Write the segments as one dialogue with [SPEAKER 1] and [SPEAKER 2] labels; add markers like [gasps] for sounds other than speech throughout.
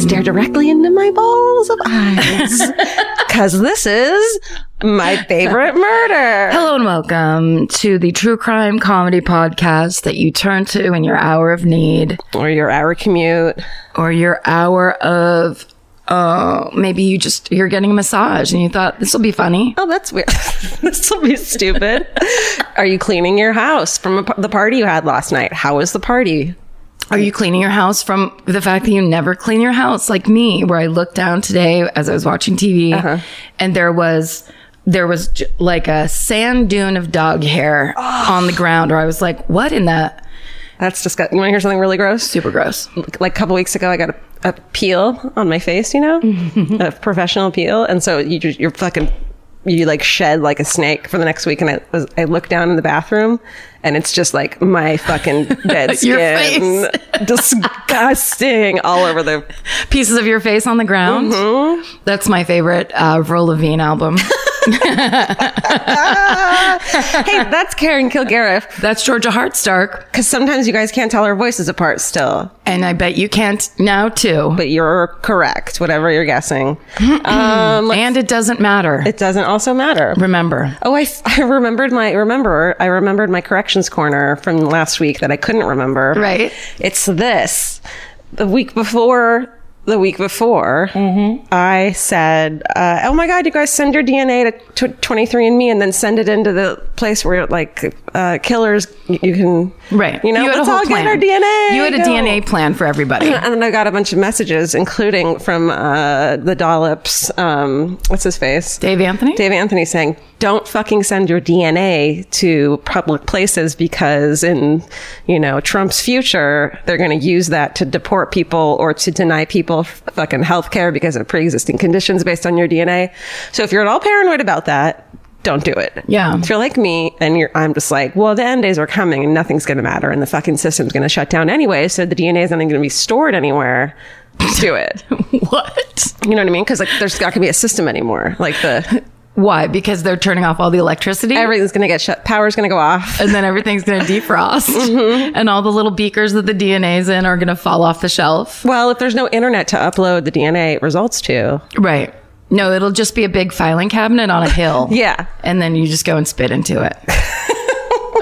[SPEAKER 1] Stare directly into my balls of eyes. Because this is my favorite murder.
[SPEAKER 2] Hello and welcome to the true crime comedy podcast that you turn to in your hour of need
[SPEAKER 1] Or your hour commute.
[SPEAKER 2] or your hour of oh maybe you just you're getting a massage and you thought this will be funny.
[SPEAKER 1] Oh, that's weird. [laughs] this will be stupid. Are you cleaning your house from a, p- the party you had last night? How was the party?
[SPEAKER 2] Are you cleaning your house from the fact that you never clean your house like me where I looked down today as I was watching TV and there was there was j- like a sand dune of dog hair on the ground where I was like what in the
[SPEAKER 1] That's disgusting. You want to hear something really gross?
[SPEAKER 2] super gross.
[SPEAKER 1] Like a couple weeks ago, I got a, a peel on my face, you know,
[SPEAKER 2] [laughs]
[SPEAKER 1] a professional peel. And so you, ju- you're fucking, you like shed like a snake for the next week. And I, was, I look down in the bathroom and it's just like my
[SPEAKER 2] [laughs]
[SPEAKER 1] fucking dead skin.
[SPEAKER 2] Your face.
[SPEAKER 1] [laughs] disgusting all over
[SPEAKER 2] [laughs]
[SPEAKER 1] the
[SPEAKER 2] pieces of your face on the ground.
[SPEAKER 1] Mm-hmm.
[SPEAKER 2] That's my favorite uh, Avril
[SPEAKER 1] [laughs]
[SPEAKER 2] Lavigne album.
[SPEAKER 1] hey, that's Karen Kilgariff.
[SPEAKER 2] That's Georgia Hartstark,
[SPEAKER 1] Because sometimes you guys can't tell our voices apart still.
[SPEAKER 2] and I bet you can't now too.
[SPEAKER 1] But you're correct, whatever you're guessing. um,
[SPEAKER 2] and it doesn't matter.
[SPEAKER 1] it doesn't also matter.
[SPEAKER 2] Remember,
[SPEAKER 1] Oh, I, f- [laughs] I remembered my remember. I remembered my corrections corner from last week that I couldn't remember.
[SPEAKER 2] Right.
[SPEAKER 1] It's this. The week before. The week before,
[SPEAKER 2] Mm-hmm.
[SPEAKER 1] I said, uh, "Oh my God, you guys send your DNA to t- 23andMe and then send it into the place where like uh, killers y- you can
[SPEAKER 2] right?
[SPEAKER 1] you know
[SPEAKER 2] had a
[SPEAKER 1] let's
[SPEAKER 2] whole
[SPEAKER 1] all
[SPEAKER 2] plan.
[SPEAKER 1] get our DNA
[SPEAKER 2] You had a
[SPEAKER 1] go."
[SPEAKER 2] DNA plan
[SPEAKER 1] [clears throat]
[SPEAKER 2] for everybody.
[SPEAKER 1] and then I got a bunch of messages, including from uh, the Dollops. Um, what's his face?
[SPEAKER 2] Dave Anthony.
[SPEAKER 1] Dave Anthony saying, "Don't fucking send your DNA to public places because in you know Trump's future they're going to use that to deport people or to deny people f- fucking health care because of pre-existing conditions based on your DNA." So if you're at all paranoid about that, don't do it.
[SPEAKER 2] Yeah.
[SPEAKER 1] If you're like me and you're, I'm just like, well, the end days are coming and nothing's going to matter and the fucking system's going to shut down anyway, so the DNA is not going to be stored anywhere. Just do it.
[SPEAKER 2] [laughs] What?
[SPEAKER 1] You know what I mean? Because like, there's not going to be a system anymore. Like the
[SPEAKER 2] Why? Because they're turning off all the electricity.
[SPEAKER 1] everything's going to get shut. Power's going to go off.
[SPEAKER 2] and then everything's going
[SPEAKER 1] [laughs]
[SPEAKER 2] to defrost.
[SPEAKER 1] Mm-hmm.
[SPEAKER 2] And all the little beakers that the DNA's in are going to fall off the shelf.
[SPEAKER 1] Well, if there's no internet to upload the DNA results to,
[SPEAKER 2] Right. No, it'll just be a big filing cabinet on a hill.
[SPEAKER 1] [laughs] yeah,
[SPEAKER 2] and then you just go and spit into
[SPEAKER 1] [laughs]
[SPEAKER 2] it.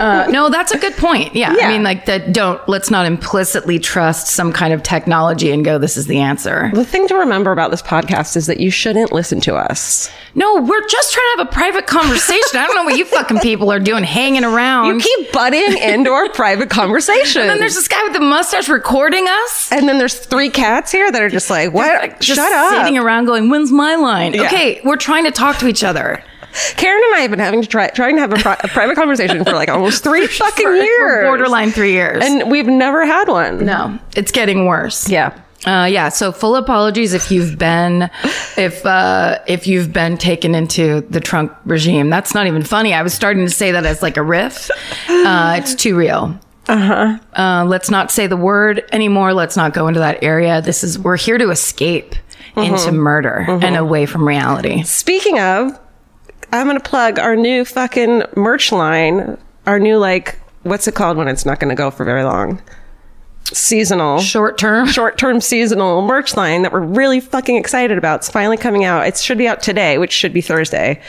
[SPEAKER 2] Uh, no, that's a good point. Yeah.
[SPEAKER 1] Yeah.
[SPEAKER 2] I mean, like that. Don't let's not implicitly trust some kind of technology and go, "This is the answer."
[SPEAKER 1] the thing to remember about this podcast is that you shouldn't listen to us.
[SPEAKER 2] No, we're just trying to have a private conversation. I don't know what you fucking people are doing, hanging around.
[SPEAKER 1] You keep butting into our private conversation.
[SPEAKER 2] Um, and then there's this guy with the mustache recording us.
[SPEAKER 1] and then there's three cats here that are just like, what?
[SPEAKER 2] Just
[SPEAKER 1] Uh, Shut up.
[SPEAKER 2] Sitting around going, "When's my line?"
[SPEAKER 1] Yeah.
[SPEAKER 2] Okay, we're trying to talk to each other.
[SPEAKER 1] Karen and I have been having to try trying to have a, pri- a private conversation for like almost three fucking
[SPEAKER 2] For- for
[SPEAKER 1] years,
[SPEAKER 2] borderline three years.
[SPEAKER 1] and we've never had one.
[SPEAKER 2] no, it's getting worse.
[SPEAKER 1] Yeah.
[SPEAKER 2] Uh, yeah. So full apologies if you've been, if uh, if you've been taken into the Trump regime. That's not even funny. I was starting to say that as like a riff. Uh, it's too real. Uh-huh. Uh Let's not say the word anymore. Let's not go into that area. This is we're here to escape
[SPEAKER 1] Mm-hmm.
[SPEAKER 2] into murder and away from reality.
[SPEAKER 1] Speaking of, I'm gonna plug our new fucking merch line. Our new like, what's it called when it's not gonna go for very long? Seasonal.
[SPEAKER 2] Short term. [laughs]
[SPEAKER 1] short term seasonal merch line that we're really fucking excited about. It's finally coming out. It should be out today, which should be Thursday.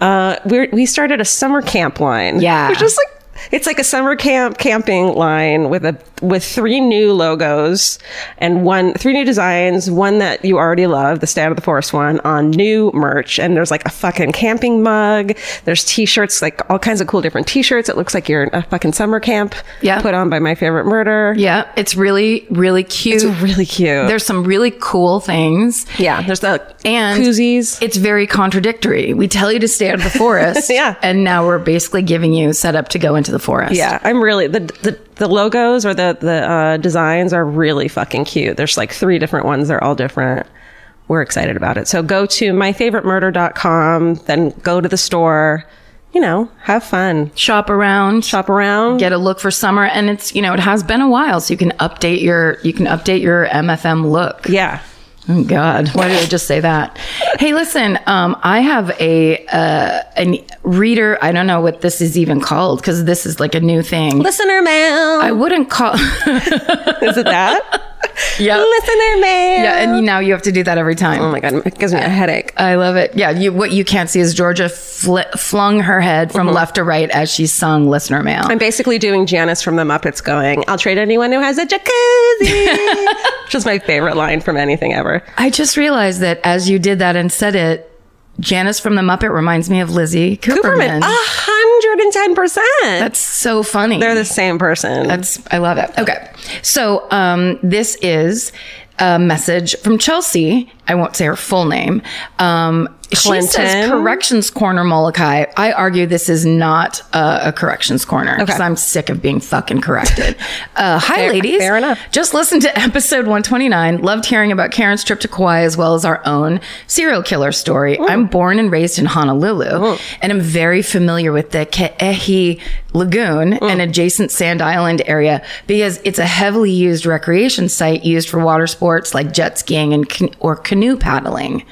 [SPEAKER 1] Uh, we're, we started a summer camp line.
[SPEAKER 2] Yeah.
[SPEAKER 1] Which is like, it's like a summer camp camping line with a, with three new logos and one three new designs, one that you already love, the Stab of the Forest one, on new merch. And there's like a fucking camping mug. There's t-shirts, like all kinds of cool different t-shirts. It looks like you're in a fucking summer camp.
[SPEAKER 2] Yeah.
[SPEAKER 1] Put on by my favorite murder.
[SPEAKER 2] Yeah, it's really, really cute.
[SPEAKER 1] It's really cute.
[SPEAKER 2] There's some really cool things.
[SPEAKER 1] yeah. There's the
[SPEAKER 2] And
[SPEAKER 1] koozies.
[SPEAKER 2] It's very contradictory. We tell you to stay out
[SPEAKER 1] [laughs]
[SPEAKER 2] of the forest.
[SPEAKER 1] Yeah.
[SPEAKER 2] And now we're basically giving you setup to go into the forest.
[SPEAKER 1] Yeah, I'm really the the, the logos or the the uh, designs are really fucking cute. There's like three different ones. They're all different. We're excited about it. So go to myfavoritemurder.com, then go to the store. You know, have fun,
[SPEAKER 2] Shop around.
[SPEAKER 1] shop around.
[SPEAKER 2] Get a look for summer. And it's, you know, it has been a while. So you can update your, you can update your MFM look.
[SPEAKER 1] yeah,
[SPEAKER 2] Oh God! Why did I just say that? hey, listen. Um, I have a uh, a reader. I don't know what this is even called because this is like a new thing.
[SPEAKER 1] listener mail.
[SPEAKER 2] I wouldn't call. [laughs]
[SPEAKER 1] Is it that?
[SPEAKER 2] yeah.
[SPEAKER 1] listener mail.
[SPEAKER 2] Yeah, and now you have to do that every time.
[SPEAKER 1] oh my god, it gives me a headache.
[SPEAKER 2] I love it. Yeah, you, what you can't see is Georgia fl- flung her head from left to right as she sung "Listener Mail."
[SPEAKER 1] I'm basically doing Janice from the Muppets going, I'll trade anyone who has a
[SPEAKER 2] [laughs]
[SPEAKER 1] jacuzzi. Which is my favorite line from anything ever.
[SPEAKER 2] I just realized that as you did that and said it, Janice from the Muppet reminds me of Lizzie Cooperman. Ah!
[SPEAKER 1] Cooperman, hundred and ten percent.
[SPEAKER 2] That's so funny.
[SPEAKER 1] They're the same person.
[SPEAKER 2] That's I love it. Okay. So um this is a message from Chelsea. I won't say her full name. Um She says
[SPEAKER 1] Clinton.
[SPEAKER 2] corrections corner Molokai. I argue this is not uh, a corrections corner because
[SPEAKER 1] Okay.
[SPEAKER 2] I'm sick of being fucking corrected. Uh, hi, ladies.
[SPEAKER 1] fair enough.
[SPEAKER 2] Just listened to episode 129. Loved hearing about Karen's trip to Kauai as well as our own serial killer story. I'm born and raised in Honolulu and I'm very familiar with the Ke'ehi Lagoon and adjacent Sand Island area because it's a heavily used recreation site used for water sports like jet skiing and can- or canoe paddling.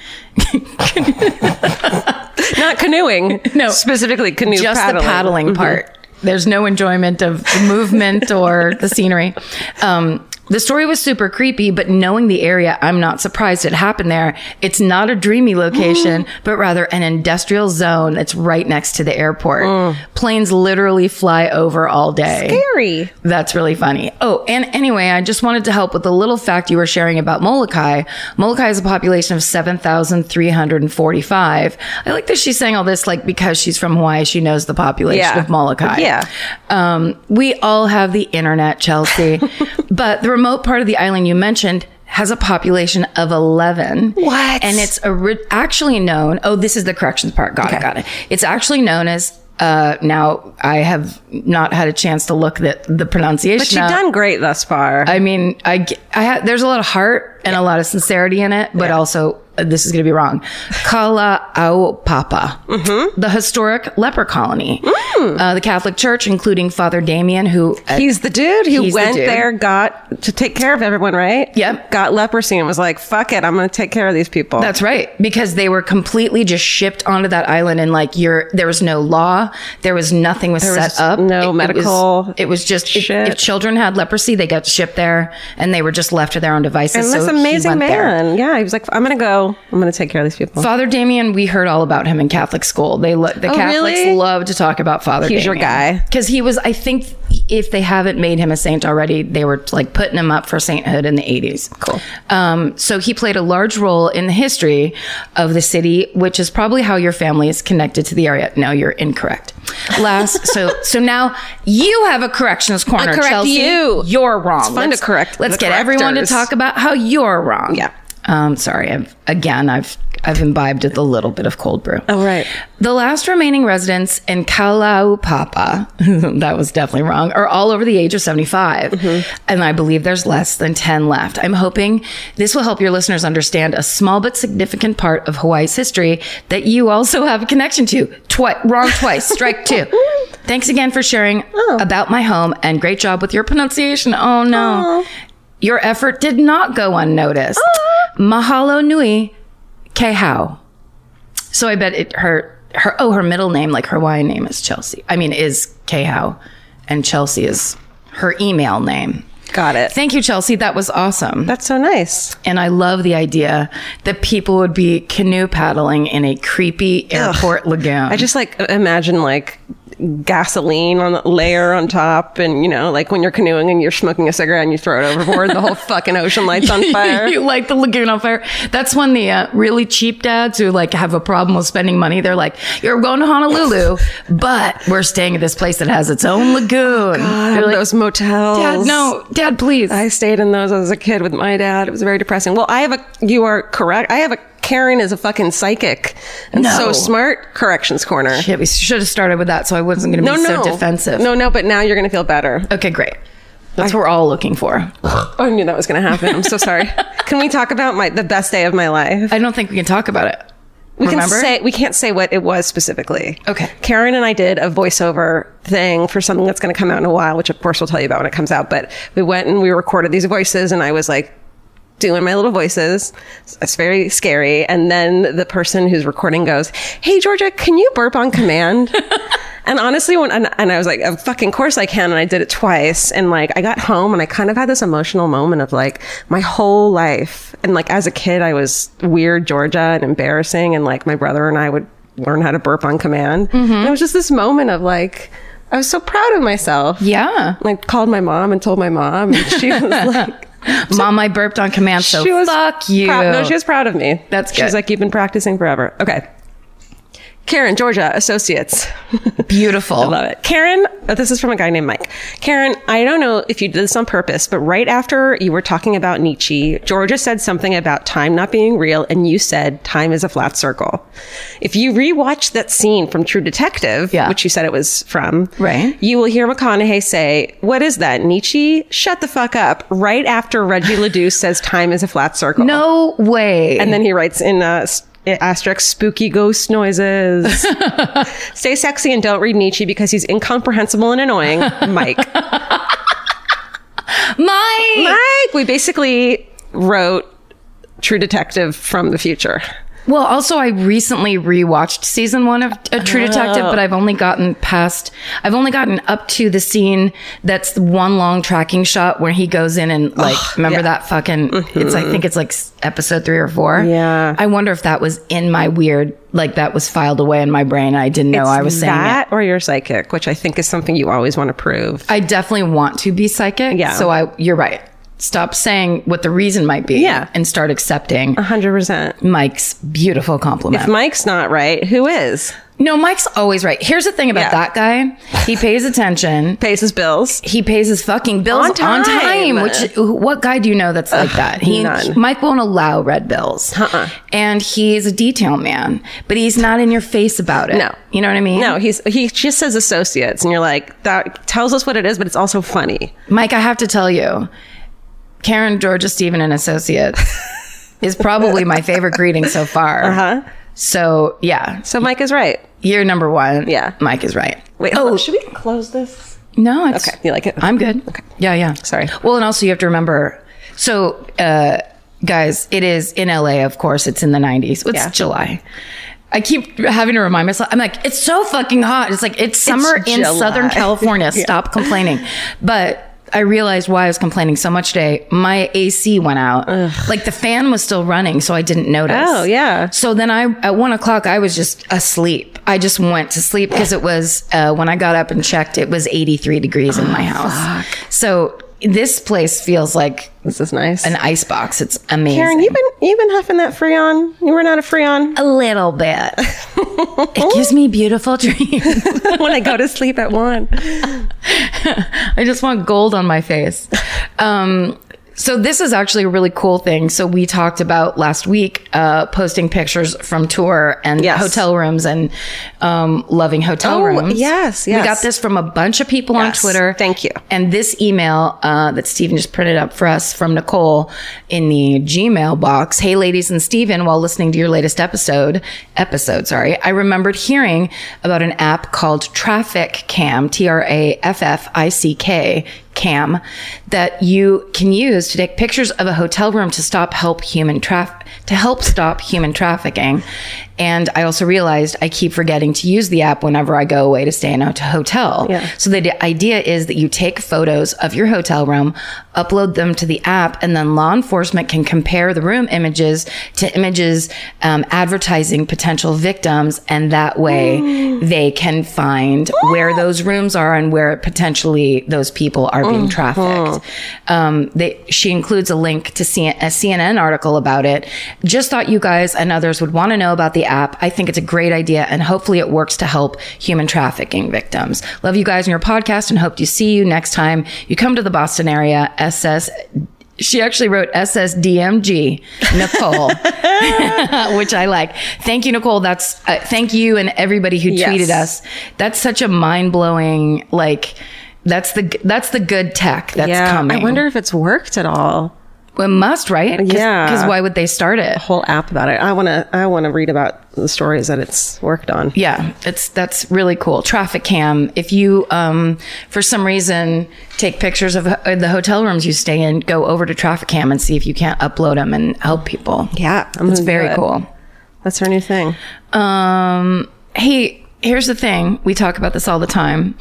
[SPEAKER 1] Not canoeing.
[SPEAKER 2] [laughs] No.
[SPEAKER 1] specifically canoe.
[SPEAKER 2] just
[SPEAKER 1] paddling. Mm-hmm.
[SPEAKER 2] the paddling Mm-hmm. part. There's no enjoyment of the [laughs] movement or the scenery. Um, the story was super creepy, but knowing the area, I'm not surprised it happened there. It's not a dreamy location, but rather an industrial zone that's right next to the airport. Planes literally fly over all day.
[SPEAKER 1] Scary.
[SPEAKER 2] That's really funny. Oh, and anyway, I just wanted to help with the little fact you were sharing about Molokai. Molokai has a population of 7,345. I like that she's saying all this, like, because she's from Hawaii, she knows the population
[SPEAKER 1] Yeah.
[SPEAKER 2] of Molokai.
[SPEAKER 1] Yeah.
[SPEAKER 2] Um, we all have the internet,
[SPEAKER 1] [laughs]
[SPEAKER 2] Chelsea. but the remote part of the island you mentioned has a population of 11.
[SPEAKER 1] What?
[SPEAKER 2] And it's ori- actually known. Oh, this is the corrections part. Got it. Got it. It's actually known as. Uh, now I have not had a chance to look that the pronunciation.
[SPEAKER 1] But you've
[SPEAKER 2] up.
[SPEAKER 1] done great thus far.
[SPEAKER 2] I mean, I, g- I ha- there's a lot of heart and a lot of sincerity in it, but also uh, this is going to be wrong. Kalaupapa,
[SPEAKER 1] Mm-hmm.
[SPEAKER 2] the historic leper colony,
[SPEAKER 1] Mm.
[SPEAKER 2] uh, the Catholic Church, including Father Damien, who uh,
[SPEAKER 1] he's the dude who
[SPEAKER 2] He's the
[SPEAKER 1] went
[SPEAKER 2] dude.
[SPEAKER 1] there, got to take care of everyone, right?
[SPEAKER 2] Yep.
[SPEAKER 1] Got leprosy and was like, "Fuck it, I'm going to take care of these people."
[SPEAKER 2] That's right. Because they were completely just shipped onto that island and like you're there was no law, there was nothing was set
[SPEAKER 1] was
[SPEAKER 2] up.
[SPEAKER 1] no
[SPEAKER 2] was-
[SPEAKER 1] medical
[SPEAKER 2] It was, just if,
[SPEAKER 1] shit.
[SPEAKER 2] if children had leprosy, they got shipped there and they were just left to their own devices.
[SPEAKER 1] and
[SPEAKER 2] So
[SPEAKER 1] this
[SPEAKER 2] he
[SPEAKER 1] amazing
[SPEAKER 2] went there.
[SPEAKER 1] man. Yeah, he was like, "I'm going to go. I'm going to take care of these people."
[SPEAKER 2] Father Damien, we heard all about him in Catholic school. They lo- the Catholics
[SPEAKER 1] Oh, really?
[SPEAKER 2] love to talk about Father.
[SPEAKER 1] He's your guy.
[SPEAKER 2] because he was. I think if they haven't made him a saint already, they were like putting him up for sainthood in the eighties. Cool. Um, so he played a large role in the history of the city, which is probably how your family is connected to the area. No, you're incorrect.
[SPEAKER 1] [laughs]
[SPEAKER 2] Last, so so now you have a corrections corner.
[SPEAKER 1] correct
[SPEAKER 2] Chelsea.
[SPEAKER 1] you.
[SPEAKER 2] You're wrong. It's
[SPEAKER 1] fun to correct
[SPEAKER 2] Let's
[SPEAKER 1] the
[SPEAKER 2] get everyone to
[SPEAKER 1] correctors.
[SPEAKER 2] talk about how you're wrong.
[SPEAKER 1] Yeah.
[SPEAKER 2] Um, sorry, I've, again, I've I've imbibed with a little bit of cold brew.
[SPEAKER 1] Oh, right.
[SPEAKER 2] The last remaining residents in Kalaupapa, [laughs] that was definitely wrong, are all over the age of 75. And I believe there's less than 10 left. I'm hoping this will help your listeners understand a small but significant part of Hawaii's history that you also have a connection to. Twi- wrong twice, strike two. Thanks again for sharing about my home and great job with your pronunciation. Oh, no. Your effort did not go unnoticed. Mahalo nui kehau. So I bet it her her oh her middle name like her Hawaiian name is Chelsea. I mean is kehau, and Chelsea is her email name.
[SPEAKER 1] Got it.
[SPEAKER 2] Thank you, Chelsea. That was awesome.
[SPEAKER 1] That's so nice.
[SPEAKER 2] And I love the idea that people would be canoe paddling in a creepy airport lagoon. [laughs]
[SPEAKER 1] I just like imagine like gasoline on the layer on top, and you know, like when you're canoeing and you're smoking a cigarette and you throw it overboard, the whole fucking ocean lights on fire.
[SPEAKER 2] [laughs] you light the lagoon on fire. That's when the uh, really cheap dads who like have a problem with spending money, they're like, "You're going to Honolulu, but we're staying at this place that has its own
[SPEAKER 1] Oh,
[SPEAKER 2] lagoon."
[SPEAKER 1] God,
[SPEAKER 2] You're like,
[SPEAKER 1] those motels.
[SPEAKER 2] Dad, no, Dad, please.
[SPEAKER 1] I stayed in those as a kid with my dad. It was very depressing. Well, I have a. You are correct. I have a. Karen is a fucking psychic and
[SPEAKER 2] No.
[SPEAKER 1] so smart. Corrections corner.
[SPEAKER 2] Shit, we should have started with that, so I wasn't going to
[SPEAKER 1] No,
[SPEAKER 2] be
[SPEAKER 1] no,
[SPEAKER 2] so defensive.
[SPEAKER 1] No, no. But now you're gonna feel better.
[SPEAKER 2] Okay, great. That's what we're all looking for.
[SPEAKER 1] I knew that was gonna happen. I'm so
[SPEAKER 2] [laughs]
[SPEAKER 1] sorry. Can we talk about my the best day of my life?
[SPEAKER 2] I don't think we can talk about it.
[SPEAKER 1] We
[SPEAKER 2] Remember?
[SPEAKER 1] can say we can't say what it was specifically.
[SPEAKER 2] Okay.
[SPEAKER 1] Karen and I did a voiceover thing for something that's going to come out in a while, which of course we'll tell you about when it comes out. But we went and we recorded these voices, and I was like doing my little voices. It's very scary. And then the person who's recording goes, "Hey Georgia, can you burp on command?" And honestly, when and, and I was like, "Of fucking course I can," and I did it twice. And like, I got home and I kind of had this emotional moment of like my whole life. And like as a kid, I was weird Georgia and embarrassing, and like my brother and I would learn how to burp on command.
[SPEAKER 2] Mm-hmm.
[SPEAKER 1] And it was just this moment of like, I was so proud of myself.
[SPEAKER 2] Yeah.
[SPEAKER 1] Like called my mom and told my mom, and she
[SPEAKER 2] [laughs]
[SPEAKER 1] was like,
[SPEAKER 2] Mom, I burped on command, so
[SPEAKER 1] she was
[SPEAKER 2] Oh, fuck you.
[SPEAKER 1] Proud. No, she was proud of me.
[SPEAKER 2] That's
[SPEAKER 1] She's
[SPEAKER 2] good.
[SPEAKER 1] like, you've been practicing forever. Okay. Karen, Georgia, Associates. [laughs]
[SPEAKER 2] beautiful.
[SPEAKER 1] I love it. Karen, oh, this is from a guy named Mike. Karen, I don't know if you did this on purpose, but right after you were talking about Nietzsche, Georgia said something about time not being real, and you said time is a flat circle. If you rewatch that scene from True Detective,
[SPEAKER 2] Yeah.
[SPEAKER 1] which you said it was from,
[SPEAKER 2] Right.
[SPEAKER 1] you will hear McConaughey say, What is that, Nietzsche? Shut the fuck up, right after Reggie LeDoux says time is a flat circle.
[SPEAKER 2] No way.
[SPEAKER 1] And then he writes in uh, s- asterisk spooky ghost noises. Stay sexy and don't read Nietzsche because he's incomprehensible and annoying. Mike. Mike,
[SPEAKER 2] my
[SPEAKER 1] we basically wrote True Detective from the future.
[SPEAKER 2] Well, also I recently rewatched season one of A True Detective,
[SPEAKER 1] Oh.
[SPEAKER 2] but I've only gotten past I've only gotten up to the scene that's the one long tracking shot where he goes in and like
[SPEAKER 1] Oh,
[SPEAKER 2] remember that fucking it's I think it's like s- episode three or four.
[SPEAKER 1] Yeah.
[SPEAKER 2] I wonder if that was in my weird like that was filed away in my brain. I didn't know I was saying it.
[SPEAKER 1] that or you're psychic, which I think is something you always want to prove.
[SPEAKER 2] I definitely want to be psychic.
[SPEAKER 1] Yeah.
[SPEAKER 2] So I you're right. Stop saying what the reason might be
[SPEAKER 1] Yeah.
[SPEAKER 2] and start accepting
[SPEAKER 1] 100%.
[SPEAKER 2] Mike's beautiful compliment.
[SPEAKER 1] Mike's not right. Who is?
[SPEAKER 2] No, Mike's always right. Here's the thing
[SPEAKER 1] Yeah.
[SPEAKER 2] about that guy. He
[SPEAKER 1] [laughs]
[SPEAKER 2] pays attention.
[SPEAKER 1] Pays his bills.
[SPEAKER 2] He pays his fucking bills
[SPEAKER 1] On
[SPEAKER 2] on time.
[SPEAKER 1] time.
[SPEAKER 2] which what guy do you know that's like that? He,
[SPEAKER 1] none.
[SPEAKER 2] Mike won't allow red bills.
[SPEAKER 1] Uh-uh.
[SPEAKER 2] And he's a detail man, but he's not in your face about it.
[SPEAKER 1] No.
[SPEAKER 2] You know what I mean?
[SPEAKER 1] No, he's he just says associates, and you're like that tells us what it is, but it's also funny.
[SPEAKER 2] Mike, I have to tell you, Karen Georgia Stephen and Associates
[SPEAKER 1] [laughs]
[SPEAKER 2] is probably my favorite greeting so far. Uh-huh. So yeah,
[SPEAKER 1] So Mike is right.
[SPEAKER 2] you're number one.
[SPEAKER 1] Yeah.
[SPEAKER 2] Mike is right.
[SPEAKER 1] Wait, oh, should we close this?
[SPEAKER 2] No, it's
[SPEAKER 1] Okay, you like it?
[SPEAKER 2] [laughs] I'm good. Okay. Yeah, yeah.
[SPEAKER 1] Sorry.
[SPEAKER 2] Well, and also you have to remember. So, uh, guys, it is in LA. Of course, it's in the 90s. It's
[SPEAKER 1] Yeah.
[SPEAKER 2] July. I keep having to remind myself. I'm like, it's so fucking hot. It's like it's summer in
[SPEAKER 1] July. [laughs]
[SPEAKER 2] Southern California. Stop complaining. But I realized why I was complaining so much today. My AC went out. Like the fan was still running, so I didn't notice.
[SPEAKER 1] Oh, yeah.
[SPEAKER 2] So then I, at one o'clock, I was just asleep. I just went to sleep because it was, uh, when I got up and checked, it was 83 degrees in my
[SPEAKER 1] Oh,
[SPEAKER 2] house. So this place feels like
[SPEAKER 1] This is nice.
[SPEAKER 2] an ice box. It's amazing.
[SPEAKER 1] Karen, you've been you've been huffing that Freon. You were not a
[SPEAKER 2] [laughs]
[SPEAKER 1] Freon.
[SPEAKER 2] a little bit. it gives me beautiful [laughs] dreams.
[SPEAKER 1] when I go to sleep at one.
[SPEAKER 2] I just want gold on my face. Um, so this is actually a really cool thing. So we talked about last week uh, posting pictures from tour and
[SPEAKER 1] Yes.
[SPEAKER 2] hotel rooms and um, loving hotel
[SPEAKER 1] Oh,
[SPEAKER 2] rooms.
[SPEAKER 1] yes,
[SPEAKER 2] We
[SPEAKER 1] yes.
[SPEAKER 2] got this from a bunch of people
[SPEAKER 1] Yes,
[SPEAKER 2] on Twitter.
[SPEAKER 1] thank you.
[SPEAKER 2] And this email uh, that Steven just printed up for us from Nicole in the Gmail box. Hey, ladies and Steven, while listening to your latest episode, episode, sorry, I remembered hearing about an app called Traffic Cam, T R A F F I C K cam that you can use to take pictures of a hotel room to stop help human traffic to help stop human trafficking. And I also realized I keep forgetting to use the app whenever I go away to stay in a hot- hotel.
[SPEAKER 1] Yeah.
[SPEAKER 2] So the d- idea is that you take photos of your hotel room, upload them to the app, and then law enforcement can compare the room images to images um, advertising potential victims, and that way they can find where those rooms are and where potentially those people are being trafficked. Um, they, she includes a link to C- a CNN article about it. Just thought you guys and others would want to know about the app. I think it's a great idea, and hopefully it works to help human trafficking victims. Love you guys and your podcast, and hope to see you next time you come to the Boston area. SS. She actually wrote SSDMG, Nicole, [laughs] which I like. Thank you, Nicole. That's uh, thank you and everybody who
[SPEAKER 1] Yes.
[SPEAKER 2] tweeted us. That's such a mind blowing like. That's the g- that's the good tech that's
[SPEAKER 1] yeah.
[SPEAKER 2] coming.
[SPEAKER 1] I wonder if it's worked at all.
[SPEAKER 2] Well, it must right. Cause,
[SPEAKER 1] Yeah.
[SPEAKER 2] Because why would they start it?
[SPEAKER 1] Whole app about it. I want to. I want to read about the stories that it's worked on.
[SPEAKER 2] yeah, it's that's really cool. Traffic cam. If you, um, for some reason, take pictures of ho- the hotel rooms you stay in, go over to traffic cam and see if you can't upload them and help people.
[SPEAKER 1] Yeah, I'm
[SPEAKER 2] it's
[SPEAKER 1] gonna do
[SPEAKER 2] very
[SPEAKER 1] it.
[SPEAKER 2] cool.
[SPEAKER 1] That's her new thing.
[SPEAKER 2] Um, hey, here's the thing. We talk about this all the time.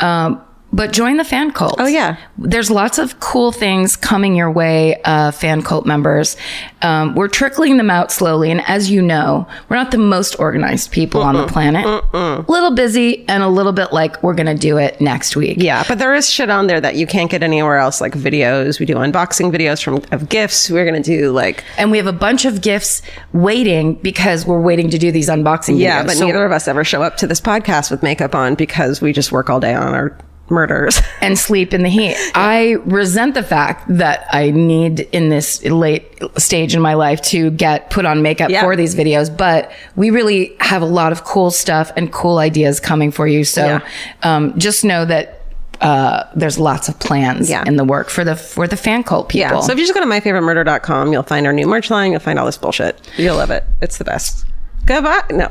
[SPEAKER 2] Um, but join the fan cult. Oh
[SPEAKER 1] yeah.
[SPEAKER 2] there's lots of cool things coming your way, uh, fan cult members. Um, we're trickling them out slowly, and as you know, we're not the most organized people on the
[SPEAKER 1] Uh-uh.
[SPEAKER 2] planet. A little busy and a little bit like we're gonna do it next week.
[SPEAKER 1] Yeah, but there is shit on there that you can't get anywhere else, like videos. We do unboxing videos from of gifts. We're gonna do like
[SPEAKER 2] and we have a bunch of gifts waiting because we're waiting to do these unboxing.
[SPEAKER 1] yeah,
[SPEAKER 2] videos.
[SPEAKER 1] but
[SPEAKER 2] So-
[SPEAKER 1] neither of us ever show up to this podcast with makeup on because we just work all day on our murders. [laughs]
[SPEAKER 2] and sleep in the heat. I resent the fact that I need in this late stage in my life to get put on makeup
[SPEAKER 1] Yeah.
[SPEAKER 2] for these videos, but we really have a lot of cool stuff and cool ideas coming for you. So
[SPEAKER 1] Yeah.
[SPEAKER 2] um, just know that uh, there's lots of plans
[SPEAKER 1] Yeah.
[SPEAKER 2] in the work for the for the fan cult people.
[SPEAKER 1] yeah. So if you just go to myfavoritemurder.com, you'll find our new merch line. You'll find all this bullshit. You'll love it. It's the best. Goodbye. No.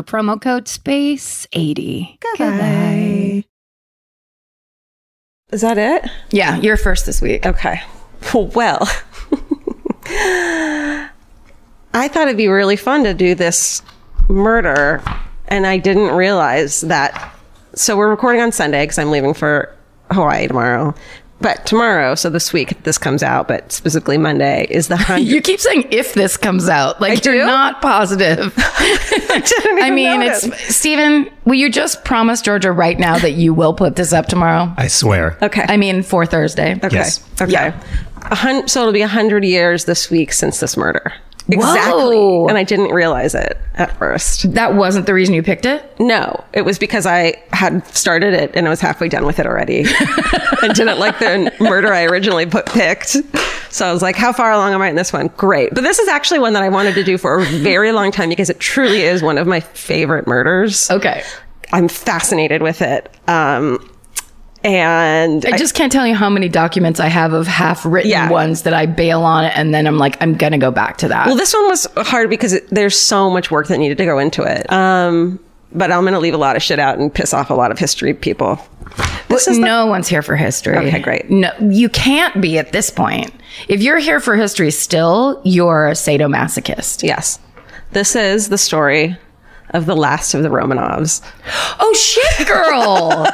[SPEAKER 3] promo code SPACE80.
[SPEAKER 4] Goodbye.
[SPEAKER 1] Is that it?
[SPEAKER 2] Yeah, you're first this week.
[SPEAKER 1] Okay. [laughs] Well, [laughs] I thought it'd be really fun to do this murder, and I didn't realize that. So we're recording on Sunday because I'm leaving for Hawaii tomorrow. But tomorrow, so this week this comes out, but specifically Monday is the hundred.
[SPEAKER 2] You keep saying if this comes out, like you're not
[SPEAKER 1] [laughs]
[SPEAKER 2] positive. I, mean, it's Stephen. Will you just promise Georgia right now that you will put this up tomorrow?
[SPEAKER 5] I swear.
[SPEAKER 1] okay.
[SPEAKER 2] I mean, for Thursday.
[SPEAKER 1] okay.
[SPEAKER 5] Yes.
[SPEAKER 1] Okay. A hun- so it'll be hundred years this week since this murder.
[SPEAKER 2] Whoa.
[SPEAKER 1] And I didn't realize it at first.
[SPEAKER 2] That wasn't the reason you picked it.
[SPEAKER 1] No, it was because I had started it and I was halfway done with it already. I didn't like the murder I originally put, picked. So I was like, how far along am I in this one? Great. But this is actually one that I wanted to do for a very long time because it truly is one of my favorite murders.
[SPEAKER 2] Okay.
[SPEAKER 1] I'm fascinated with it. Um, and
[SPEAKER 2] I just can't tell you how many documents I have of half written
[SPEAKER 1] Yeah.
[SPEAKER 2] ones that I bail on and then I'm like, I'm going to go back to that.
[SPEAKER 1] Well, this one was hard because it, there's so much work that needed to go into it. Um, but I'm going to leave a lot of shit out and piss off a lot of history people. This is the-
[SPEAKER 2] no one's here for history.
[SPEAKER 1] Okay, great.
[SPEAKER 2] No, you can't be at this point. If you're here for history still, you're a sadomasochist.
[SPEAKER 1] yes. This is the story of the last of the Romanovs.
[SPEAKER 2] Oh shit, [laughs] girl.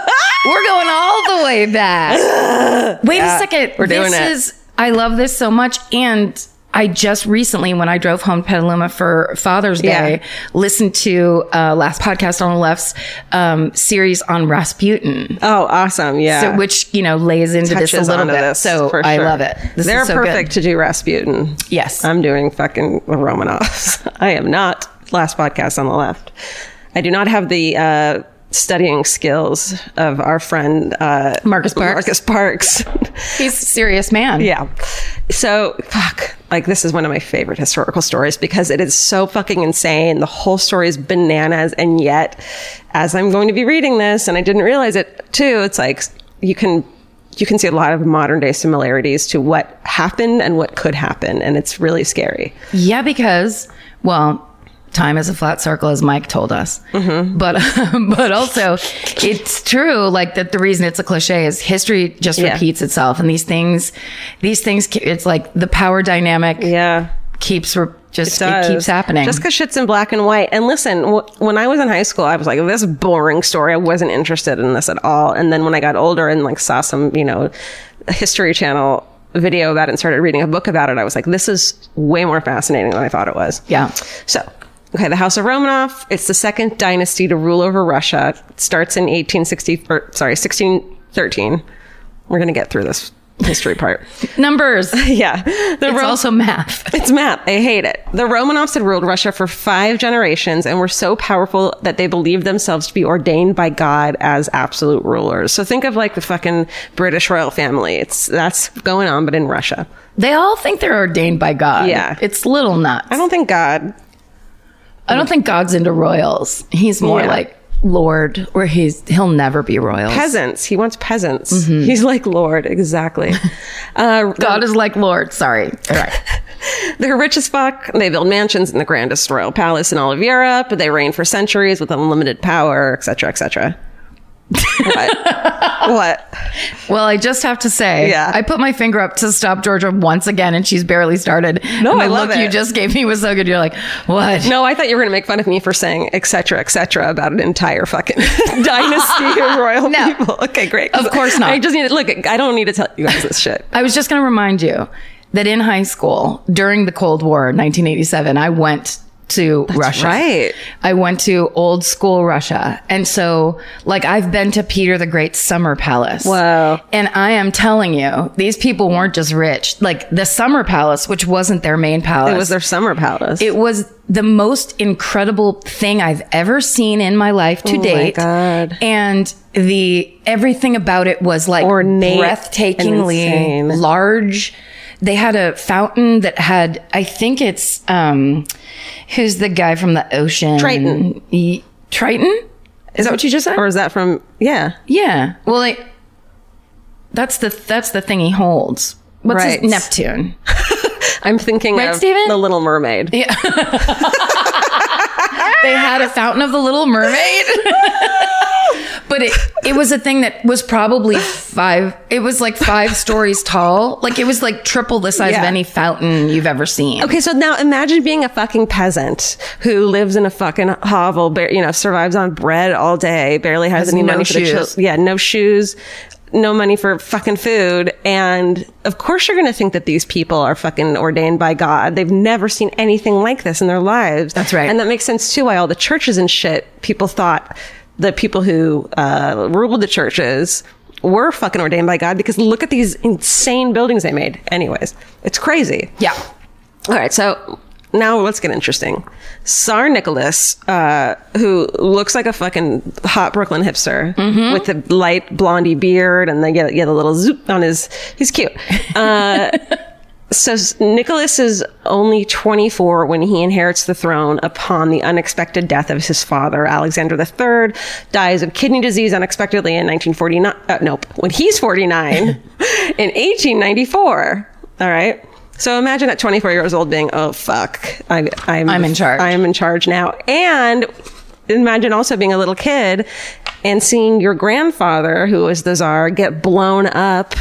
[SPEAKER 2] We're going all the way back. [sighs] Wait a second.
[SPEAKER 1] we're doing
[SPEAKER 2] this
[SPEAKER 1] it.
[SPEAKER 2] is I love this so much and I just recently, when I drove home to Petaluma for Father's Day,
[SPEAKER 1] Yeah.
[SPEAKER 2] listened to uh, last podcast on the left's um, series on Rasputin.
[SPEAKER 1] Oh, awesome. Yeah.
[SPEAKER 2] So, which you know lays into this
[SPEAKER 1] Touches
[SPEAKER 2] a little
[SPEAKER 1] onto
[SPEAKER 2] bit.
[SPEAKER 1] this,
[SPEAKER 2] so
[SPEAKER 1] for
[SPEAKER 2] I
[SPEAKER 1] sure.
[SPEAKER 2] love it. This
[SPEAKER 1] They're
[SPEAKER 2] is so good.
[SPEAKER 1] perfect to do Rasputin.
[SPEAKER 2] Yes.
[SPEAKER 1] I'm doing fucking the Romanovs. [laughs] I am not last podcast on the left. I do not have the uh, studying skills of our friend uh,
[SPEAKER 2] Marcus Parks.
[SPEAKER 1] Marcus Parks. [laughs]
[SPEAKER 2] He's a serious man.
[SPEAKER 1] Yeah. So, fuck, like this is one of my favorite historical stories because it is so fucking insane. The whole story is bananas. And yet, as I'm going to be reading this, and I didn't realize it too, it's like you can. You can see a lot of modern day similarities to what happened and what could happen. And it's really scary.
[SPEAKER 2] Yeah, because well, time is a flat circle, as Mike told us.
[SPEAKER 1] Mm-hmm.
[SPEAKER 2] But [laughs] but also, it's true. Like that, the reason it's a cliche is history just
[SPEAKER 1] Yeah.
[SPEAKER 2] repeats itself, and these things, these things, ke- it's like the power dynamic
[SPEAKER 1] Yeah.
[SPEAKER 2] keeps re- just it,
[SPEAKER 1] does.
[SPEAKER 2] keeps happening.
[SPEAKER 1] Just because shit's in black and white. And listen, wh- when I was in high school, I was like, this is boring story. I wasn't interested in this at all. And then when I got older and like saw some, you know, History Channel video about it and started reading a book about it, I was like, this is way more fascinating than I thought it was.
[SPEAKER 2] yeah.
[SPEAKER 1] So, okay, the House of Romanov. It's the second dynasty to rule over Russia. It starts in 1860, or, sorry, 1613. We're going to get through this history
[SPEAKER 2] [laughs]
[SPEAKER 1] part. [laughs]
[SPEAKER 2] Numbers. It's
[SPEAKER 1] yeah. The Rom-
[SPEAKER 2] also math.
[SPEAKER 1] it's map. I hate it. The Romanovs had ruled Russia for five generations and were so powerful that they believed themselves to be ordained by God as absolute rulers. So think of like the fucking British royal family. It's that's going on, but in Russia.
[SPEAKER 2] They all think they're ordained by God.
[SPEAKER 1] Yeah.
[SPEAKER 2] It's little nuts.
[SPEAKER 1] I don't think God.
[SPEAKER 2] I don't think God's into royals. He's more
[SPEAKER 1] Yeah.
[SPEAKER 2] like Lord, or he's he'll never be royals.
[SPEAKER 1] Peasants. He wants peasants. He's like Lord. Exactly. Uh,
[SPEAKER 2] God is like Lord. Sorry. All right.
[SPEAKER 1] They're rich as fuck. They build mansions in the grandest royal palace in all of Europe. They reign for centuries with unlimited power, etc., etc. what? What?
[SPEAKER 2] Well, I just have to say,
[SPEAKER 1] Yeah.
[SPEAKER 2] I put my finger up to stop Georgia once again, and she's barely started. No, and the
[SPEAKER 1] I love
[SPEAKER 2] look you
[SPEAKER 1] it.
[SPEAKER 2] just gave me was so good. You're like, what?
[SPEAKER 1] No, I thought you were going to make fun of me for saying et cetera, et cetera about an entire fucking [laughs] dynasty of royal
[SPEAKER 2] [laughs] No.
[SPEAKER 1] people. Okay, great.
[SPEAKER 2] Of course not.
[SPEAKER 1] I just need to look. I don't need to tell you guys this shit.
[SPEAKER 2] I was just going to remind you that in high school, during the Cold War, 1987, I went to Russia.
[SPEAKER 1] right.
[SPEAKER 2] I went to old school Russia. And so, like, I've been to Peter the Great's summer palace.
[SPEAKER 1] Wow.
[SPEAKER 2] And I am telling you, these people weren't just rich. Like, the summer palace, which wasn't their main palace,
[SPEAKER 1] It was their summer palace.
[SPEAKER 2] it was the most incredible thing I've ever seen in my life to date.
[SPEAKER 1] Oh God.
[SPEAKER 2] And the everything about it was like
[SPEAKER 1] Ornate and
[SPEAKER 2] breathtakingly
[SPEAKER 1] insane.
[SPEAKER 2] large. They had a fountain that had, I think it's, um, who's the guy from the ocean?
[SPEAKER 1] Triton.
[SPEAKER 2] Y- Triton? Is that what you just said?
[SPEAKER 1] or is that from? Yeah.
[SPEAKER 2] yeah. Well, like, that's the that's the thing he holds. What's
[SPEAKER 1] Right.
[SPEAKER 2] his Neptune?
[SPEAKER 1] I'm thinking
[SPEAKER 2] Right,
[SPEAKER 1] of
[SPEAKER 2] Steven?
[SPEAKER 1] The Little Mermaid.
[SPEAKER 2] they had a fountain of the little mermaid [laughs] but it it was a thing that was probably five it was like five stories tall like it was like triple the size of
[SPEAKER 1] Yeah.
[SPEAKER 2] any fountain you've ever seen
[SPEAKER 1] Okay, so now imagine being a fucking peasant who lives in a fucking hovel, bar- you know, survives on bread all day, barely has, any
[SPEAKER 2] no
[SPEAKER 1] money for the
[SPEAKER 2] shoes.
[SPEAKER 1] chil- Yeah, no shoes, no money for fucking food, and of course you're going to think that these people are fucking ordained by God. They've never seen anything like this in their lives.
[SPEAKER 2] That's right.
[SPEAKER 1] and that makes sense too. Why all the churches and shit people thought the people who uh, ruled the churches were fucking ordained by God because look at these insane buildings they made. Anyways, it's crazy.
[SPEAKER 2] yeah
[SPEAKER 1] All right, so now let's get interesting. Tsar Nicholas, uh, who looks like a fucking hot Brooklyn hipster with the light blondie beard and the yeah, yeah, the little zoop on his, he's cute. Uh, so s- Nicholas is only 24 when he inherits the throne upon the unexpected death of his father, Alexander III, dies of kidney disease unexpectedly in 1949. Uh, nope, when he's 49
[SPEAKER 2] [laughs]
[SPEAKER 1] in 1894. All right. So imagine at 24 years old being, oh fuck, I, I'm
[SPEAKER 2] I'm in charge.
[SPEAKER 1] I am in charge now. And imagine also being a little kid and seeing your grandfather, who was the czar, get blown up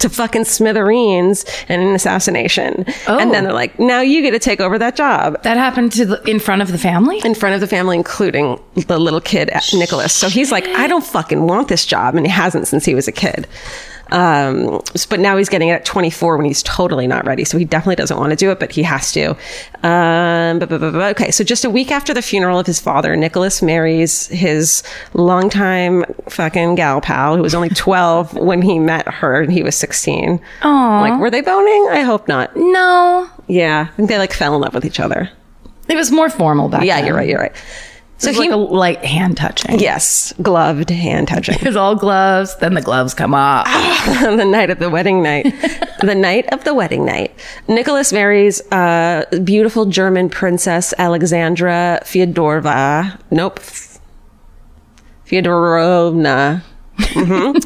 [SPEAKER 1] to fucking smithereens in an assassination. And then they're like, now you get to take over that job
[SPEAKER 2] that happened to the, in front of the family
[SPEAKER 1] in front of the family, including the little kid Nicholas. So he's like, I don't fucking want this job, and he hasn't since he was a kid. Um, s- but now he's getting it at 24 when he's totally not ready. So he definitely doesn't want to do it, but he has to. Um, but, but, but, but, okay, so just a week after the funeral of his father, Nicholas marries his longtime fucking gal pal who was only 12 when he met her and he was 16. Oh, like were they boning? I hope not.
[SPEAKER 2] no
[SPEAKER 1] Yeah, I think they like fell in love with each other.
[SPEAKER 2] it was more formal back
[SPEAKER 1] Yeah,
[SPEAKER 2] then.
[SPEAKER 1] you're right. You're right.
[SPEAKER 2] so like a light hand touching
[SPEAKER 1] Yes, gloved hand touching. [laughs]
[SPEAKER 2] It was all gloves, then the gloves come off.
[SPEAKER 1] Ah, the night of the wedding night. the night of the wedding night. Nicholas marries uh, beautiful German princess Alexandra Fyodorova. Nope. Fyodorovna. Mhm.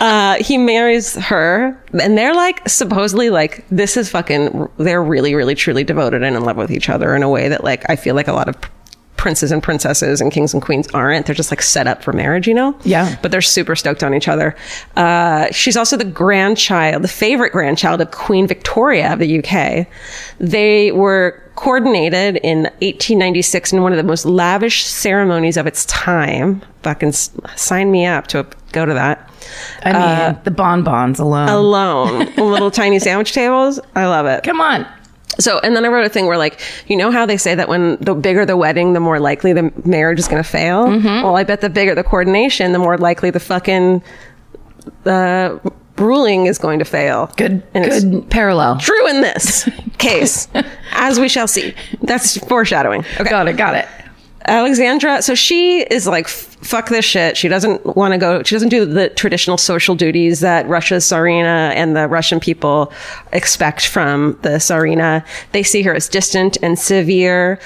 [SPEAKER 1] uh, he marries her, and they're like supposedly like this is fucking. They're really, really, truly devoted and in love with each other in a way that like I feel like a lot of princes and princesses and kings and queens aren't. They're just like set up for marriage, you know?
[SPEAKER 2] Yeah.
[SPEAKER 1] But they're super stoked on each other. Uh, she's also the grandchild, the favorite grandchild of Queen Victoria of the UK. They were coordinated in 1896 in one of the most lavish ceremonies of its time. Fucking s- sign me up to go to that
[SPEAKER 2] I mean,
[SPEAKER 1] uh,
[SPEAKER 2] the bonbons alone.
[SPEAKER 1] alone. Little tiny sandwich tables. I love it.
[SPEAKER 2] come on.
[SPEAKER 1] So, and then I wrote a thing where, like, you know how they say that when the bigger the wedding, the more likely the marriage is going to fail? Well, I bet the bigger the coordination, the more likely the fucking uh, ruling is going to fail.
[SPEAKER 2] Good,
[SPEAKER 1] And it's
[SPEAKER 2] good parallel.
[SPEAKER 1] true in this case, as we shall see. That's foreshadowing. Okay.
[SPEAKER 2] Got it, got it.
[SPEAKER 1] Alexandra, so she is like, "F- fuck this shit. She doesn't want to go, she doesn't do the traditional social duties that Russia's Tsarina and the Russian people expect from the Tsarina. They see her as distant and severe.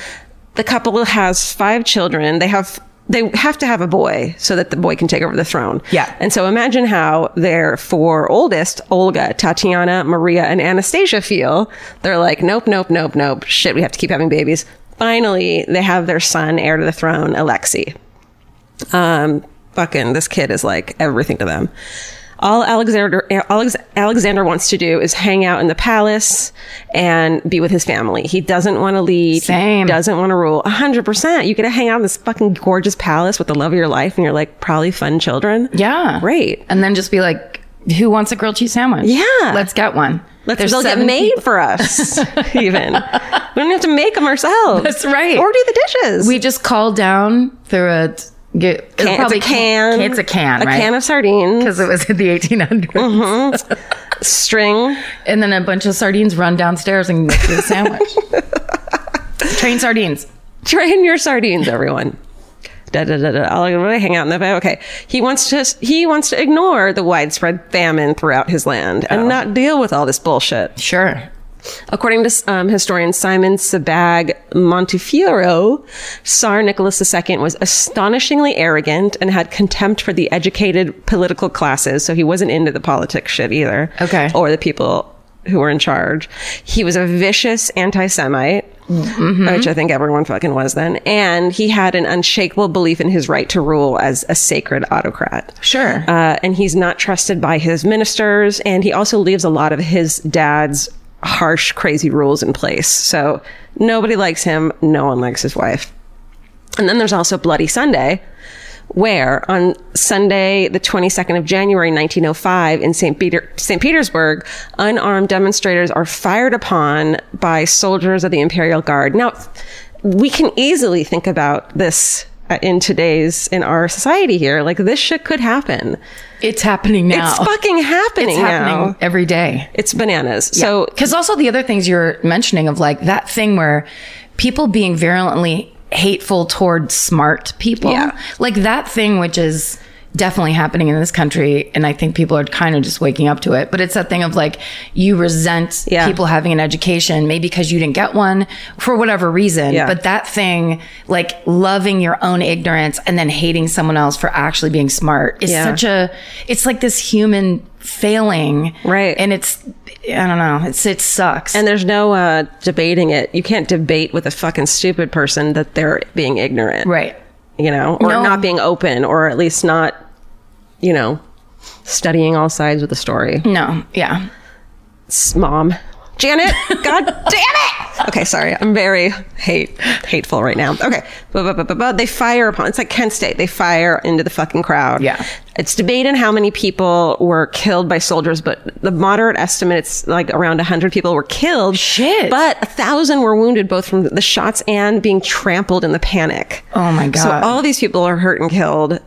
[SPEAKER 1] The couple has five children. They have, they have to have a boy so that the boy can take over the throne.
[SPEAKER 2] Yeah.
[SPEAKER 1] And so imagine how their four oldest, Olga, Tatiana, Maria, and Anastasia feel. They're like, nope, nope, nope, nope. Shit, we have to keep having babies. Finally, they have their son, heir to the throne, Alexei. Um, fucking, this kid is like everything to them. All Alexander Alex, Alexander wants to do is hang out in the palace and be with his family. He doesn't want to lead.
[SPEAKER 2] Same.
[SPEAKER 1] He doesn't want to rule. hundred percent. You get to hang out in this fucking gorgeous palace with the love of your life, and you're like probably fun children.
[SPEAKER 2] Yeah.
[SPEAKER 1] Great.
[SPEAKER 2] And then just be like, who wants a grilled cheese sandwich?
[SPEAKER 1] Yeah.
[SPEAKER 2] Let's get one.
[SPEAKER 1] Let's,
[SPEAKER 2] There's
[SPEAKER 1] they'll get
[SPEAKER 2] seven
[SPEAKER 1] made for
[SPEAKER 2] [laughs]
[SPEAKER 1] us, even. we don't have to make them ourselves.
[SPEAKER 2] That's right.
[SPEAKER 1] Or do the dishes.
[SPEAKER 2] We just call down through a get
[SPEAKER 1] Can- it's a can.
[SPEAKER 2] It's a can,
[SPEAKER 1] A
[SPEAKER 2] right?
[SPEAKER 1] can Mm-hmm. of sardines,
[SPEAKER 2] because it was in the 1800s.
[SPEAKER 1] string.
[SPEAKER 2] And then a bunch of sardines run downstairs and make you a sandwich.
[SPEAKER 1] [laughs]
[SPEAKER 2] Train sardines.
[SPEAKER 1] Drain your sardines, everyone. Da, da, da, da. I'll really hang out in the back. Okay. He wants to he wants to ignore the widespread famine throughout his land and not deal with all this bullshit.
[SPEAKER 2] Sure.
[SPEAKER 1] According to um, historian Simon Sabag Montefiore, Tsar Nicholas II was astonishingly arrogant and had contempt for the educated political classes. So he wasn't into the politics shit either.
[SPEAKER 2] Okay.
[SPEAKER 1] Or the people who were in charge. He was a vicious anti Semite. Which I think everyone fucking was then. And he had an unshakable belief in his right to rule as a sacred autocrat.
[SPEAKER 2] Sure.
[SPEAKER 1] Uh, and he's not trusted by his ministers. And he also leaves a lot of his dad's harsh, crazy rules in place. So nobody likes him. No one likes his wife. And then there's also Bloody Sunday, where on Sunday, the 22nd of January, 1905, in St. Peter, St. Petersburg, unarmed demonstrators are fired upon by soldiers of the Imperial Guard. Now, we can easily think about this uh, in today's, in our society here. Like, this shit could happen.
[SPEAKER 2] It's happening now.
[SPEAKER 1] It's fucking happening
[SPEAKER 2] It's happening
[SPEAKER 1] now.
[SPEAKER 2] every day.
[SPEAKER 1] It's bananas. So,
[SPEAKER 2] because also the other things you're mentioning of like that thing where people being virulently hateful toward smart people,
[SPEAKER 1] Yeah.
[SPEAKER 2] like that thing which is definitely happening in this country, and I think people are kind of just waking up to it. But it's that thing of like you resent
[SPEAKER 1] Yeah.
[SPEAKER 2] people having an education, maybe because you didn't get one for whatever reason.
[SPEAKER 1] Yeah.
[SPEAKER 2] But that thing, like loving your own ignorance and then hating someone else for actually being smart, is
[SPEAKER 1] Yeah.
[SPEAKER 2] such a. It's like this human failing
[SPEAKER 1] Right.
[SPEAKER 2] and it's i don't know it's it sucks
[SPEAKER 1] and there's no uh, debating it. You can't debate with a fucking stupid person that they're being ignorant.
[SPEAKER 2] right
[SPEAKER 1] you know, or
[SPEAKER 2] No.
[SPEAKER 1] not being open, or at least not, you know, studying all sides of the story.
[SPEAKER 2] no yeah
[SPEAKER 1] S- Mom, Janet,
[SPEAKER 2] [laughs]
[SPEAKER 1] God damn it! Okay, sorry, I'm very hate hateful right now. Okay, but but but but- but they fire upon. It's like Kent State. They fire into the fucking crowd.
[SPEAKER 2] Yeah.
[SPEAKER 1] It's debated how many people were killed by soldiers, but the moderate estimate it's like around 100 people were killed.
[SPEAKER 2] Shit.
[SPEAKER 1] But a thousand were wounded both from the shots and being trampled in the panic.
[SPEAKER 2] Oh, my
[SPEAKER 1] So uh,
[SPEAKER 2] God.
[SPEAKER 1] all these people are hurt and killed.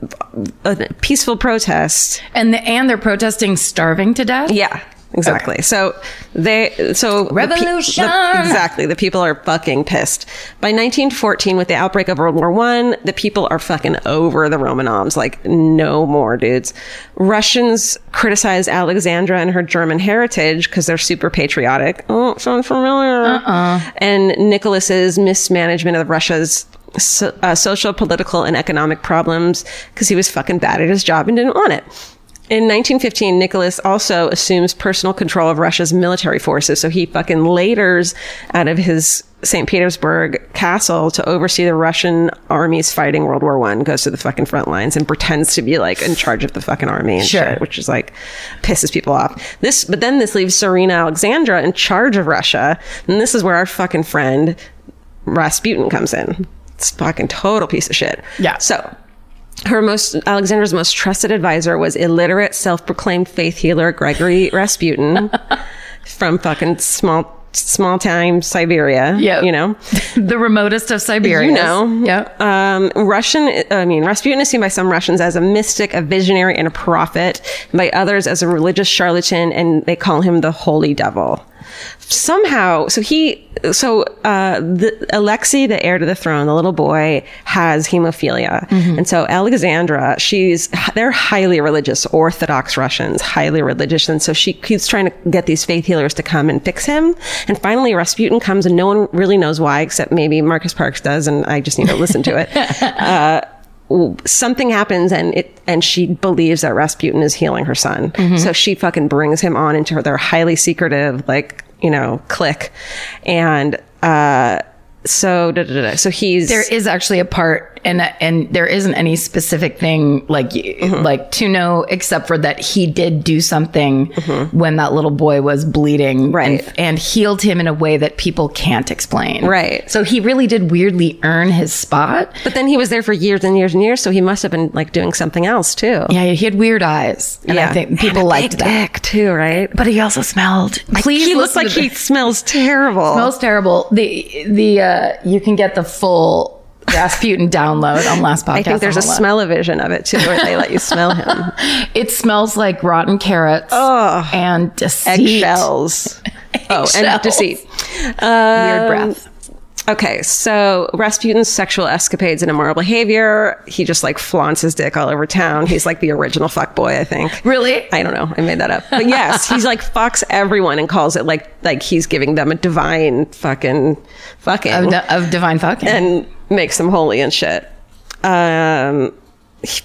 [SPEAKER 1] A peaceful protest.
[SPEAKER 2] and the, and they're protesting starving to death
[SPEAKER 1] Yeah. Exactly. So they so the pe-
[SPEAKER 2] Revolution!
[SPEAKER 1] the- exactly. The people are fucking pissed. By 1914, with the outbreak of World War One, the people are fucking over the Romanovs. Like no more, dudes. Russians criticize Alexandra and her German heritage because they're super patriotic. Oh, it sounds familiar. Uh-uh. And Nicholas's mismanagement of Russia's. So, uh, social, political, and economic problems because he was fucking bad at his job and didn't want it. In 1915, Nicholas also assumes personal control of Russia's military forces. So he fucking laters out of his St. Petersburg castle to oversee the Russian armies fighting World War One. Goes to the fucking front lines and pretends to be like in charge of the fucking army and
[SPEAKER 2] Sure.
[SPEAKER 1] shit, which is like pisses people off. This, but then this leaves Serena Alexandra in charge of Russia, and this is where our fucking friend Rasputin comes in. It's fucking total piece of shit.
[SPEAKER 2] Yeah.
[SPEAKER 1] So her most Alexander's most trusted advisor was illiterate, self-proclaimed faith healer Gregory Rasputin from fucking small small time Siberia.
[SPEAKER 2] Yeah.
[SPEAKER 1] you know.
[SPEAKER 2] [laughs] the remotest of siberia
[SPEAKER 1] You know,
[SPEAKER 2] yeah
[SPEAKER 1] Um, Russian. I mean, Rasputin is seen by some Russians as a mystic, a visionary, and a prophet, and by others as a religious charlatan, and they call him the Holy Devil. Somehow, so he, so uh, the, Alexei, the heir to the throne, the little boy, has hemophilia, and so Alexandra, she's they're highly religious, Orthodox Russians, highly religious, and so she keeps trying to get these faith healers to come and fix him, and finally Rasputin comes, and no one really knows why, except maybe Marcus Parks does, and I just need to listen to it. Uh, something happens and it and she believes that Rasputin is healing her son. So she fucking brings him on into her, their highly secretive like, you know, clique. And uh so da, da, da, da. so he's
[SPEAKER 2] there is actually a part and and there isn't any specific thing like
[SPEAKER 1] Mm-hmm.
[SPEAKER 2] like to know except for that he did do something when that little boy was bleeding
[SPEAKER 1] Mm-hmm. Right.
[SPEAKER 2] and, and healed him in a way that people can't explain
[SPEAKER 1] Right.
[SPEAKER 2] so he really did weirdly earn his spot
[SPEAKER 1] But then he was there for years and years and years, so he must have been like doing something else too.
[SPEAKER 2] yeah he had weird eyes and i
[SPEAKER 1] Yeah.
[SPEAKER 2] think people liked that
[SPEAKER 1] Dick too, right?
[SPEAKER 2] but he also smelled please
[SPEAKER 1] he looks
[SPEAKER 2] listen
[SPEAKER 1] like
[SPEAKER 2] to
[SPEAKER 1] he smells terrible.
[SPEAKER 2] Smells terrible. The the uh, you can get the full Rasputin download on last podcast.
[SPEAKER 1] I think there's a smell a vision of it too, where they let you smell
[SPEAKER 2] [laughs]
[SPEAKER 1] him.
[SPEAKER 2] It smells like rotten carrots and deceit. [laughs]
[SPEAKER 1] Eggshells. Oh, and
[SPEAKER 2] Eggshells.
[SPEAKER 1] deceit. Um,
[SPEAKER 2] Weird breath.
[SPEAKER 1] Okay, so Rasputin's sexual escapades and immoral behavior. He just like flaunts his dick all over town. He's like the original fuckboy, I think.
[SPEAKER 2] [laughs] Really?
[SPEAKER 1] I don't know. I made that up. But yes, he's like fucks everyone and calls it like like he's giving them a divine fucking fucking
[SPEAKER 2] Of, the- of divine fucking.
[SPEAKER 1] and makes them holy and shit. Um,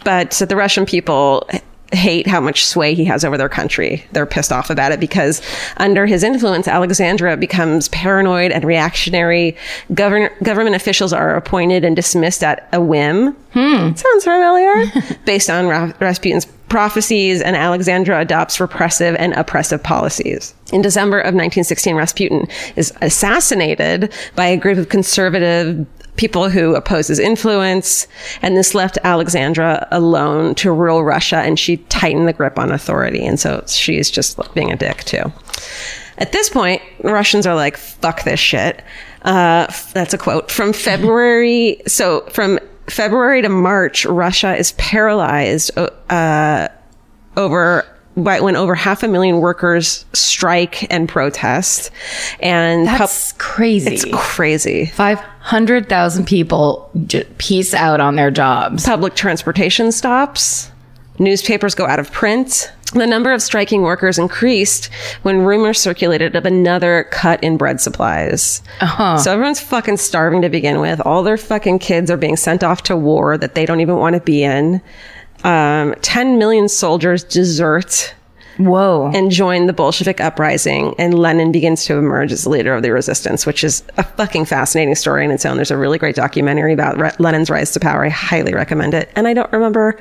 [SPEAKER 1] but so the Russian people h- hate how much sway he has over their country. They're pissed off about it because under his influence, Alexandria becomes paranoid and reactionary. Govern- government officials are appointed and dismissed at a whim. Sounds familiar. [laughs] Based on Ra- Rasputin's prophecies, and Alexandra adopts repressive and oppressive policies. In December of 1916, Rasputin is assassinated by a group of conservative people who oppose his influence, and this left Alexandra alone to rule Russia, and she tightened the grip on authority. And so she's just being a dick, too. At this point, the Russians are like, fuck this shit. Uh, f- that's a quote from February. So from February to March, Russia is paralyzed o- uh, over wh- when over half a million workers strike and protest. And pub-
[SPEAKER 2] That's crazy.
[SPEAKER 1] it's crazy.
[SPEAKER 2] 500,000 people j- peace out on their jobs.
[SPEAKER 1] um, Public transportation stops. Newspapers go out of print. The number of striking workers increased when rumors circulated of another cut in bread supplies. So everyone's fucking starving to begin with. All their fucking kids are being sent off to war that they don't even want to be in. Um, 10 million soldiers desert
[SPEAKER 2] Whoa.
[SPEAKER 1] and join the Bolshevik uprising, and Lenin begins to emerge as the leader of the resistance, which is a fucking fascinating story in its own. There's a really great documentary about Re- Lenin's rise to power. I highly recommend it. And I don't remember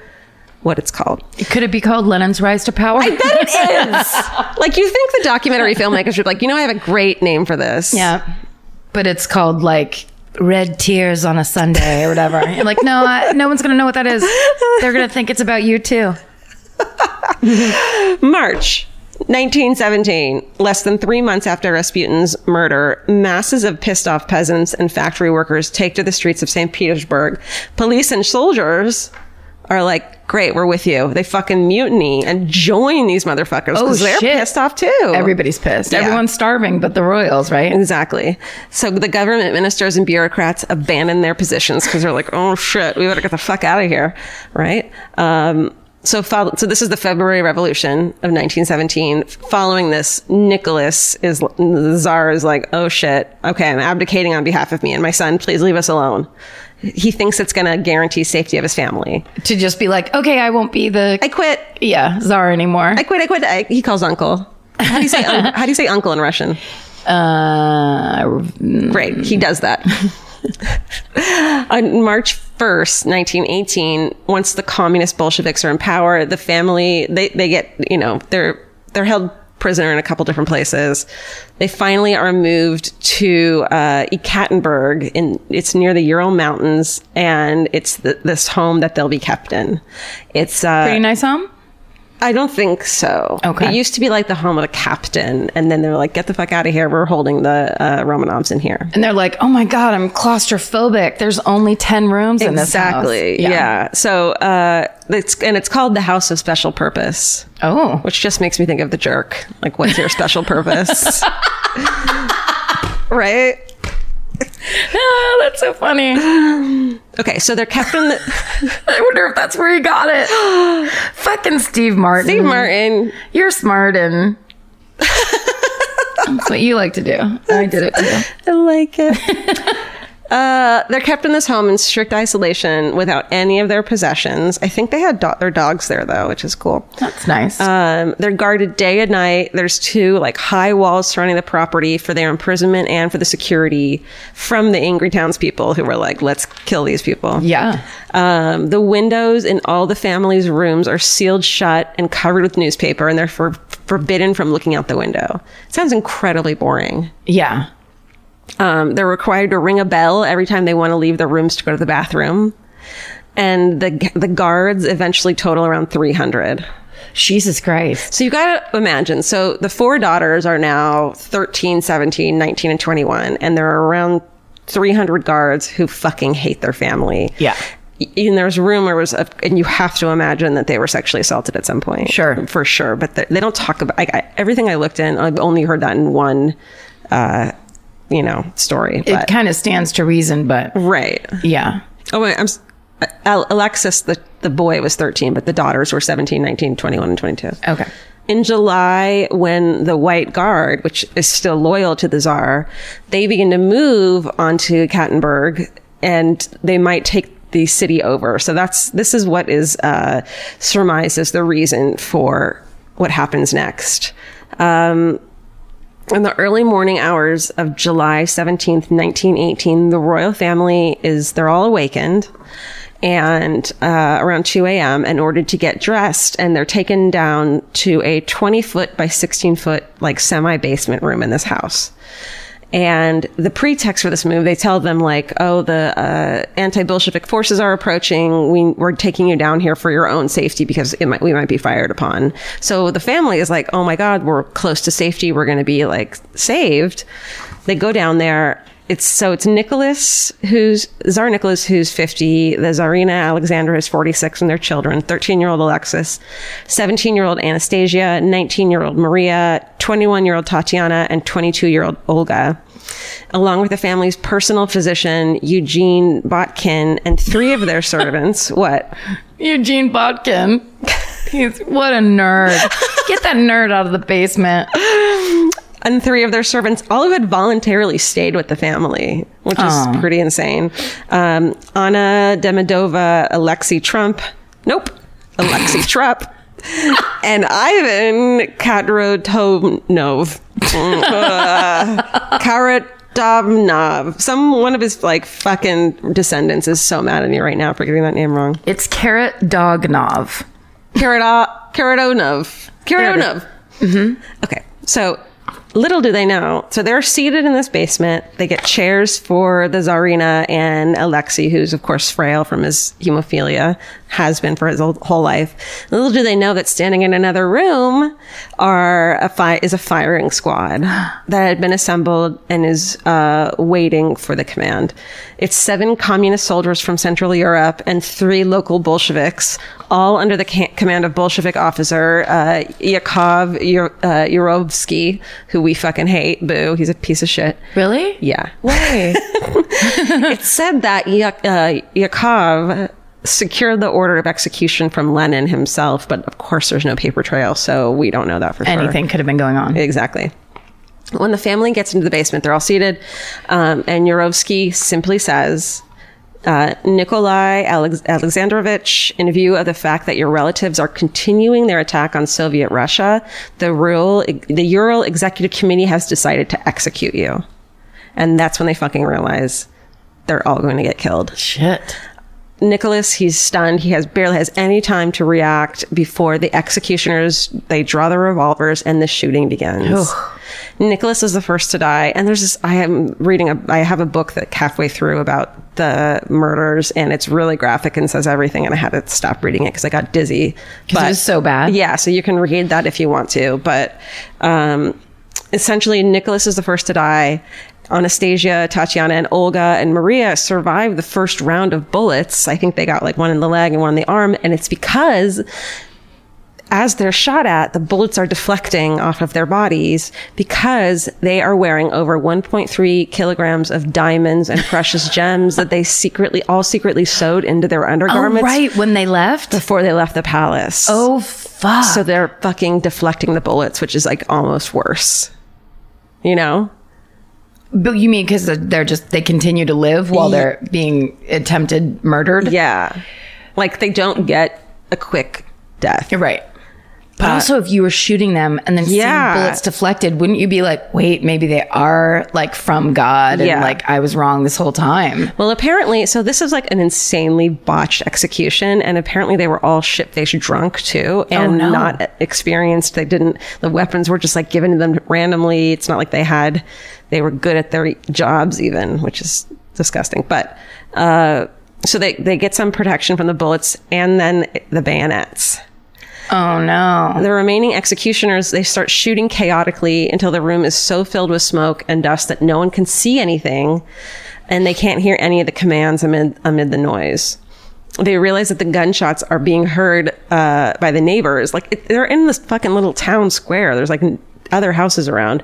[SPEAKER 1] what it's called.
[SPEAKER 2] Could it be called Lenin's Rise to Power? I bet [laughs]
[SPEAKER 1] It is! like, you think the documentary filmmakers should be like, you know, I have a great name for this.
[SPEAKER 2] Yeah. But it's called like Red Tears on a Sunday or whatever. [laughs] You're like, no, I, no one's going to know what that is. They're going to think it's about you too.
[SPEAKER 1] March 1917, less than three months after Rasputin's murder, masses of pissed off peasants and factory workers take to the streets of St. Petersburg. Police and soldiers are like, great, we're with you. They fucking mutiny and join these motherfuckers because they're
[SPEAKER 2] shit.
[SPEAKER 1] pissed off too.
[SPEAKER 2] Everybody's pissed.
[SPEAKER 1] Yeah.
[SPEAKER 2] Everyone's starving, but the royals, right?
[SPEAKER 1] Exactly. So the government ministers and bureaucrats abandon their positions because they're like, oh shit, we better get the fuck out of here, right? Um, so, follow, so this is the February Revolution of 1917. Following this, Nicholas is the czar is like, oh shit, okay, I'm abdicating on behalf of me and my son. Please leave us alone. He thinks it's going to guarantee safety of his family.
[SPEAKER 2] To just be like, okay, I won't be the
[SPEAKER 1] I quit.
[SPEAKER 2] yeah czar anymore.
[SPEAKER 1] I quit. I quit. I, he calls uncle. How do you say un- how do you say uncle in Russian?
[SPEAKER 2] uh,
[SPEAKER 1] Great. He does that. On March 1st, 1918, once the communist Bolsheviks are in power, the family, they, they get, you know, they're, they're held prisoner in a couple different places. They finally are moved to, uh, Ekaterinburg in, it's near the Ural Mountains and it's th this home that they'll be kept in. It's, uh,
[SPEAKER 2] pretty nice home.
[SPEAKER 1] I don't think so.
[SPEAKER 2] Okay.
[SPEAKER 1] It used to be like the home of a captain and then they were like, get the fuck out of here. We're holding the, uh, Romanovs in here.
[SPEAKER 2] And they're like, oh my god, I'm claustrophobic. There's only ten rooms in this house.
[SPEAKER 1] Exactly. Yeah. So uh, it's and it's called the House of Special Purpose,
[SPEAKER 2] Oh,
[SPEAKER 1] which just makes me think of the jerk. Like, what's your special
[SPEAKER 2] [laughs]
[SPEAKER 1] purpose? right.
[SPEAKER 2] [laughs] Ah, that's so funny. I
[SPEAKER 1] Okay. So they're kept in
[SPEAKER 2] [laughs]
[SPEAKER 1] the
[SPEAKER 2] wonder if that's where he got [gasps] it. Fucking Steve Martin.
[SPEAKER 1] Steve Martin.
[SPEAKER 2] You're
[SPEAKER 1] [laughs]
[SPEAKER 2] smart and that's what you like to do. I did it too.
[SPEAKER 1] I like it. [laughs] Uh, they're kept in this home in strict isolation without any of their possessions. I think they had do- their dogs there though, which is cool.
[SPEAKER 2] That's nice.
[SPEAKER 1] Um, they're guarded day and night. There's two like high walls surrounding the property for their imprisonment and for the security from the angry townspeople who were like, "Let's kill these people."
[SPEAKER 2] yeah.
[SPEAKER 1] Um, the windows in all the family's rooms are sealed shut and covered with newspaper, and they're for- forbidden from looking out the window. sounds incredibly boring.
[SPEAKER 2] Yeah.
[SPEAKER 1] Um, they're required to ring a bell every time they want to leave their rooms to go to the bathroom. And the the guards eventually total around 300.
[SPEAKER 2] Jesus Christ.
[SPEAKER 1] So you got to imagine. So the four daughters are now 13, 17, 19, and 21, and there are around 300 guards who fucking hate their family.
[SPEAKER 2] Yeah.
[SPEAKER 1] Y- And there's rumors of, and you have to imagine that they were sexually assaulted at some point.
[SPEAKER 2] Sure.
[SPEAKER 1] For sure. But they, they don't talk about, I, I, everything I looked in, I've only heard that in one, uh, you know, story.
[SPEAKER 2] It
[SPEAKER 1] But,
[SPEAKER 2] kind of stands to reason, but
[SPEAKER 1] right.
[SPEAKER 2] yeah.
[SPEAKER 1] Oh, wait, I'm, s- Al- Alexis, the, the boy was 13, but the daughters were 17, 19, 21, and 22.
[SPEAKER 2] Okay.
[SPEAKER 1] In July, when the White Guard, which is still loyal to the Tsar, they begin to move onto Kattenberg and they might take the city over. So that's this is what is uh, surmised as the reason for what happens next. Um, in the early morning hours of July 17th, 1918, the royal family is, they're all awakened and uh, around 2 a.m. and ordered to get dressed. And they're taken down to a 20 foot by 16 foot, like semi basement room in this house. And the pretext for this move, they tell them like, "Oh, the uh, anti-Bolshevik forces are approaching. We, we're taking you down here for your own safety because it might we might be fired upon." So the family is like, "Oh my God, we're close to safety. We're going to be like saved." They go down there. It's so it's Nicholas who's Tsar Nicholas who's 50, the Tsarina Alexandra is 46 and their children, 13-year-old Alexis, 17-year-old Anastasia, 19-year-old Maria, 21-year-old Tatiana and 22-year-old Olga, along with the family's personal physician Eugene Botkin and three of their servants. What?
[SPEAKER 2] Eugene Bodkin. He's what a nerd. Get that nerd out of the basement.
[SPEAKER 1] and three of their servants, all who had voluntarily stayed with the family, which is pretty insane. Um, Anna Demidova, Alexei Trump, nope, Alexei Trump, and Ivan Karotomnov, Mm, uh, Karotomnov. Some one of his like fucking descendants is so mad at me right now for getting that name wrong.
[SPEAKER 2] It's Carrot Dognov.
[SPEAKER 1] Karado- Karadonov. Karadonov. Mm-hmm. Okay. So little do they know. So they're seated in this basement. They get chairs for the Tsarina and Alexei, who's, of course, frail from his hemophilia, has been for his whole- whole life. Little do they know that standing in another room are a fi- is a firing squad that had been assembled and is uh, waiting for the command. It's seven communist soldiers from Central Europe and three local Bolsheviks, all under the ca- command of Bolshevik officer uh, Yakov Yer- uh, Yurovsky, who we fucking hate. Boo, he's a piece of shit.
[SPEAKER 2] Really?
[SPEAKER 1] Yeah. [laughs]
[SPEAKER 2] Way.
[SPEAKER 1] it said that Yak- uh, Yakov secured the order of execution from Lenin himself, but of course there's no paper trail, so we don't know that for sure.
[SPEAKER 2] Anything could have been going on.
[SPEAKER 1] Exactly. When the family gets into the basement, they're all seated, um, and Yurovsky simply says, uh, Nikolai Alex- Alexandrovich, in view of the fact that your relatives are continuing their attack on Soviet Russia, the Ural, the Ural Executive Committee has decided to execute you. And that's when they fucking realize they're all going to get killed.
[SPEAKER 2] Shit.
[SPEAKER 1] Nicholas, he's stunned. He has barely has any time to react before the executioners they draw their revolvers and the shooting begins. Nicholas is the first to die, and there's this. I am reading a. I have a book that halfway through about the murders, and it's really graphic and says everything. And I had to stop reading it because I got dizzy.
[SPEAKER 2] Because it
[SPEAKER 1] But-
[SPEAKER 2] was so bad.
[SPEAKER 1] yeah, so you can read that if you want to. But um, essentially, Nicholas is the first to die. Anastasia, Tatiana, and Olga and Maria survived the first round of bullets. I think they got like one in the leg and one in the arm. And it's because as they're shot at, the bullets are deflecting off of their bodies because they are wearing over 1.3 kilograms of diamonds and
[SPEAKER 2] [laughs]
[SPEAKER 1] precious gems that they secretly, all secretly sewed into their undergarments
[SPEAKER 2] Oh, right when they left.
[SPEAKER 1] before they left the palace.
[SPEAKER 2] Oh fuck.
[SPEAKER 1] So they're fucking deflecting the bullets, which is like almost worse. You know?
[SPEAKER 2] But you mean because they're just they continue to live while they're being attempted murdered?
[SPEAKER 1] Yeah. Like they don't get a quick death. Uh,
[SPEAKER 2] You're right. But also, if you were shooting them and then
[SPEAKER 1] Yeah.
[SPEAKER 2] seeing bullets deflected, wouldn't you be like, "Wait, maybe they are like from God, and
[SPEAKER 1] Yeah.
[SPEAKER 2] like I was wrong this whole time"?
[SPEAKER 1] Well, apparently, so this is like an insanely botched execution, and apparently they were all shit faced drunk too, and
[SPEAKER 2] Oh, no.
[SPEAKER 1] not experienced. They didn't. The weapons were just like given to them randomly. It's not like they had. They were good at their jobs, even, which is disgusting. But uh, so they they get some protection from the bullets and then the bayonets.
[SPEAKER 2] Oh no!
[SPEAKER 1] The remaining executioners, they start shooting chaotically until the room is so filled with smoke and dust that no one can see anything and they can't hear any of the commands amid, amid the noise. They realize that the gunshots are being heard uh, by the neighbors. Like, it, they're in this fucking little town square. There's like n- other houses around.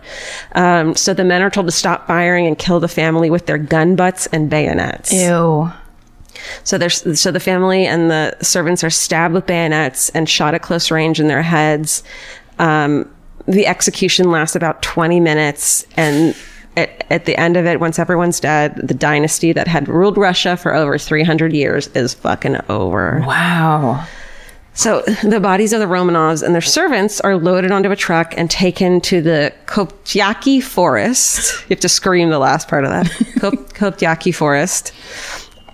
[SPEAKER 1] Um, so the men are told to stop firing and kill the family with their gun butts and bayonets.
[SPEAKER 2] Ew.
[SPEAKER 1] So there's so the family and the servants are stabbed with bayonets and shot at close range in their heads. Um, the execution lasts about 20 minutes, and at, at the end of it, once everyone's dead, the dynasty that had ruled Russia for over 300 years is fucking over.
[SPEAKER 2] Wow.
[SPEAKER 1] So the bodies of the Romanovs and their servants are loaded onto a truck and taken to the Koptyaki forest. You have to scream the last part of that. Kop- Koptyaki forest.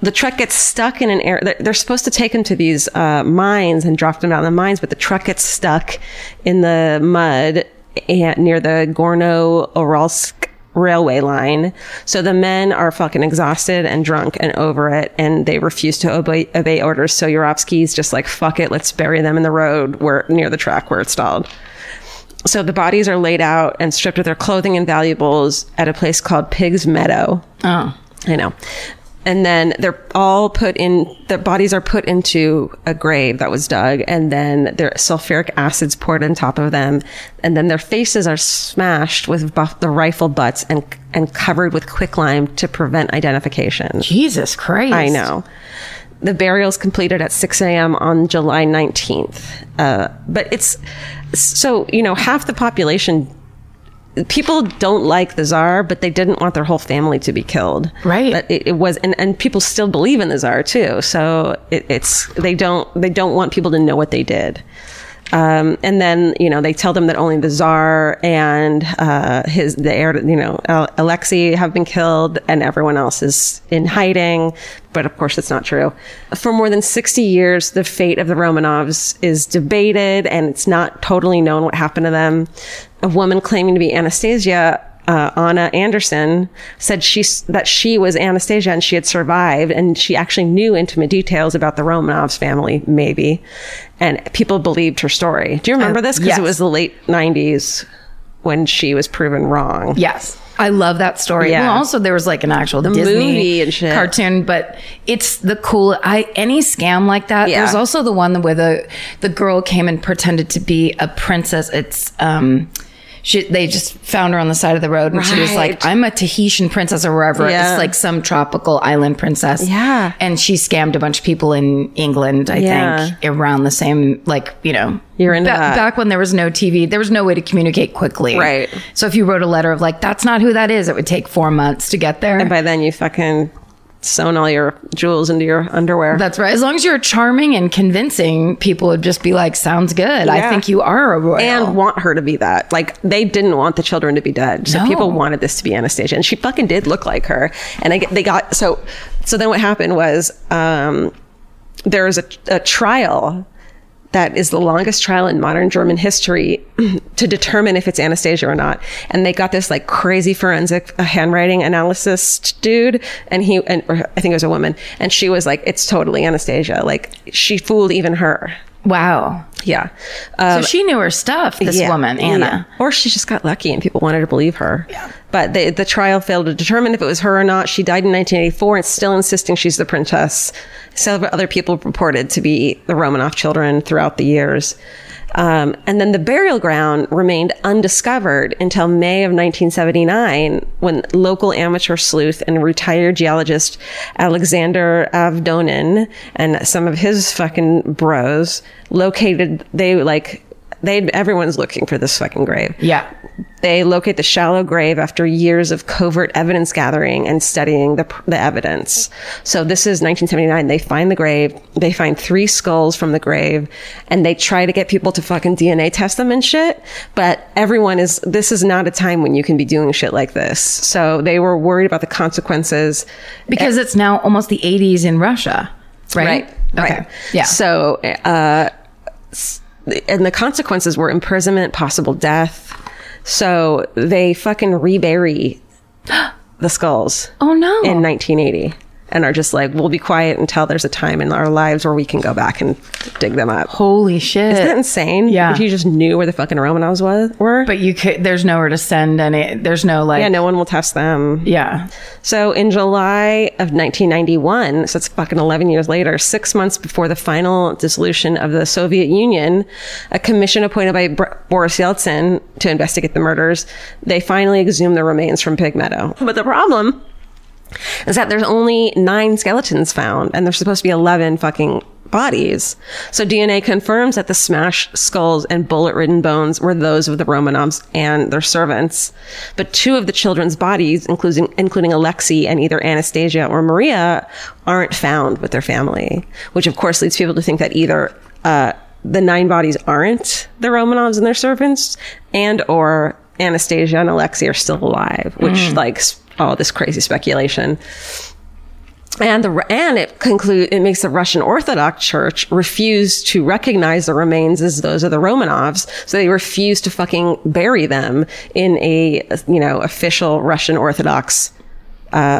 [SPEAKER 1] The truck gets stuck in an air. They're, they're supposed to take them to these uh, mines and drop them out in the mines, but the truck gets stuck in the mud and near the Gorno Oralsk railway line. So the men are fucking exhausted and drunk and over it, and they refuse to obey, obey orders. So Yurovsky's just like, fuck it, let's bury them in the road where near the track where it's stalled. So the bodies are laid out and stripped of their clothing and valuables at a place called Pig's Meadow.
[SPEAKER 2] Oh.
[SPEAKER 1] I know. And then they're all put in, their bodies are put into a grave that was dug, and then their sulfuric acids poured on top of them, and then their faces are smashed with buff, the rifle butts and, and covered with quicklime to prevent identification.
[SPEAKER 2] Jesus Christ.
[SPEAKER 1] I know. The burial's completed at 6 a.m. on July 19th. Uh, but it's so, you know, half the population, people don't like the czar, but they didn't want their whole family to be killed.
[SPEAKER 2] Right.
[SPEAKER 1] But it, it was, and, and people still believe in the czar too. So it, it's, they don't, they don't want people to know what they did. Um, and then, you know, they tell them that only the czar and uh, his, the heir, you know, Al- Alexei have been killed and everyone else is in hiding. But of course, it's not true. For more than 60 years, the fate of the Romanovs is debated and it's not totally known what happened to them. A woman claiming to be Anastasia. Uh, Anna Anderson said she s- that she was Anastasia and she had survived, and she actually knew intimate details about the Romanovs family, maybe, and people believed her story. Do you remember this? Because
[SPEAKER 2] yes.
[SPEAKER 1] it was the late '90s when she was proven wrong.
[SPEAKER 2] Yes. I love that story.
[SPEAKER 1] Yeah.
[SPEAKER 2] Well, also there was like an actual Disney
[SPEAKER 1] movie and shit.
[SPEAKER 2] cartoon, but it's the cool. I any scam like that.
[SPEAKER 1] Yeah.
[SPEAKER 2] There's also the one where the the girl came and pretended to be a princess. It's um. She, they just found her on the side of the road and she was like, I'm a Tahitian princess or wherever.
[SPEAKER 1] Yeah.
[SPEAKER 2] It's like some tropical island princess.
[SPEAKER 1] Yeah.
[SPEAKER 2] And she scammed a bunch of people in England, I
[SPEAKER 1] Yeah.
[SPEAKER 2] think, around the same, like, you know,
[SPEAKER 1] You're into
[SPEAKER 2] ba-
[SPEAKER 1] that.
[SPEAKER 2] back when there was no TV, there was no way to communicate quickly.
[SPEAKER 1] Right.
[SPEAKER 2] So if you wrote a letter of like, that's not who that is, it would take four months to get there.
[SPEAKER 1] And by then, you fucking sewn all your jewels into your underwear.
[SPEAKER 2] that's right. As long as you're charming and convincing, people would just be like, sounds good. I
[SPEAKER 1] Yeah.
[SPEAKER 2] think you are a royal.
[SPEAKER 1] and want her to be that. Like they didn't want the children to be dead, so
[SPEAKER 2] No.
[SPEAKER 1] people wanted this to be Anastasia, and she fucking did look like her. And I, get- they got so. So then what happened was um, there was a, a trial that is the longest trial in modern German history [clears throat] to determine if it's Anastasia or not. And they got this like crazy forensic uh, handwriting analysis dude, and he and or I think it was a woman, and she was like, "It's totally Anastasia." Like she fooled even her.
[SPEAKER 2] wow.
[SPEAKER 1] Yeah. Um,
[SPEAKER 2] So she knew her stuff, this
[SPEAKER 1] Oh, Yeah.
[SPEAKER 2] woman, Anna.
[SPEAKER 1] Yeah. Or she just got lucky and people wanted to believe her. But they, the trial failed to determine if it was her or not. She died in 1984 and still insisting she's the princess. Several other people reported to be the Romanov children throughout the years. Um, and then the burial ground remained undiscovered until May of 1979 when local amateur sleuth and retired geologist Alexander Avdonin and some of his fucking bros located, they like, they everyone's looking for this fucking grave.
[SPEAKER 2] Yeah.
[SPEAKER 1] They locate the shallow grave after years of covert evidence gathering and studying the, pr- the evidence. So this is 1979. They find the grave. They find three skulls from the grave and they try to get people to fucking DNA test them and shit. But everyone is, this is not a time when you can be doing shit like this. So they were worried about the consequences
[SPEAKER 2] because it's now almost the 80s in Russia, right?
[SPEAKER 1] Right.
[SPEAKER 2] Okay.
[SPEAKER 1] Right.
[SPEAKER 2] Yeah.
[SPEAKER 1] So, uh, s- and the consequences were imprisonment, possible death. So they fucking rebury [gasps] the skulls
[SPEAKER 2] oh no.
[SPEAKER 1] in 1980 and are just like, we'll be quiet until there's a time in our lives where we can go back and dig them up.
[SPEAKER 2] Holy shit.
[SPEAKER 1] Isn't that insane?
[SPEAKER 2] Yeah.
[SPEAKER 1] If you just knew where the fucking Romanovs was, were.
[SPEAKER 2] but you could there's nowhere to send any there's no like
[SPEAKER 1] yeah, no one will test them.
[SPEAKER 2] yeah.
[SPEAKER 1] So in July of 1991, so it's fucking 11 years later, six months before the final dissolution of the Soviet Union, a commission appointed by Br- Boris Yeltsin to investigate the murders, they finally exhumed the remains from Pig Meadow. But the problem is that there's only nine skeletons found, and there's supposed to be 11 fucking bodies. So DNA confirms that the smashed skulls and bullet ridden bones were those of the Romanovs and their servants. But two of the children's bodies, including, including Alexei and either Anastasia or Maria, aren't found with their family, which of course leads people to think that either, uh, the nine bodies aren't the Romanovs and their servants, and or Anastasia and Alexei are still alive, which like s- all this crazy speculation. And the and it conclude it makes the Russian Orthodox Church refuse to recognize the remains as those of the Romanovs, so they refuse to fucking bury them in a you know official Russian Orthodox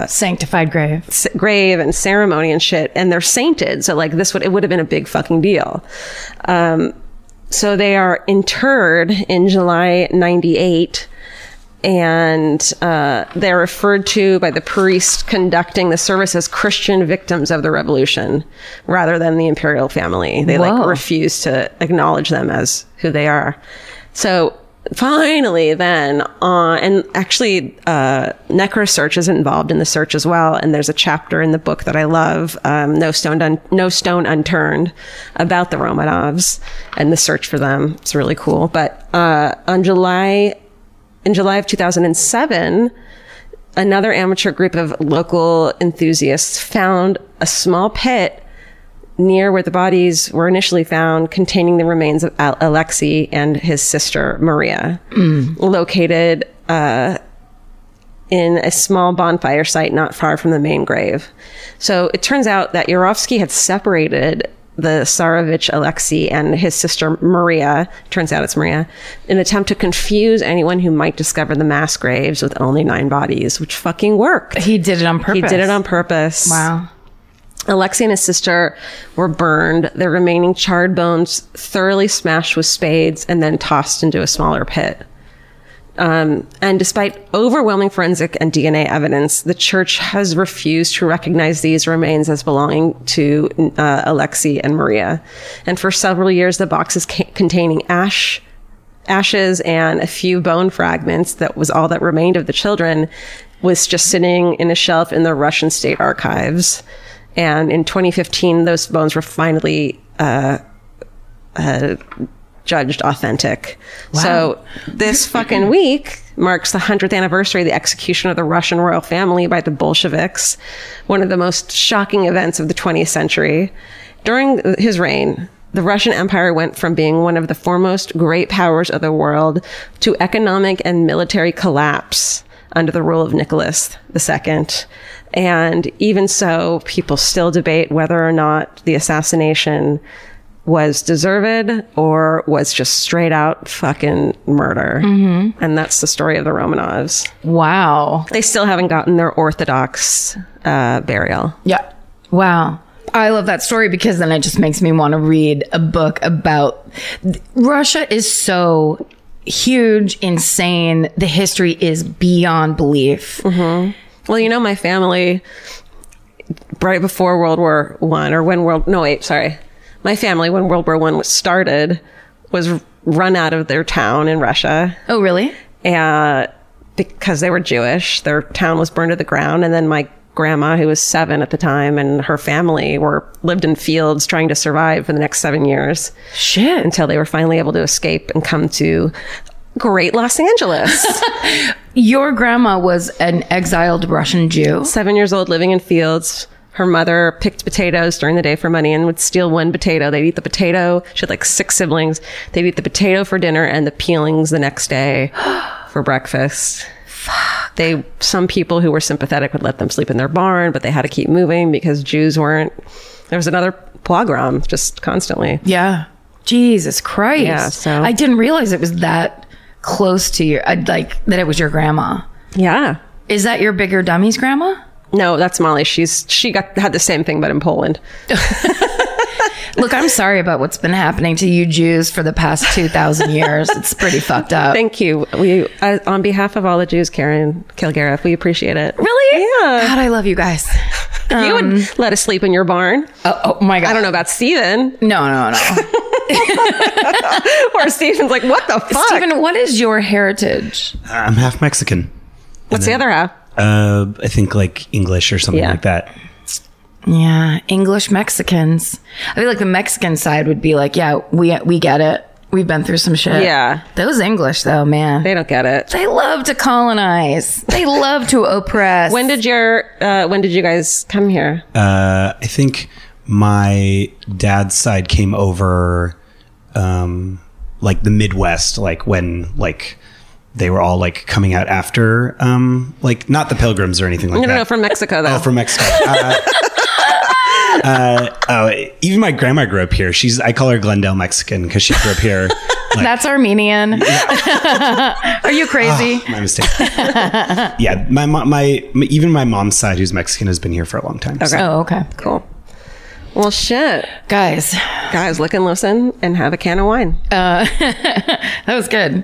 [SPEAKER 2] Sanctified grave.
[SPEAKER 1] s- grave and ceremony and shit, and they're sainted. So like this would it would have been a big fucking deal. Um, so they are interred in July '98. And uh, they're referred to by the priest conducting the service as Christian victims of the revolution, rather than the imperial family. They like
[SPEAKER 2] Whoa.
[SPEAKER 1] refuse to acknowledge them as who they are. So finally, then, uh, and actually, uh, NecroSearch is involved in the search as well. And there's a chapter in the book that I love, um, "No Stone Un- No Stone Unturned," about the Romanovs and the search for them. It's really cool. But uh, on July, in July of 2007 another amateur group of local enthusiasts found a small pit near where the bodies were initially found containing the remains of Al- Alexei and his sister Maria, located uh, in a small bonfire site not far from the main grave. So it turns out that Yurovsky had separated the Tsarevich Alexei and his sister Maria, turns out it's Maria, in an attempt to confuse anyone who might discover the mass graves with only nine bodies, which fucking worked.
[SPEAKER 2] He did it on purpose.
[SPEAKER 1] He did it on purpose.
[SPEAKER 2] Wow.
[SPEAKER 1] Alexei and his sister were burned, their remaining charred bones thoroughly smashed with spades and then tossed into a smaller pit. Um, and despite overwhelming forensic and DNA evidence, the church has refused to recognize these remains as belonging to uh, Alexei and Maria. And for several years, the boxes ca- containing ash, ashes and a few bone fragments that was all that remained of the children was just sitting in a shelf in the Russian state archives. And in 2015, those bones were finally judged authentic. So this fucking week marks the 100th anniversary of the execution of the Russian royal family by the Bolsheviks, one of the most shocking events of the 20th century. During his reign, the Russian Empire went from being one of the foremost great powers of the world to economic and military collapse under the rule of Nicholas II. And even so, people still debate whether or not the assassination was deserved or was just straight out fucking murder. And that's the story of the Romanovs.
[SPEAKER 2] Wow.
[SPEAKER 1] They still haven't gotten their Orthodox uh, burial.
[SPEAKER 2] Yeah. Wow. I love that story because then it just makes me want to read a book about Russia is so huge, insane. The history is beyond belief.
[SPEAKER 1] Well, you know, my family, right before World War One, or when World no wait, sorry, my family when World War One was started was run out of their town in Russia
[SPEAKER 2] Oh, really?
[SPEAKER 1] uh, because they were Jewish. Their town was burned to the ground, and then my grandma, who was seven at the time, and her family were lived in fields trying to survive for the next seven years
[SPEAKER 2] Shit.
[SPEAKER 1] until they were finally able to escape and come to Great Los Angeles.
[SPEAKER 2] Your grandma was an exiled Russian Jew.
[SPEAKER 1] Seven years old, living in fields. Her mother picked potatoes during the day for money and would steal one potato. They'd eat the potato. She had like six siblings. They'd eat the potato for dinner and the peelings the next day for breakfast. They some people who were sympathetic would let them sleep in their barn, but they had to keep moving because Jews weren't. There was another pogrom just constantly.
[SPEAKER 2] Yeah. Jesus Christ.
[SPEAKER 1] Yeah, so-
[SPEAKER 2] I didn't realize it was that close to your, I'd like that it was your grandma.
[SPEAKER 1] Yeah.
[SPEAKER 2] Is that your bigger dummy's grandma?
[SPEAKER 1] No, that's Molly. She's she got had the same thing, but in Poland.
[SPEAKER 2] Look, I'm sorry about what's been happening to you Jews for the past 2,000 years. It's pretty fucked [laughs] up.
[SPEAKER 1] Thank you. We uh, on behalf of all the Jews, Karen Kilgariff, we appreciate it.
[SPEAKER 2] Really?
[SPEAKER 1] Yeah.
[SPEAKER 2] God, I love you guys.
[SPEAKER 1] you would let us sleep in your barn.
[SPEAKER 2] Oh, oh my God.
[SPEAKER 1] I don't know about Steven.
[SPEAKER 2] No, no, [laughs] no.
[SPEAKER 1] [laughs] Or Steven's like, what the fuck?
[SPEAKER 2] Stephen, what is your heritage?
[SPEAKER 5] I'm half Mexican.
[SPEAKER 1] What's the other half?
[SPEAKER 5] Uh, I think like English or something
[SPEAKER 1] Yeah.
[SPEAKER 5] like that.
[SPEAKER 2] Yeah, English Mexicans. I feel like the Mexican side would be like, yeah, we we get it. We've been through some shit.
[SPEAKER 1] Yeah.
[SPEAKER 2] Those English though, man. They,
[SPEAKER 1] They don't get it.
[SPEAKER 2] love to colonize. They love to oppress.
[SPEAKER 1] When did your uh, when did you guys come here?
[SPEAKER 5] Uh, I think my dad's side came over, um, like the Midwest, like when like they were all like coming out after, um, like not the Pilgrims or anything like
[SPEAKER 1] No,
[SPEAKER 5] that.
[SPEAKER 1] no, no, from Mexico though.
[SPEAKER 5] Oh, from Mexico. Uh, [laughs] uh, oh, even my grandma grew up here. She's I call her Glendale Mexican because she grew up
[SPEAKER 1] [laughs]
[SPEAKER 5] here.
[SPEAKER 2] [laughs]
[SPEAKER 5] Like,
[SPEAKER 2] That's Armenian. [laughs] Are you
[SPEAKER 1] Oh.
[SPEAKER 2] crazy?
[SPEAKER 5] Ah, my mistake. [laughs] yeah, my, mo- my my even my mom's side, who's Mexican, has been here for a long time. Okay.
[SPEAKER 2] Oh, okay.
[SPEAKER 1] cool. Well, shit,
[SPEAKER 2] Guys,
[SPEAKER 1] guys, look and listen, and have a can of wine.
[SPEAKER 2] that was good.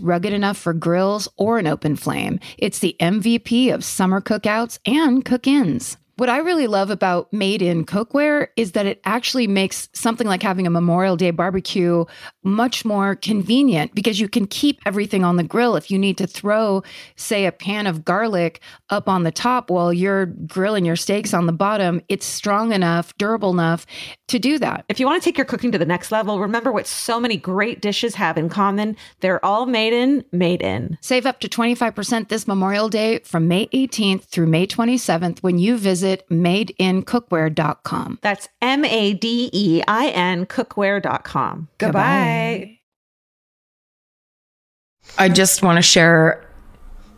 [SPEAKER 3] rugged enough for grills or an open flame. It's the MVP of summer cookouts and cook ins. What I really love about made in cookware is that it actually makes something like having a Memorial Day barbecue much more convenient because you can keep everything on the grill. If you need to throw, say, a pan of garlic up on the top while you're grilling your steaks on the bottom, it's strong enough, durable enough to do that.
[SPEAKER 4] If you want to take your cooking to the next level, remember what so many great dishes have in common. They're all made in, made in.
[SPEAKER 3] Save up to 25% this Memorial Day from May 18th through May 27th when you visit madeincookware.com.
[SPEAKER 4] That's M A D E I N cookware.com. Goodbye. Goodbye.
[SPEAKER 2] I just want to share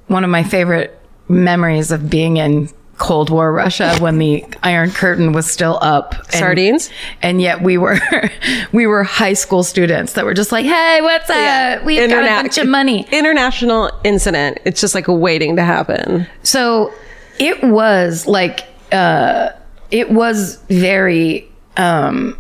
[SPEAKER 2] one of my favorite memories of being in Cold War Russia when the Iron Curtain was still up. and-
[SPEAKER 1] Sardines?
[SPEAKER 2] and yet we were [laughs] we were high school students that were just like, "Hey, what's up? We've got
[SPEAKER 1] Interna-
[SPEAKER 2] a bunch of money."
[SPEAKER 1] International incident. It's just like waiting to happen.
[SPEAKER 2] So It was like uh, it was very um,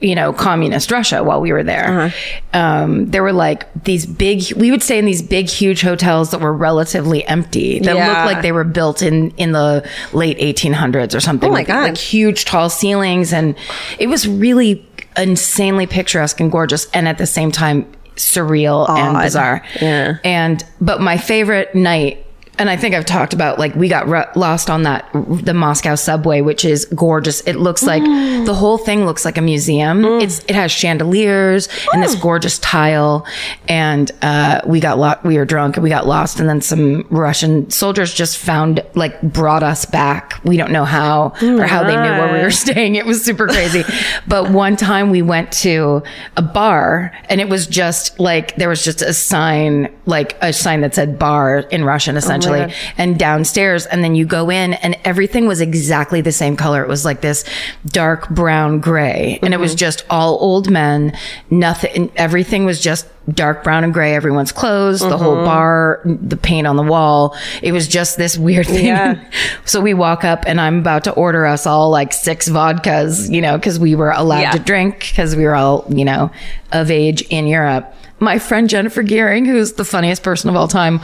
[SPEAKER 2] you know communist Russia while we were there.
[SPEAKER 1] Uh-huh.
[SPEAKER 2] Um, there were like these big. We would stay in these big, huge hotels that were relatively empty that
[SPEAKER 1] Yeah.
[SPEAKER 2] looked like they were built in in the late 1800s or something.
[SPEAKER 1] Oh my
[SPEAKER 2] with,
[SPEAKER 1] God.
[SPEAKER 2] Like huge, tall ceilings, and it was really insanely picturesque and gorgeous, and at the same time surreal and bizarre.
[SPEAKER 1] Yeah.
[SPEAKER 2] And but my favorite night, and I think I've talked about like we got ru- lost on that the Moscow subway, which is gorgeous. It looks like the whole thing looks like a museum. It's it has chandeliers and this gorgeous tile. And uh, we got lo- we were drunk and we got lost, and then some Russian soldiers just found like brought us back. We don't know how or how they knew where we were staying. It was super crazy. but one time we went to a bar and it was just like there was just a sign, like a sign that said bar in Russian essentially, and downstairs. And then you go in and everything was exactly the same color. It was like this dark brown gray and it was just all old men. Nothing, everything was just dark brown and gray. Everyone's clothes, the whole bar, the paint on the wall. It was just this weird thing. [laughs] so we walk up and I'm about to order us all like six vodkas, you know, cause we were allowed to drink cause we were all, you know, of age in Europe. My friend Jennifer Gearing, who's the funniest person of all time,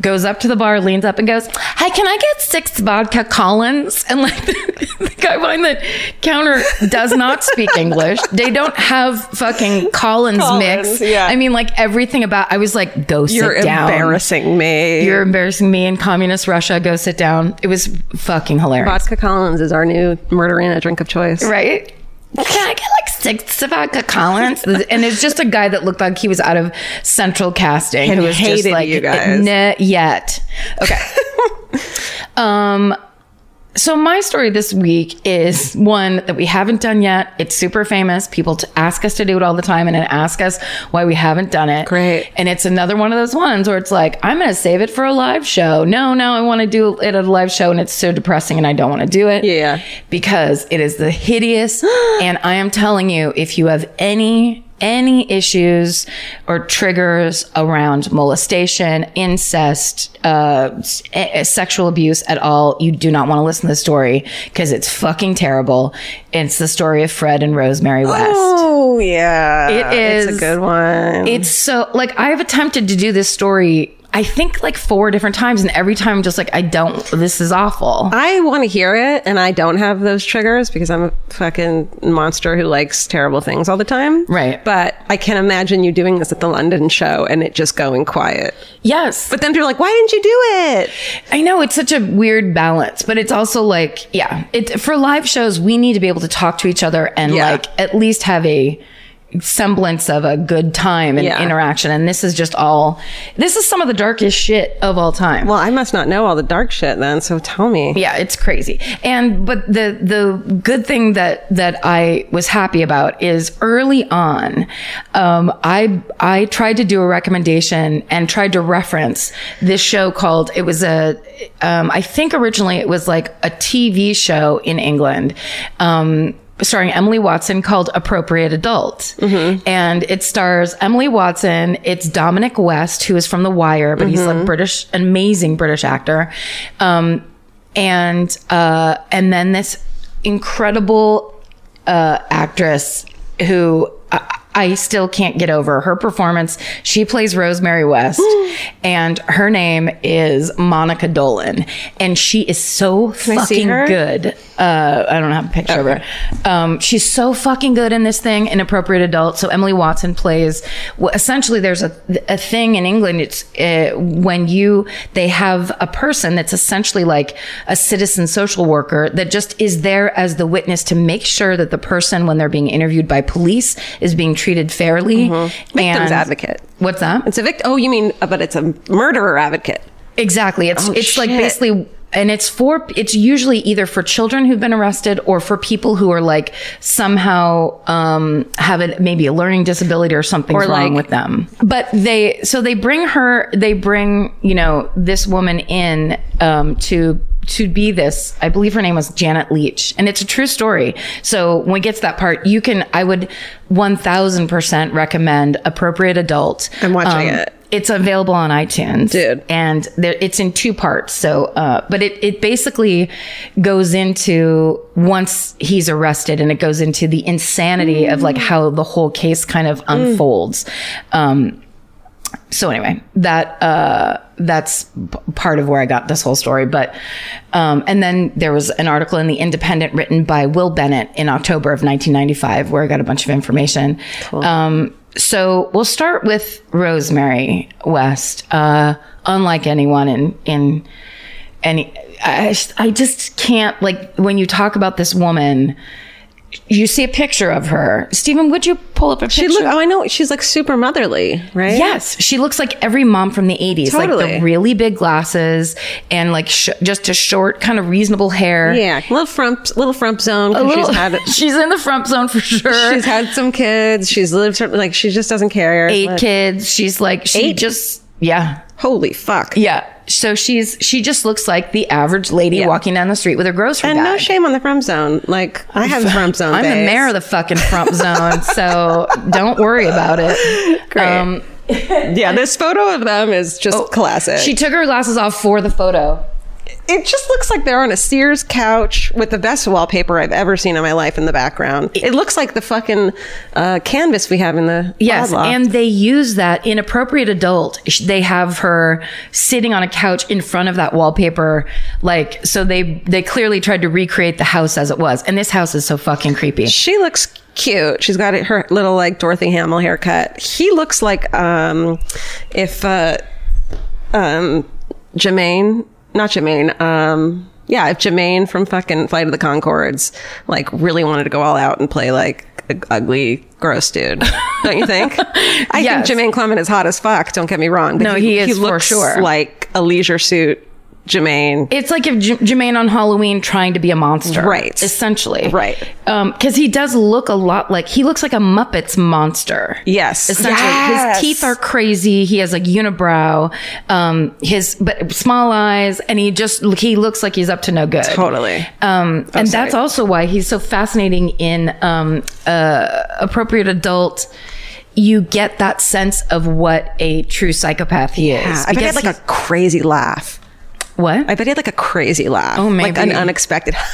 [SPEAKER 2] goes up to the bar, leans up and goes, Hi, can I get six vodka Collins? And like [laughs] the, the guy behind the counter does not speak English. They don't have fucking Collins, mix.
[SPEAKER 1] yeah.
[SPEAKER 2] I mean, like everything about, I was like, go sit
[SPEAKER 1] You're
[SPEAKER 2] down.
[SPEAKER 1] embarrassing me.
[SPEAKER 2] You're embarrassing me in communist Russia. Go sit down. It was fucking hilarious.
[SPEAKER 1] Vodka Collins is our new murderina drink of choice.
[SPEAKER 2] Right? Can I get like six vodka Collins? and it's just a guy that looked like he was out of central casting.
[SPEAKER 1] And
[SPEAKER 2] who was just
[SPEAKER 1] hated
[SPEAKER 2] like,
[SPEAKER 1] you guys.
[SPEAKER 2] "Nah, yet. Okay.
[SPEAKER 1] [laughs]
[SPEAKER 2] um, so my story this week is one that we haven't done yet. It's super famous. People t- ask us to do it all the time and then ask us why we haven't done it.
[SPEAKER 1] Great.
[SPEAKER 2] And it's another one of those ones where it's like, I'm going to save it for a live show. No, no, I want to do it at a live show and it's so depressing and I don't want to do it
[SPEAKER 1] Yeah.
[SPEAKER 2] because it is
[SPEAKER 1] [gasps]
[SPEAKER 2] the hideous. and I am telling you, if you have any, any issues or triggers around molestation, incest, uh, s- eh, sexual abuse at all, you do not want to listen to the story because it's fucking terrible. It's the story of Fred and Rosemary West.
[SPEAKER 1] Oh yeah,
[SPEAKER 2] It
[SPEAKER 1] It's
[SPEAKER 2] is-
[SPEAKER 1] a good one.
[SPEAKER 2] It's so like I have attempted to do this story. I think like four different times, and every time I'm just like, I don't. This is awful.
[SPEAKER 1] I want to hear it, and I don't have those triggers because I'm a fucking monster who likes terrible things all the time.
[SPEAKER 2] Right.
[SPEAKER 1] But I can imagine you doing this at the London show and it just going quiet.
[SPEAKER 2] yes,
[SPEAKER 1] But then people are like, "Why didn't you do it?"
[SPEAKER 2] I know it's such a weird balance, but it's also like, yeah, it for live shows we need to be able to talk to each other and
[SPEAKER 1] Yeah.
[SPEAKER 2] like at least have a semblance of a good time and
[SPEAKER 1] Yeah.
[SPEAKER 2] interaction. And this is just all this is some of the darkest shit of all time.
[SPEAKER 1] Well, I must not know all the dark shit then. So tell me.
[SPEAKER 2] Yeah, it's crazy. And but the the good thing that that I was happy about is early on, um, I I tried to do a recommendation and tried to reference this show called it was a um, I think originally it was like a TV show in England. Um, starring Emily Watson called Appropriate Adult. And it stars Emily Watson. It's Dominic West, who is from The Wire, but he's like British, amazing British actor. Um, and, uh, and then this incredible, uh, actress who I, I still can't get over her performance. She plays Rosemary West and her name is Monica Dolan and she is so fucking
[SPEAKER 1] her?
[SPEAKER 2] good. Uh, I don't have a picture of her. Um, she's so fucking good in this thing, Inappropriate Adult. So Emily Watson plays. Well, essentially, there's a a thing in England. It's uh, when you they have a person that's essentially like a citizen social worker that just is there as the witness to make sure that the person when they're being interviewed by police is being treated fairly.
[SPEAKER 1] Victim's
[SPEAKER 2] And-
[SPEAKER 1] advocate.
[SPEAKER 2] What's that?
[SPEAKER 1] It's a victim. Oh, you mean, uh, but it's a murderer advocate.
[SPEAKER 2] Exactly. It's it's like
[SPEAKER 1] Oh, shit.
[SPEAKER 2] basically and it's for it's usually either for children who've been arrested or for people who are like somehow um have a, maybe a learning disability or something's
[SPEAKER 1] like-
[SPEAKER 2] wrong with them. But they so they bring her they bring, you know, this woman in um to to be this, I believe her name was Janet Leach, and it's a true story. So when we get to that part, you can, I would 1000% recommend appropriate adult. um,
[SPEAKER 1] I'm watching it.
[SPEAKER 2] It's available on iTunes,
[SPEAKER 1] Dude.
[SPEAKER 2] and there, it's in two parts. So, uh, but it it basically goes into once he's arrested, and it goes into the insanity of
[SPEAKER 1] Mm.
[SPEAKER 2] like how the whole case kind of unfolds. Um, so anyway, that uh, that's p- part of where I got this whole story. But um, and then there was an article in the Independent written by Will Bennett in October of 1995, where I got a bunch of information. Um, so we'll start with Rosemary West. Uh, unlike anyone in in any, I, I just can't like when you talk about this woman. You see a picture of her, Stephen. Would you pull up a picture?
[SPEAKER 1] She look, oh, I know. She's like super motherly, right?
[SPEAKER 2] Yes, she looks like every mom from the 80s, like
[SPEAKER 1] Totally.
[SPEAKER 2] the really big glasses and like sh- just a short kind of reasonable hair.
[SPEAKER 1] Yeah. Little frump, little frump zone. 'cause
[SPEAKER 2] Little-
[SPEAKER 1] she's had it.
[SPEAKER 2] [laughs] she's in the front zone for sure.
[SPEAKER 1] She's had some kids. She's lived her- like she just doesn't care.
[SPEAKER 2] eight
[SPEAKER 1] Like,
[SPEAKER 2] kids. She's like she
[SPEAKER 1] Eight?
[SPEAKER 2] just yeah.
[SPEAKER 1] Holy fuck.
[SPEAKER 2] Yeah. So she's she just looks like the average lady walking down the street with her grocery
[SPEAKER 1] And
[SPEAKER 2] bag.
[SPEAKER 1] no shame on the frump zone. Like I have the frump zone.
[SPEAKER 2] [laughs] I'm the
[SPEAKER 1] babes.
[SPEAKER 2] mayor of the fucking front
[SPEAKER 1] [laughs]
[SPEAKER 2] zone, so don't worry about it. Um,
[SPEAKER 1] Great. yeah, this photo of them is just classic.
[SPEAKER 2] Oh, She took her glasses off for the photo.
[SPEAKER 1] it just looks like they're on a Sears couch with the best wallpaper I've ever seen in my life in the background. It, looks like the fucking uh, canvas we have in the
[SPEAKER 2] Yes,
[SPEAKER 1] bod loft.
[SPEAKER 2] and they use that inappropriate adult. sh- They have her sitting on a couch in front of that wallpaper, like so. They they clearly tried to recreate the house as it was, and this house is so fucking creepy.
[SPEAKER 1] she looks cute. She's got her little like Dorothy Hamill haircut. He looks like um, if uh, um, Jermaine, not Jermaine, um, yeah, if Jermaine from fucking Flight of the Concords like really wanted to go all out and play like an ugly, gross dude, don't you
[SPEAKER 2] [laughs]
[SPEAKER 1] think? I
[SPEAKER 2] Yes.
[SPEAKER 1] think Jermaine Clement is hot as fuck. Don't get me wrong. But
[SPEAKER 2] No, he is for sure.
[SPEAKER 1] Like a leisure suit, Jermaine.
[SPEAKER 2] It's like if J- Jermaine on Halloween trying to be a monster,
[SPEAKER 1] Right.
[SPEAKER 2] Essentially,
[SPEAKER 1] Right.
[SPEAKER 2] Because he does look a lot like he looks like a Muppets monster.
[SPEAKER 1] Yes.
[SPEAKER 2] essentially his teeth are crazy he has like unibrow um his but small eyes and he just he looks like he's up to no good
[SPEAKER 1] Totally.
[SPEAKER 2] um
[SPEAKER 1] Oh,
[SPEAKER 2] and that's also why he's so fascinating in um uh appropriate adult you get that sense of what a true psychopath he is
[SPEAKER 1] I bet he had like a crazy laugh.
[SPEAKER 2] a what
[SPEAKER 1] I bet he had like a crazy laugh.
[SPEAKER 2] Oh,
[SPEAKER 1] Like an
[SPEAKER 2] maybe.
[SPEAKER 1] unexpected. [laughs]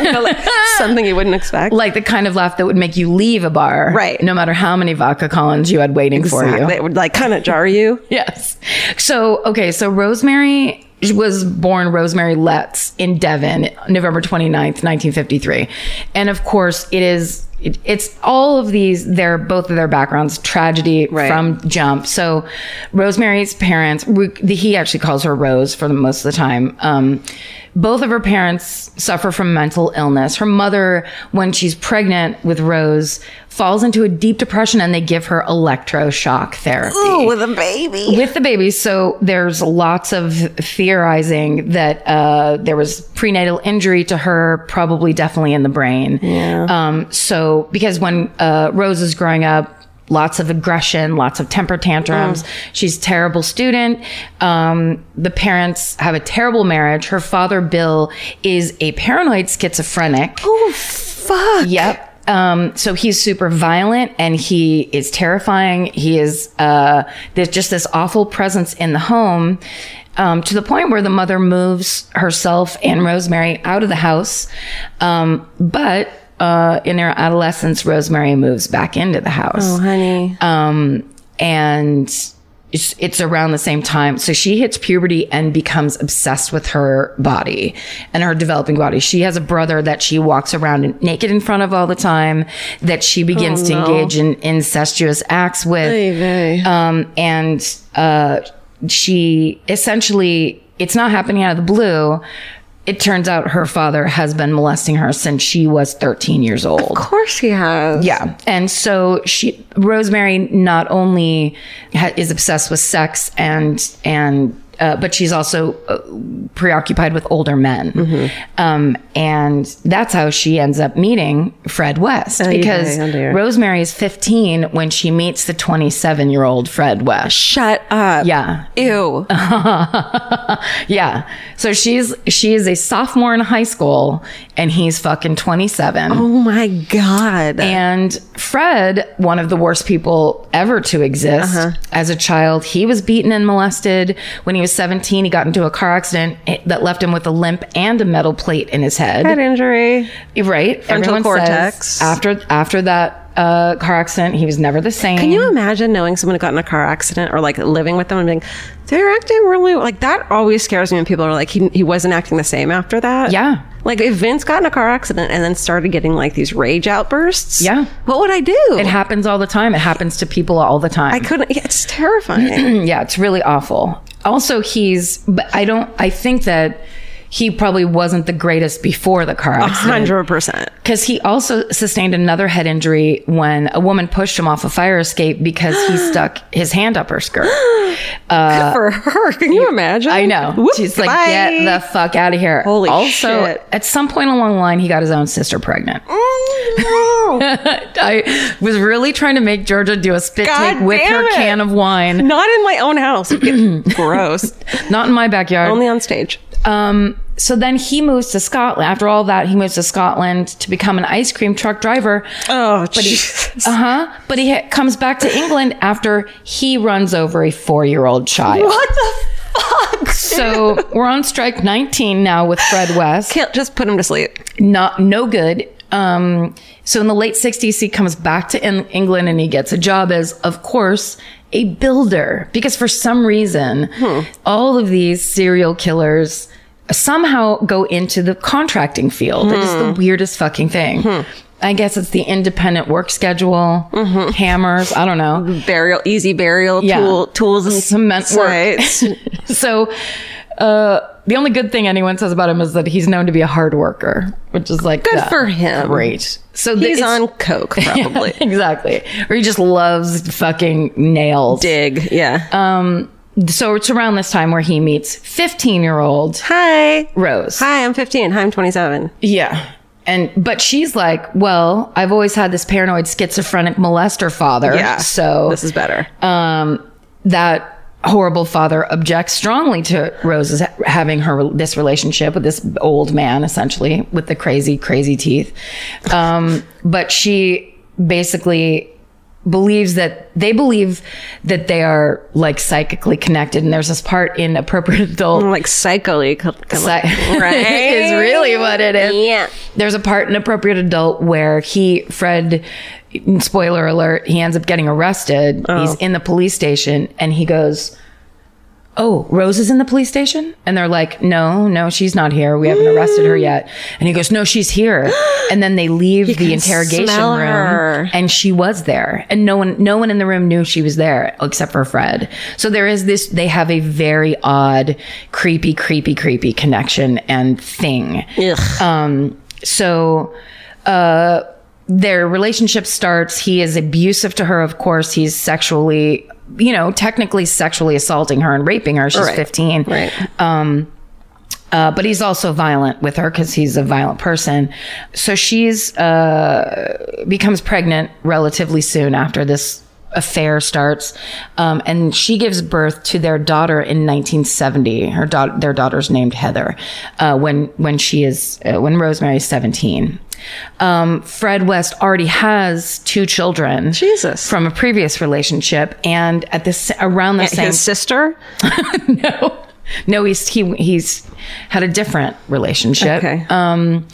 [SPEAKER 1] You know, like something you wouldn't expect.
[SPEAKER 2] like the kind of laugh that would make you leave a bar
[SPEAKER 1] Right.
[SPEAKER 2] no matter how many vodka collins you had waiting for you
[SPEAKER 1] Exactly. It would like kind of jar you.
[SPEAKER 2] [laughs] Yes. So, okay, so Rosemary was born Rosemary Letts in Devon, November 29th, 1953. And of course, it is it, it's all of these their both of their backgrounds tragedy from jump. So, Rosemary's parents, we- the- he actually calls her Rose for the most of the time. Um both of her parents suffer from mental illness. Her mother, when she's pregnant with Rose, falls into a deep depression and they give her electroshock therapy with the baby. So there's lots of theorizing that uh, there was prenatal injury to her, probably definitely in the brain. Yeah. Um, so because when uh, Rose is growing up, lots of aggression, lots of temper tantrums. She's a terrible student. Um, the parents have a terrible marriage. Her father, Bill, is a paranoid schizophrenic. Yep. Um, so he's super violent and he is terrifying. He is uh, there's just this awful presence in the home um, to the point where the mother moves herself and Rosemary out of the house. Um, but uh, in her adolescence, Rosemary moves back into the house. Oh, honey. Um, and it's, it's around the same time. So she hits puberty and becomes obsessed with her body and her developing body. She has a brother that she walks around in- naked in front of all the time, that she begins to engage in incestuous acts with. Um, and uh, she essentially, it's not happening out of the blue. It turns out her father has been molesting her since she was 13 years old.
[SPEAKER 1] Of course he has.
[SPEAKER 2] Yeah. And so she, Rosemary not only ha- is obsessed with sex and, and, uh, but she's also uh, preoccupied with older men.
[SPEAKER 1] Mm-hmm.
[SPEAKER 2] Um, and that's how she ends up meeting Fred West because
[SPEAKER 1] oh dear.
[SPEAKER 2] Rosemary is 15 when she meets the 27 year old Fred West.
[SPEAKER 1] Shut up.
[SPEAKER 2] Yeah. Uh-huh.
[SPEAKER 1] Ew.
[SPEAKER 2] [laughs] Yeah. So she's she is a sophomore in high school and he's fucking 27.
[SPEAKER 1] Oh my God.
[SPEAKER 2] And Fred, one of the worst people ever to exist
[SPEAKER 1] Uh-huh.
[SPEAKER 2] as a child, he was beaten and molested. When he was 17, he got into a car accident that left him with a limp and a metal plate in his head.
[SPEAKER 1] Head injury.
[SPEAKER 2] Right?
[SPEAKER 1] Frontal cortex.
[SPEAKER 2] after after that uh, car accident, he was never the same.
[SPEAKER 1] Can you imagine knowing someone who got in a car accident or like living with them and being, they're acting really like that? Always scares me when people are like, he, he wasn't acting the same after that.
[SPEAKER 2] Yeah.
[SPEAKER 1] Like if Vince got in a car accident and then started getting like these rage outbursts.
[SPEAKER 2] Yeah.
[SPEAKER 1] What would I do?
[SPEAKER 2] It happens all the time. It happens to people all the time.
[SPEAKER 1] I couldn't. Yeah, it's terrifying.
[SPEAKER 2] [clears throat] yeah, it's really awful. Also, he's, but I don't, I think that he probably wasn't the greatest before the
[SPEAKER 1] Uh-huh.
[SPEAKER 2] car accident.
[SPEAKER 1] Hundred percent.
[SPEAKER 2] Because he also sustained another head injury when a woman pushed him off a fire escape because
[SPEAKER 1] [gasps]
[SPEAKER 2] he stuck his hand up her skirt.
[SPEAKER 1] For her, [laughs] can you imagine?
[SPEAKER 2] I know.
[SPEAKER 1] [gasps] Whoop,
[SPEAKER 2] She's like,
[SPEAKER 1] bye.
[SPEAKER 2] get the fuck out of here.
[SPEAKER 1] Holy
[SPEAKER 2] also,
[SPEAKER 1] shit.
[SPEAKER 2] at some point along the line, he got his own sister pregnant.
[SPEAKER 1] Mm, [laughs] No.
[SPEAKER 2] I was really trying to make Georgia do a spit
[SPEAKER 1] God
[SPEAKER 2] take with
[SPEAKER 1] damn
[SPEAKER 2] her
[SPEAKER 1] it.
[SPEAKER 2] can of wine,
[SPEAKER 1] Not in my own house. [laughs] Gross.
[SPEAKER 2] not in my backyard.
[SPEAKER 1] Only on stage.
[SPEAKER 2] Um, so then he moves to Scotland. After all that, he moves to Scotland to become an ice cream truck driver.
[SPEAKER 1] Oh, jeez.
[SPEAKER 2] Uh huh. But he ha- comes back to England after he runs over a four year old child.
[SPEAKER 1] What the fuck?
[SPEAKER 2] So we're on strike 19 now with Fred
[SPEAKER 1] [laughs]
[SPEAKER 2] West.
[SPEAKER 1] Can't just put him to sleep.
[SPEAKER 2] Not, no good. Um, so in the late 60s, he comes back to en- England and he gets a job as, of course, a builder. Because for some reason,
[SPEAKER 1] Hmm.
[SPEAKER 2] all of these serial killers somehow go into the contracting field. It is
[SPEAKER 1] Hmm.
[SPEAKER 2] the weirdest fucking thing. I guess it's the independent work schedule,
[SPEAKER 1] Mm-hmm.
[SPEAKER 2] hammers, I don't know.
[SPEAKER 1] Burial, easy burial
[SPEAKER 2] Yeah.
[SPEAKER 1] tool, tools and
[SPEAKER 2] Cement
[SPEAKER 1] [laughs]
[SPEAKER 2] work.
[SPEAKER 1] sites.
[SPEAKER 2] [laughs] So, uh, the only good thing anyone says about him is that he's known to be a hard worker, which is like
[SPEAKER 1] Good
[SPEAKER 2] uh,
[SPEAKER 1] for him.
[SPEAKER 2] Great. So the-
[SPEAKER 1] He's
[SPEAKER 2] it's-
[SPEAKER 1] on [laughs] coke, probably.
[SPEAKER 2] [laughs] exactly, or he just loves fucking nails.
[SPEAKER 1] Dig. Yeah.
[SPEAKER 2] So it's around this time where he meets fifteen-year-old
[SPEAKER 1] Hi.
[SPEAKER 2] Rose.
[SPEAKER 1] Hi, I'm 15. Hi, I'm 27.
[SPEAKER 2] Yeah. And but she's like, well, I've always had this paranoid schizophrenic molester father.
[SPEAKER 1] Yeah.
[SPEAKER 2] So
[SPEAKER 1] This is better.
[SPEAKER 2] um, that horrible father objects strongly to Rose's ha- having her this relationship with this old man, essentially with the crazy, crazy teeth. Um, but she basically believes that they believe that they are like psychically connected, and there's this part in appropriate adult.
[SPEAKER 1] like psychically. co- co-
[SPEAKER 2] Psy-
[SPEAKER 1] right?
[SPEAKER 2] [laughs] is really what it is.
[SPEAKER 1] Yeah.
[SPEAKER 2] There's a part in Appropriate Adult where he, Fred, spoiler alert, he ends up getting arrested.
[SPEAKER 1] Oh.
[SPEAKER 2] He's in the police station and he goes, Oh, Rose is in the police station? And they're like, No, no, she's not here. We haven't arrested her yet. And he goes, No,
[SPEAKER 1] [gasps]
[SPEAKER 2] she's here. And then they leave the interrogation
[SPEAKER 1] smell
[SPEAKER 2] room
[SPEAKER 1] her.
[SPEAKER 2] and she was there. And no one no one in the room knew she was there except for Fred. So there is this they have a very odd, creepy, creepy, creepy connection and thing Um, so uh their relationship starts he is abusive to her of course he's sexually you know technically sexually assaulting her and raping her she's 15
[SPEAKER 1] Right.
[SPEAKER 2] uh, but he's also violent with her because he's a violent person so she's uh becomes pregnant relatively soon after this affair starts um, and she gives birth to their daughter in 1970 her daughter their daughter's named heather uh, when when she is uh, when rosemary is 17 um, fred west already has two children
[SPEAKER 1] Jesus.
[SPEAKER 2] from a previous relationship and at this around the same
[SPEAKER 1] His sister?
[SPEAKER 2] [laughs] no, no, he's he he's had a different relationship.
[SPEAKER 1] Okay.
[SPEAKER 2] Um,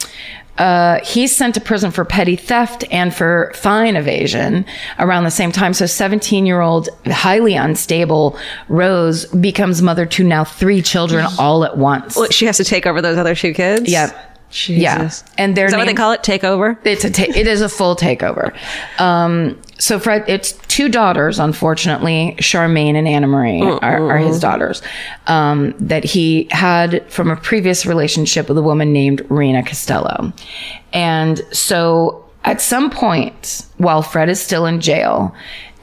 [SPEAKER 2] uh, he's sent to prison for petty theft and for fine evasion around the same time. So, 17 year old, highly unstable Rose becomes mother to now three children all at once.
[SPEAKER 1] Well, she has to take over those other two kids?
[SPEAKER 2] Yep.
[SPEAKER 1] Jesus.
[SPEAKER 2] Yeah. And they're
[SPEAKER 1] Is that what they
[SPEAKER 2] named-
[SPEAKER 1] call it? Take over?
[SPEAKER 2] It's a ta- it is a full takeover. Um, so Fred, it's two daughters, unfortunately, Charmaine and Anna Marie are, are his daughters um, that he had from a previous relationship with a woman named Rena Costello, and so at some point, while Fred is still in jail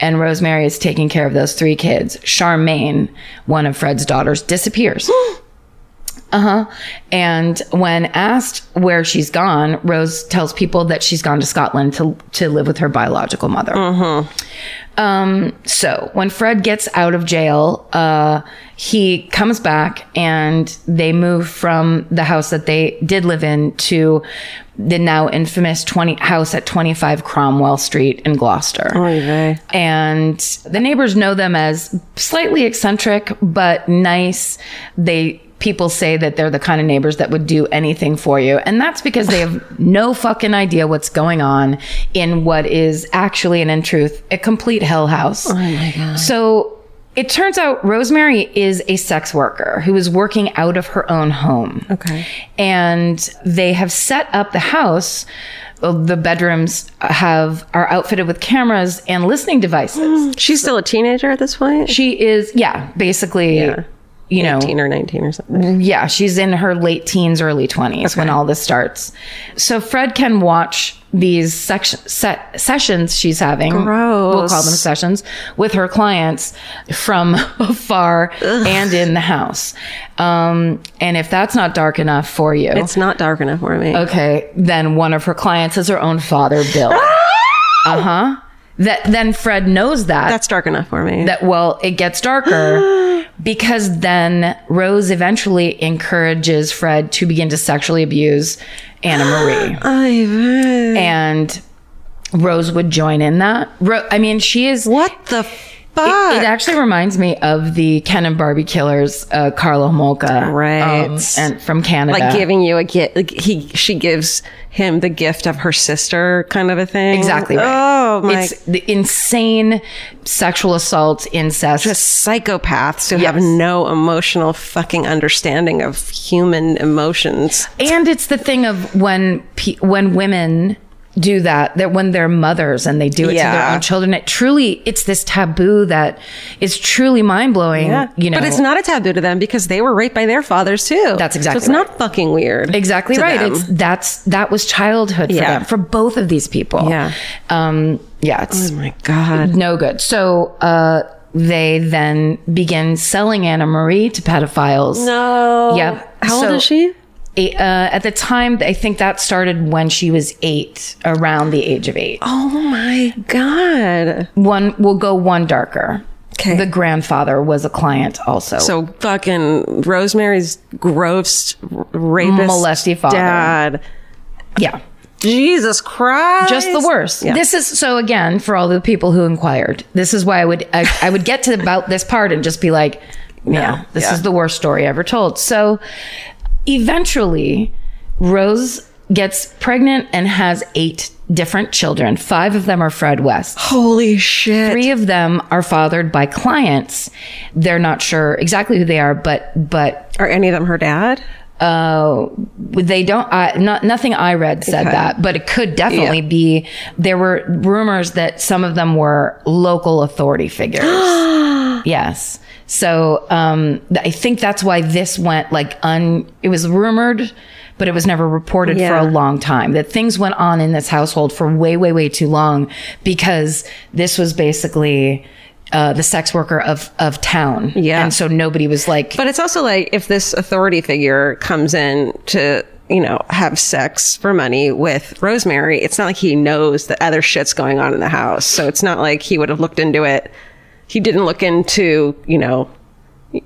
[SPEAKER 2] and Rosemary is taking care of those three kids, Charmaine, one of Fred's daughters, disappears. uh huh. And when asked where she's gone, Rose tells people that she's gone to Scotland to, to live with her biological mother. Um, so when Fred gets out of jail, uh, he comes back and they move from the house that they did live in to the now infamous 20 house at 25 Cromwell Street in Gloucester. And the neighbors know them as slightly eccentric, but nice. They, people say that they're the kind of neighbors that would do anything for you. And that's because they have [laughs] no fucking idea what's going on in what is actually and in truth a complete hell house. Oh my God. So it turns out Rosemary is a sex worker who is working out of her own home. Okay. And they have set up the house. The bedrooms have are outfitted with cameras and listening [gasps] devices.
[SPEAKER 1] She's still a teenager at this point.
[SPEAKER 2] She is, yeah, basically, you know,
[SPEAKER 1] 18 or 19 or something.
[SPEAKER 2] yeah, she's in her late teens, early 20s when all this starts. So Fred can watch these section, set, sessions she's having. We'll call them sessions with her clients from [laughs] afar and in the house. Um, and if that's not dark enough for you,
[SPEAKER 1] It's not dark enough for me.
[SPEAKER 2] okay, then one of her clients is her own father, Bill. uh huh. That then Fred knows that
[SPEAKER 1] That's dark enough for me.
[SPEAKER 2] that well it
[SPEAKER 1] [gasps]
[SPEAKER 2] gets darker because then rose eventually encourages fred to begin to sexually abuse
[SPEAKER 1] [gasps]
[SPEAKER 2] anna marie
[SPEAKER 1] Ivan.
[SPEAKER 2] and rose would join in that Ro- i mean she is
[SPEAKER 1] What the fuck?
[SPEAKER 2] it, it actually reminds me of the ken and barbie killers uh, carla molka
[SPEAKER 1] Right.
[SPEAKER 2] and from canada
[SPEAKER 1] like giving you a gift. Like he, she gives him the gift of her sister, kind of a thing.
[SPEAKER 2] exactly right.
[SPEAKER 1] Oh my!
[SPEAKER 2] it's the insane sexual assault incest
[SPEAKER 1] psychopaths who have no emotional fucking understanding of human emotions.
[SPEAKER 2] and it's the thing of when pe- when women do that that when they're mothers and they do it to their
[SPEAKER 1] Yeah.
[SPEAKER 2] own children it truly it's this taboo that is truly mind-blowing you know
[SPEAKER 1] but it's not a taboo to them because they were raped by their fathers too.
[SPEAKER 2] That's exactly
[SPEAKER 1] So it's not fucking weird.
[SPEAKER 2] exactly
[SPEAKER 1] to
[SPEAKER 2] right
[SPEAKER 1] them.
[SPEAKER 2] it's that's that was childhood for
[SPEAKER 1] Yeah.
[SPEAKER 2] them for both of these people
[SPEAKER 1] Yeah.
[SPEAKER 2] um yeah it's
[SPEAKER 1] oh my god.
[SPEAKER 2] no good so uh they then begin selling Anna Marie to pedophiles.
[SPEAKER 1] No.
[SPEAKER 2] Yep.
[SPEAKER 1] How old
[SPEAKER 2] So-
[SPEAKER 1] is she?
[SPEAKER 2] Eh, uh, at the time, I think that started when she was eight, around the age of eight.
[SPEAKER 1] Oh my god.
[SPEAKER 2] one will go one darker.
[SPEAKER 1] Okay.
[SPEAKER 2] The grandfather was a client also.
[SPEAKER 1] So fucking Rosemary's gross rapist
[SPEAKER 2] Molesty father.
[SPEAKER 1] dad.
[SPEAKER 2] yeah.
[SPEAKER 1] Jesus Christ.
[SPEAKER 2] Just the worst. This is so again for all the people who inquired. This is why I would I, I would get to about this part and just be like, yeah, this is the worst story ever told. So eventually Rose gets pregnant and has eight different children. Five of them are Fred West.
[SPEAKER 1] Holy shit.
[SPEAKER 2] three of them are fathered by clients. They're not sure exactly who they are, but but
[SPEAKER 1] Are any of them her dad?
[SPEAKER 2] uh, they don't. I, not nothing I read said that, but it could definitely be. There were rumors that some of them were local
[SPEAKER 1] [gasps]
[SPEAKER 2] authority figures. yes. So um, th- I think that's why this went like un. It was rumored, but it was never reported
[SPEAKER 1] Yeah.
[SPEAKER 2] for a long time. That things went on in this household for way, way, way too long because this was basically. Uh, the sex worker of of town,
[SPEAKER 1] Yeah.
[SPEAKER 2] and so nobody was like,
[SPEAKER 1] But it's also like if this authority figure comes in to, you know, have sex for money with Rosemary, it's not like he knows that other shit's going on in the house. So it's not like he would have looked into it. He didn't look into, you know,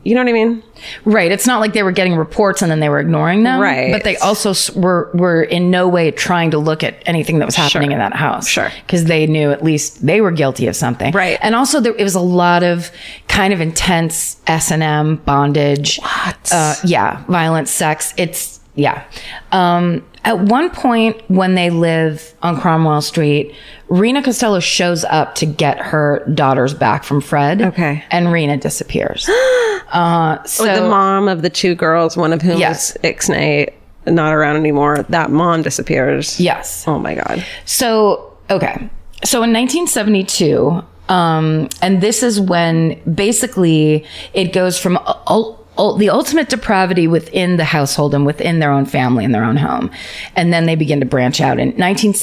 [SPEAKER 1] you know what I mean?
[SPEAKER 2] Right. It's not like they were getting reports and then they were ignoring them.
[SPEAKER 1] Right.
[SPEAKER 2] But they also s- were were in no way trying to look at anything that was happening in that house.
[SPEAKER 1] Sure.
[SPEAKER 2] Because they knew at least they were guilty of something.
[SPEAKER 1] Right.
[SPEAKER 2] And also there it was a lot of kind of intense S and M bondage. What? Uh, yeah. Violent sex. It's yeah. Um, at one point when they live on Cromwell Street, Rena Costello shows up to get her daughters back from Fred.
[SPEAKER 1] Okay. Oh,
[SPEAKER 2] And Rena disappears.
[SPEAKER 1] [gasps]
[SPEAKER 2] uh, so
[SPEAKER 1] the mom of the two girls, one of whom
[SPEAKER 2] Yes.
[SPEAKER 1] is Ixnay, not around anymore. That mom disappears.
[SPEAKER 2] Yes.
[SPEAKER 1] Oh my God.
[SPEAKER 2] So, okay. So in 1972, um, and this is when basically it goes from a, a- ul- the ultimate depravity within the household and within their own family and their own home. And then they begin to branch out. In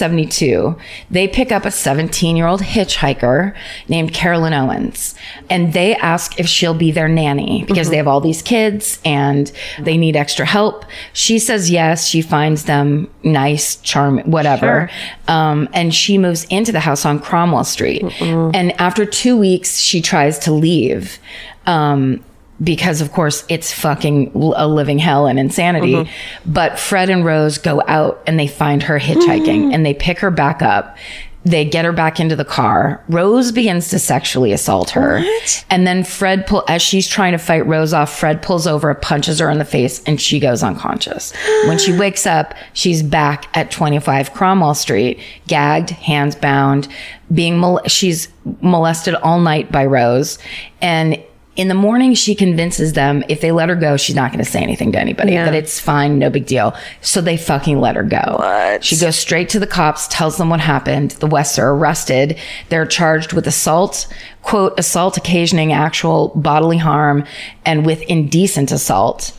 [SPEAKER 2] 1972, they pick up a 17 year old hitchhiker named Carolyn Owens and they ask if she'll be their nanny because they have all these kids and they need extra help. She says yes. She finds them nice, charming, whatever. Um, and she moves into the house on Cromwell Street. And after two weeks, she tries to leave. Um, because of course it's fucking l- a living hell and insanity. But Fred and Rose go out and they find her hitchhiking and they pick her back up. They get her back into the car. Rose begins to sexually assault her. And then Fred pull as she's trying to fight Rose off, Fred pulls over, punches her in the face, and she goes unconscious. when she wakes up, she's back at 25 Cromwell Street, gagged, hands bound, being mol- she's molested all night by Rose. And in the morning, she convinces them if they let her go, she's not going to say anything to anybody, that it's fine, no big deal. So they fucking let her go. She goes straight to the cops, tells them what happened. The Wests are arrested. They're charged with assault, quote, assault occasioning actual bodily harm and with indecent assault.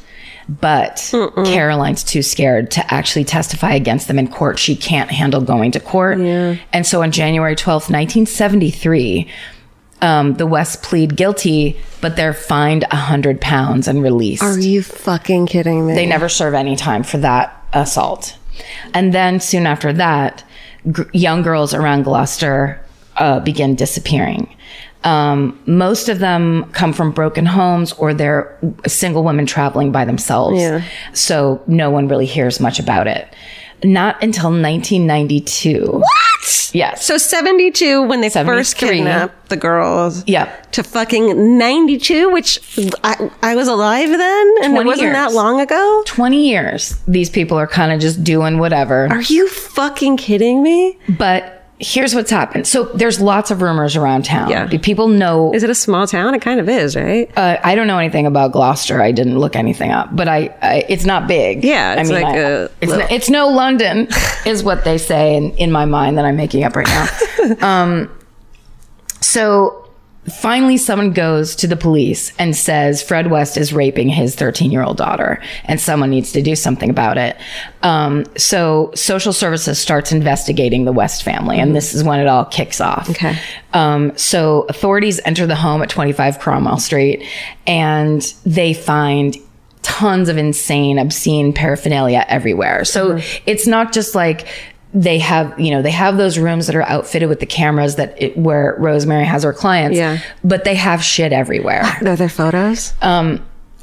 [SPEAKER 2] But Caroline's too scared to actually testify against them in court. She can't handle going to court. And so on January 12th, 1973, um, the West plead guilty, but they're fined a hundred pounds and released.
[SPEAKER 1] Are you fucking kidding me?
[SPEAKER 2] they never serve any time for that assault. And then soon after that, gr young girls around Gloucester uh, begin disappearing. Um, most of them come from broken homes or they're single women traveling by themselves. So no one really hears much about it. Not until 1992. What? Yes.
[SPEAKER 1] so 72 when they first
[SPEAKER 2] 73.
[SPEAKER 1] kidnapped the girls.
[SPEAKER 2] Yep.
[SPEAKER 1] To fucking 92, which I, I was alive then and it
[SPEAKER 2] 20
[SPEAKER 1] wasn't
[SPEAKER 2] years.
[SPEAKER 1] that long ago.
[SPEAKER 2] 20 years, these people are kind of just doing whatever.
[SPEAKER 1] Are you fucking kidding me?
[SPEAKER 2] But here's what's happened. So there's lots of rumors around town.
[SPEAKER 1] Yeah.
[SPEAKER 2] Do People know.
[SPEAKER 1] Is it a small town? It kind of is, right?
[SPEAKER 2] Uh, I don't know anything about Gloucester. I didn't look anything up, but I, I it's not big.
[SPEAKER 1] Yeah,
[SPEAKER 2] I
[SPEAKER 1] it's like a
[SPEAKER 2] it's,
[SPEAKER 1] little-
[SPEAKER 2] no, it's
[SPEAKER 1] [laughs]
[SPEAKER 2] no London, is what they say in, in my mind that I'm making up right now. um,
[SPEAKER 1] [laughs]
[SPEAKER 2] so finally, someone goes to the police and says Fred West is raping his 13 year old daughter, and someone needs to do something about it. Um, so social services starts investigating the West family, and this is when it all kicks off.
[SPEAKER 1] Okay.
[SPEAKER 2] Um, so authorities enter the home at 25 Cromwell Street, and they find tons of insane, obscene paraphernalia everywhere. So
[SPEAKER 1] Mm-hmm.
[SPEAKER 2] it's not just like they have, you know, they have those rooms that are outfitted with the cameras that it, where Rosemary has her clients,
[SPEAKER 1] Yeah.
[SPEAKER 2] but they have shit everywhere.
[SPEAKER 1] Are there photos?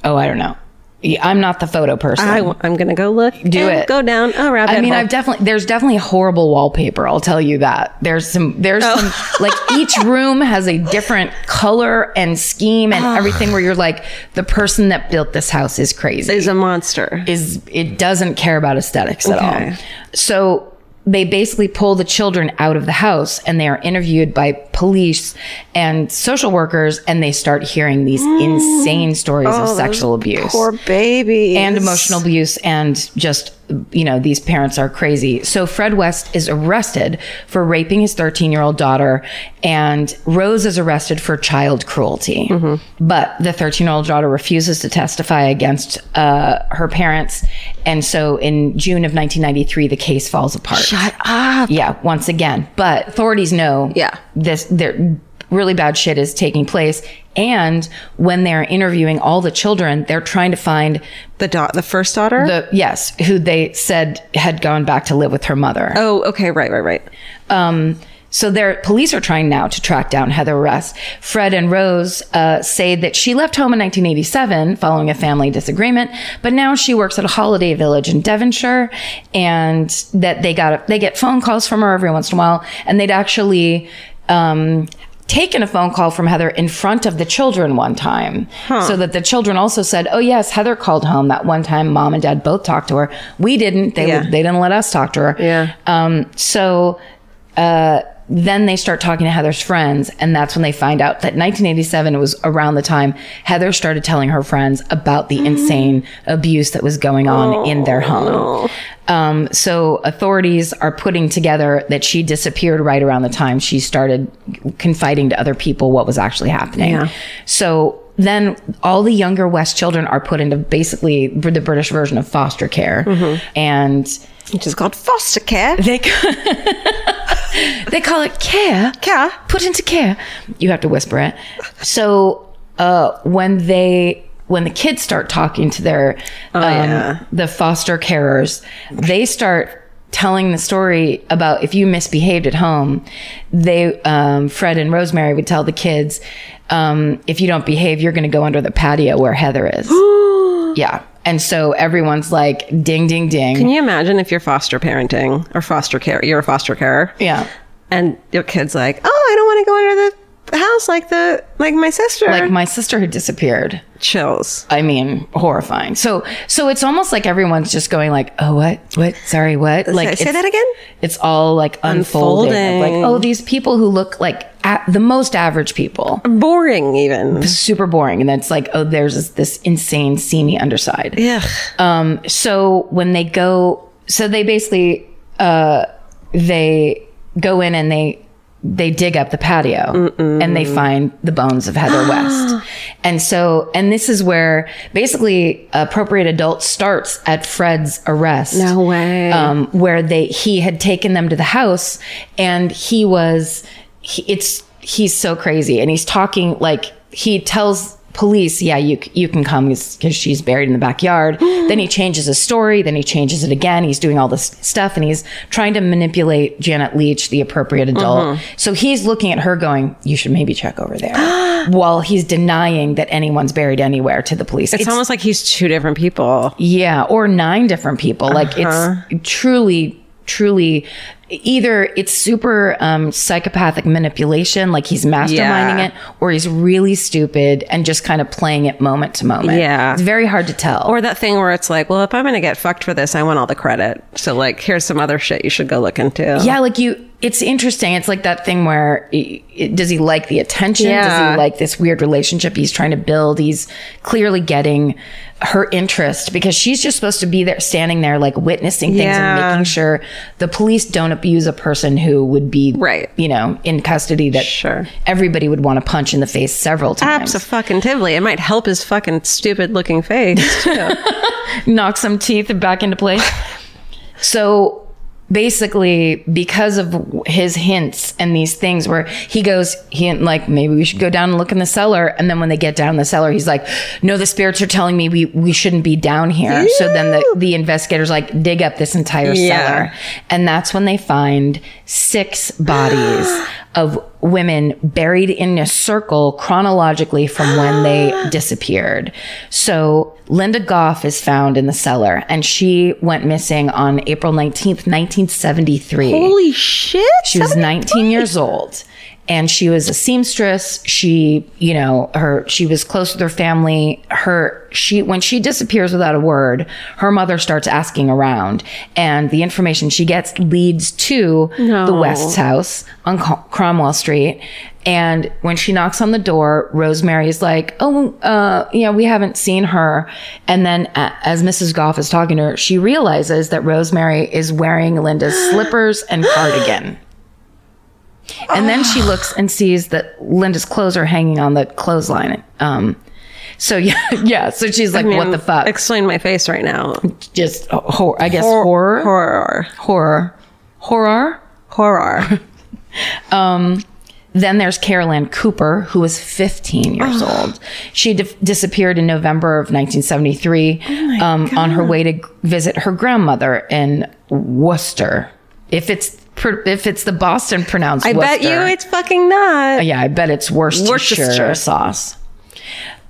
[SPEAKER 2] oh, I don't know. Yeah, I'm not the photo person.
[SPEAKER 1] I, am going to go look.
[SPEAKER 2] do
[SPEAKER 1] and
[SPEAKER 2] it.
[SPEAKER 1] Go down a rabbit
[SPEAKER 2] I mean,
[SPEAKER 1] hole.
[SPEAKER 2] I've definitely there's definitely horrible wallpaper. I'll tell you that. There's some there's
[SPEAKER 1] Oh. [laughs]
[SPEAKER 2] some like each room has a different color and scheme and
[SPEAKER 1] Ah.
[SPEAKER 2] everything where you're like the person that built this house is crazy.
[SPEAKER 1] is a monster.
[SPEAKER 2] is it doesn't care about aesthetics at
[SPEAKER 1] Okay.
[SPEAKER 2] all. So they basically pull the children out of the house and they are interviewed by police and social workers and they start
[SPEAKER 1] [gasps]
[SPEAKER 2] hearing these insane stories
[SPEAKER 1] Oh,
[SPEAKER 2] of sexual abuse
[SPEAKER 1] Poor baby.
[SPEAKER 2] and emotional abuse and just you know these parents are crazy so fred west is arrested for raping his 13 year old daughter and rose is arrested for child cruelty but the 13 year old daughter refuses to testify against uh, her parents and so in june of 1993 the case falls apart shut up yeah once again but authorities know
[SPEAKER 1] Yeah.
[SPEAKER 2] this there really bad shit is taking place and when they're interviewing all the children they're trying to find
[SPEAKER 1] The, da- the first daughter?
[SPEAKER 2] the yes who they said had gone back to live with her mother
[SPEAKER 1] oh, okay. Right, right, right.
[SPEAKER 2] um, so their police are trying now to track down Heather Rust. Fred and Rose uh, say that she left home in 1987 following a family disagreement, but now she works at a holiday village in Devonshire, and that they got they get phone calls from her every once in a while, and they'd actually. Um, Taken a phone call from Heather in front of the children one time. So that the children also said, Oh, yes, Heather called home that one time. Mom and dad both talked to her. We didn't. They,
[SPEAKER 1] Yeah.
[SPEAKER 2] they didn't let us talk to her.
[SPEAKER 1] Yeah.
[SPEAKER 2] Um, so uh, then they start talking to Heather's friends, and that's when they find out that 1987 was around the time Heather started telling her friends about the insane abuse that was going on in their home. Um, so authorities are putting together that she disappeared right around the time she started confiding to other people what was actually happening. So then all the younger West children are put into basically the British version of foster care. And
[SPEAKER 1] Which is called foster
[SPEAKER 2] [laughs]
[SPEAKER 1] care.
[SPEAKER 2] Mm-hmm. they they call it care.
[SPEAKER 1] Care.
[SPEAKER 2] Put into care. You have to whisper it. So uh, when they when the kids start talking to their
[SPEAKER 1] Oh,
[SPEAKER 2] um, the foster carers, they start telling the story about if you misbehaved at home. They um, Fred and Rosemary would tell the kids um, if you don't behave, you're going to go under the patio where Heather
[SPEAKER 1] [gasps]
[SPEAKER 2] is. yeah. And so everyone's like, ding, ding, ding.
[SPEAKER 1] Can you imagine if you're foster parenting or foster care? You're a foster carer.
[SPEAKER 2] yeah.
[SPEAKER 1] And your kid's like, oh, I don't want to go under the house like the like my sister.
[SPEAKER 2] Like my sister had disappeared.
[SPEAKER 1] chills.
[SPEAKER 2] I mean, horrifying. So, so it's almost like everyone's just going like, "Oh, what? What? Sorry, what?" Like,
[SPEAKER 1] say
[SPEAKER 2] it's-
[SPEAKER 1] that again?
[SPEAKER 2] It's all like unfolding. of,
[SPEAKER 1] Unfolding.
[SPEAKER 2] Like, oh, these people who look like a the most average people,
[SPEAKER 1] Boring even.
[SPEAKER 2] super boring, and then it's like, oh, there's this, this insane seamy underside.
[SPEAKER 1] Yeah.
[SPEAKER 2] Um, so when they go, so they basically, uh, they go in and they, they dig up the patio and they find the bones of Heather West. And so, and this is where basically appropriate adult starts at Fred's arrest. No
[SPEAKER 1] way.
[SPEAKER 2] Um, where they, he had taken them to the house and he was, he, it's, he's so crazy and he's talking like he tells police, yeah, you c- you can come because she's buried in the backyard. then he changes his story. Then he changes it again. He's doing all this stuff, and he's trying to manipulate Janet Leach, the appropriate adult. So he's looking at her, going, "You should maybe check over there," while he's denying that anyone's buried anywhere to the police.
[SPEAKER 1] It's, almost like he's two different people.
[SPEAKER 2] Yeah, or nine different people. Like
[SPEAKER 1] Uh-huh.
[SPEAKER 2] it's truly, truly either it's super um, psychopathic manipulation, like he's masterminding
[SPEAKER 1] Yeah.
[SPEAKER 2] it, or he's really stupid and just kind of playing it moment to moment.
[SPEAKER 1] Yeah.
[SPEAKER 2] It's very hard to tell.
[SPEAKER 1] Or that thing where it's like, well, if I'm going to get fucked for this, I want all the credit. So, like, here's some other shit you should go look into.
[SPEAKER 2] yeah, like you, it's interesting. It's like that thing where i- i- does he like the attention? Does
[SPEAKER 1] Yeah.
[SPEAKER 2] he like this weird relationship he's trying to build? He's clearly getting her interest because she's just supposed to be there, standing there, like witnessing things
[SPEAKER 1] Yeah.
[SPEAKER 2] and making sure the police don't abuse a person who would be,
[SPEAKER 1] Right.
[SPEAKER 2] you know, in custody that
[SPEAKER 1] Sure.
[SPEAKER 2] everybody would want to punch in the face several times.
[SPEAKER 1] Absolutely. It might help his fucking stupid looking face,
[SPEAKER 2] [laughs]
[SPEAKER 1] too.
[SPEAKER 2] knock some teeth back into place. [laughs] so basically, because of his hints and these things, where he goes, he like maybe we should go down and look in the cellar, and then when they get down in the cellar, he's like, no, the spirits are telling me we we shouldn't be down here. So then the the investigators like dig up this entire
[SPEAKER 1] Yeah.
[SPEAKER 2] cellar, and that's when they find six bodies of women buried in a circle chronologically from when they disappeared. So Linda Goff is found in the cellar and she went missing on April 19th, 1973.
[SPEAKER 1] Holy shit.
[SPEAKER 2] She was 19 years old and she was a seamstress. She, you know, her, she was close with her family. Her, she, when she disappears without a word, her mother starts asking around and the information she gets leads to the West's house on Crom- Cromwell Street. And when she knocks on the door, Rosemary is like, "Oh, uh, yeah, we haven't seen her." And then, a- as Mrs. Goff is talking to her, she realizes that Rosemary is wearing Linda's slippers and cardigan. And then she looks and sees that Linda's clothes are hanging on the clothesline. Um, so [laughs] yeah, yeah. So she's like, "What the fuck?"
[SPEAKER 1] Explain my face right now.
[SPEAKER 2] Just uh, hor- I guess horror,
[SPEAKER 1] Horror.
[SPEAKER 2] horror, horror. [laughs] Um,
[SPEAKER 1] Horror.
[SPEAKER 2] Then there's Carolyn Cooper, who was 15 years old. She di- disappeared in November of 1973
[SPEAKER 1] Oh
[SPEAKER 2] um, on her way to g- visit her grandmother in Worcester. If it's pr- if it's the Boston pronounced,
[SPEAKER 1] I bet you it's fucking not.
[SPEAKER 2] yeah, I bet it's Worcestershire
[SPEAKER 1] Worcestershire.
[SPEAKER 2] sauce.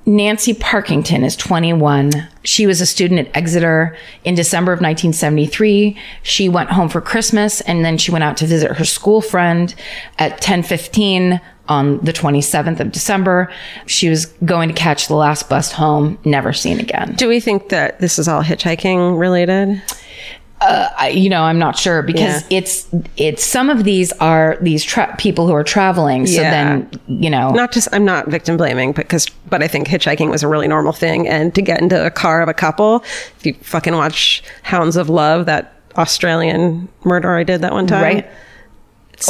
[SPEAKER 2] Nancy Parkington is 21. She was a student at Exeter in December of 1973. She went home for Christmas and then she went out to visit her school friend at 10:15 on the 27th of December. She was going to catch the last bus home, never seen again.
[SPEAKER 1] Do we think that this is all hitchhiking related?
[SPEAKER 2] I, you know, I'm not sure because it's it's some of these are these tra- people who are traveling. So
[SPEAKER 1] Yeah.
[SPEAKER 2] then, you know,
[SPEAKER 1] Not just, I'm not victim blaming, because, but I think hitchhiking was a really normal thing. And to get into a car of a couple, if you fucking watch Hounds of Love, that Australian murder I did that one time.
[SPEAKER 2] Right.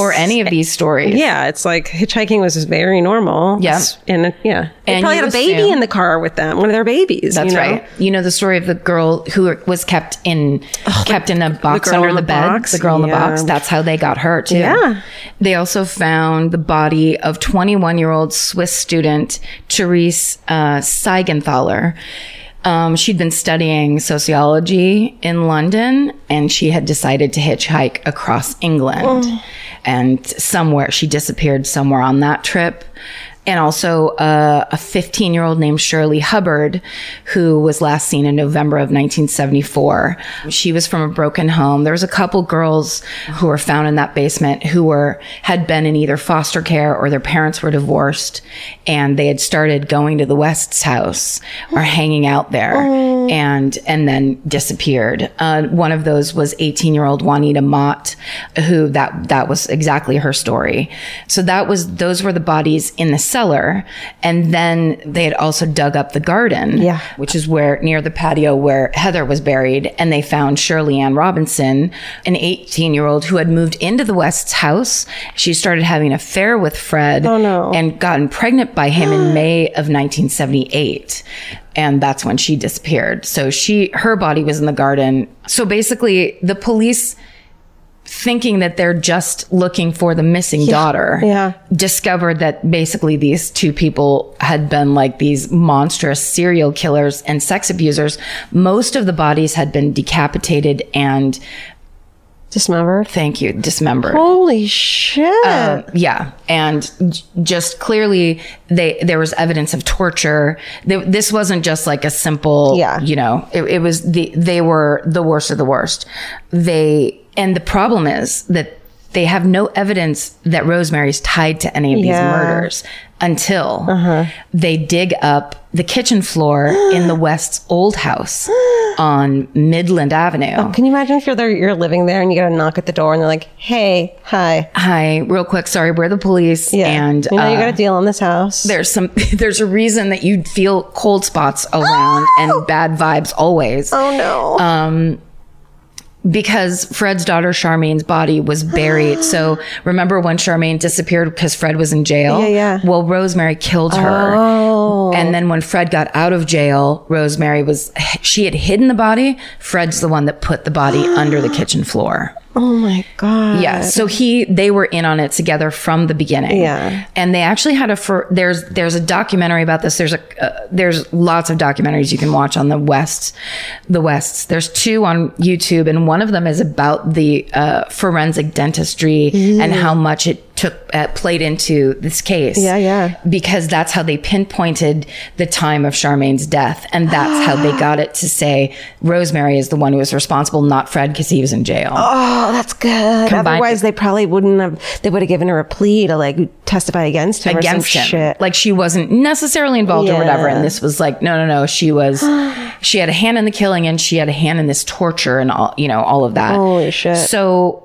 [SPEAKER 2] or any of these stories.
[SPEAKER 1] Yeah, it's like hitchhiking was very normal.
[SPEAKER 2] Yeah.
[SPEAKER 1] It's- and uh, yeah, they
[SPEAKER 2] And
[SPEAKER 1] probably
[SPEAKER 2] you
[SPEAKER 1] had a baby
[SPEAKER 2] assume-
[SPEAKER 1] in the car with them, one of their babies.
[SPEAKER 2] That's
[SPEAKER 1] you know?
[SPEAKER 2] right. You know the story of the girl who was kept in kept in a box
[SPEAKER 1] girl
[SPEAKER 2] under
[SPEAKER 1] in
[SPEAKER 2] the,
[SPEAKER 1] Oh, the
[SPEAKER 2] bed.
[SPEAKER 1] box?
[SPEAKER 2] The girl in the
[SPEAKER 1] Yeah.
[SPEAKER 2] box. That's how they got her too.
[SPEAKER 1] Yeah.
[SPEAKER 2] They also found the body of 21 year old Swiss student Therese uh, Seigenthaler. Um, she'd been studying sociology in London, and she had decided to hitchhike across England.
[SPEAKER 1] Oh.
[SPEAKER 2] And somewhere she disappeared somewhere on that trip and also uh, a 15 year old named Shirley Hubbard, who was last seen in November of 1974. She was from a broken home. There was a couple girls who were found in that basement who were had been in either foster care or their parents were divorced, and they had started going to the West's house or hanging out there, and and then disappeared. Uh, one of those was 18 year old Juanita Mott, who that that was exactly her story. So that was those were the bodies in the cellar, and then they had also dug up the garden, yeah. which is where near the patio where Heather was buried, and they found Shirley Ann Robinson, an 18 year old who had moved into the West's house. She started having an affair with Fred, and gotten pregnant by him in May of 1978 and that's when she disappeared. So she her body was in the garden. So basically the police thinking that they're just looking for the missing daughter
[SPEAKER 1] yeah.
[SPEAKER 2] discovered that basically these two people had been like these monstrous serial killers and sex abusers. Most of the bodies had been decapitated and
[SPEAKER 1] Dismembered.
[SPEAKER 2] thank you dismembered.
[SPEAKER 1] Holy shit.
[SPEAKER 2] Um, yeah, and j- just clearly they there was evidence of torture. Th- This wasn't just like a simple,
[SPEAKER 1] Yeah.
[SPEAKER 2] you know, it, it was the they were the worst of the worst. They and the problem is that they have no evidence that Rosemary's tied to any of these
[SPEAKER 1] Yeah. Uh-huh.
[SPEAKER 2] murders until they dig up the kitchen floor in
[SPEAKER 1] [gasps]
[SPEAKER 2] the West's old house on Midland Avenue.
[SPEAKER 1] Can you imagine if you're there, you're living there, and you get a knock at the door, and they're like, "Hey, hi,
[SPEAKER 2] Hi, real quick, sorry, we're the police.
[SPEAKER 1] yeah,
[SPEAKER 2] and
[SPEAKER 1] you know you
[SPEAKER 2] uh,
[SPEAKER 1] got a deal in this house."
[SPEAKER 2] there's some [laughs] there's a reason that you feel cold spots around and bad vibes always Um,
[SPEAKER 1] oh no.
[SPEAKER 2] because Fred's daughter Charmaine's body was
[SPEAKER 1] [gasps]
[SPEAKER 2] buried. so remember when Charmaine disappeared because Fred was in jail?
[SPEAKER 1] Yeah, yeah. Oh.
[SPEAKER 2] Well, Rosemary killed her. And then when Fred got out of jail, Rosemary was she had hidden the body. Fred's the one that put the body under the kitchen floor.
[SPEAKER 1] oh my god.
[SPEAKER 2] Yeah. So he, they were in on it together from the beginning.
[SPEAKER 1] Yeah.
[SPEAKER 2] And they actually had a fir- there's there's a documentary about this. There's a uh, there's lots of documentaries you can watch on the West, the Wests. There's two on YouTube, and one of them is about the uh, forensic dentistry and how much it took uh, played into this case.
[SPEAKER 1] Mm. Yeah, yeah.
[SPEAKER 2] Because that's how they pinpointed the time of Charmaine's death, and
[SPEAKER 1] [gasps]
[SPEAKER 2] that's how they got it to say Rosemary is the one who was responsible, not Fred, because he was in jail.
[SPEAKER 1] Oh, that's good.
[SPEAKER 2] Combined-
[SPEAKER 1] Otherwise, they probably wouldn't have. They would have given her a plea to like testify against him
[SPEAKER 2] against
[SPEAKER 1] or
[SPEAKER 2] him.
[SPEAKER 1] some shit.
[SPEAKER 2] Like she wasn't necessarily involved or whatever.
[SPEAKER 1] Yeah.
[SPEAKER 2] And this was like, no, no, no.
[SPEAKER 1] [sighs]
[SPEAKER 2] She was, she had a hand in the killing and she had a hand in this torture and all, you know, all of that.
[SPEAKER 1] Holy shit.
[SPEAKER 2] So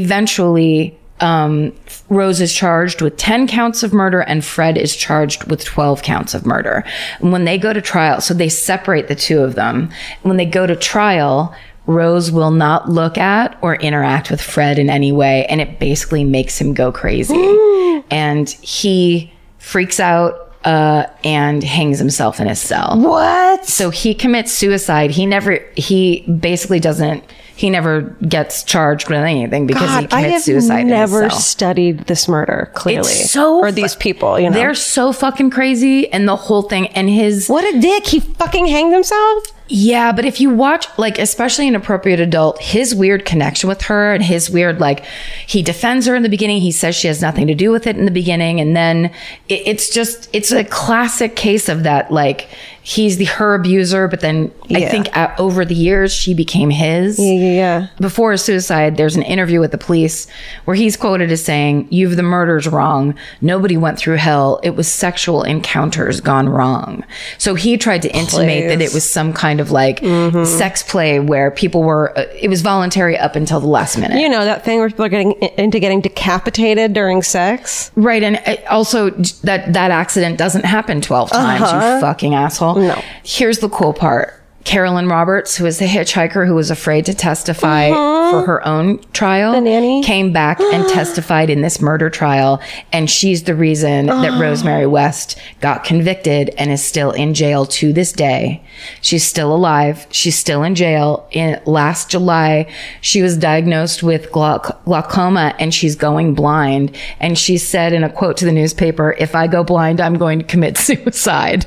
[SPEAKER 2] eventually, um, Rose is charged with 10 counts of murder and Fred is charged with 12 counts of murder. And when they go to trial, so they separate the two of them. When they go to trial, Rose will not look at or interact with Fred in any way. And it basically makes him go
[SPEAKER 1] [gasps]
[SPEAKER 2] crazy [gasps] and he freaks out uh, and hangs himself in his cell.
[SPEAKER 1] what?
[SPEAKER 2] So he commits suicide. He never, he basically doesn't, he never gets charged with anything because he
[SPEAKER 1] God, I
[SPEAKER 2] commits
[SPEAKER 1] have
[SPEAKER 2] suicide in
[SPEAKER 1] never
[SPEAKER 2] his cell.
[SPEAKER 1] studied this murder clearly.
[SPEAKER 2] It's so
[SPEAKER 1] or these
[SPEAKER 2] fu-
[SPEAKER 1] people, you know.
[SPEAKER 2] They're so fucking crazy and the whole thing and his
[SPEAKER 1] what a dick! He fucking hanged himself.
[SPEAKER 2] Yeah, but if you watch, like, especially an appropriate adult, his weird connection with her and his weird, like, he defends her in the beginning. He says she has nothing to do with it in the beginning. And then it, it's just, it's a classic case of that, like, he's the her abuser, but then I think uh, over the years she became his.
[SPEAKER 1] Yeah, yeah.
[SPEAKER 2] Before his suicide, there's an interview with the police where he's quoted as saying, You've the murders wrong. Nobody went through hell. It was sexual encounters gone wrong. So he tried to intimate that it was some kind of like sex play where people were, uh, it was voluntary up until the last minute.
[SPEAKER 1] You know that thing where people are getting into getting decapitated during sex.
[SPEAKER 2] Right, and uh, also j- Uh-huh. that that accident doesn't happen twelve times. You fucking asshole. No. Here's the cool part. Carolyn Roberts, who is the hitchhiker who was afraid to testify for her own trial, Uh-huh. the nanny came back [gasps] and testified in this murder trial, and she's the reason that Rosemary West got convicted and is still in jail to this day. She's still alive. She's still in jail. In last July, she was diagnosed with glauc- glaucoma and she's going blind. And she said in a quote to the newspaper, "If I go blind, I'm going to commit [laughs] suicide."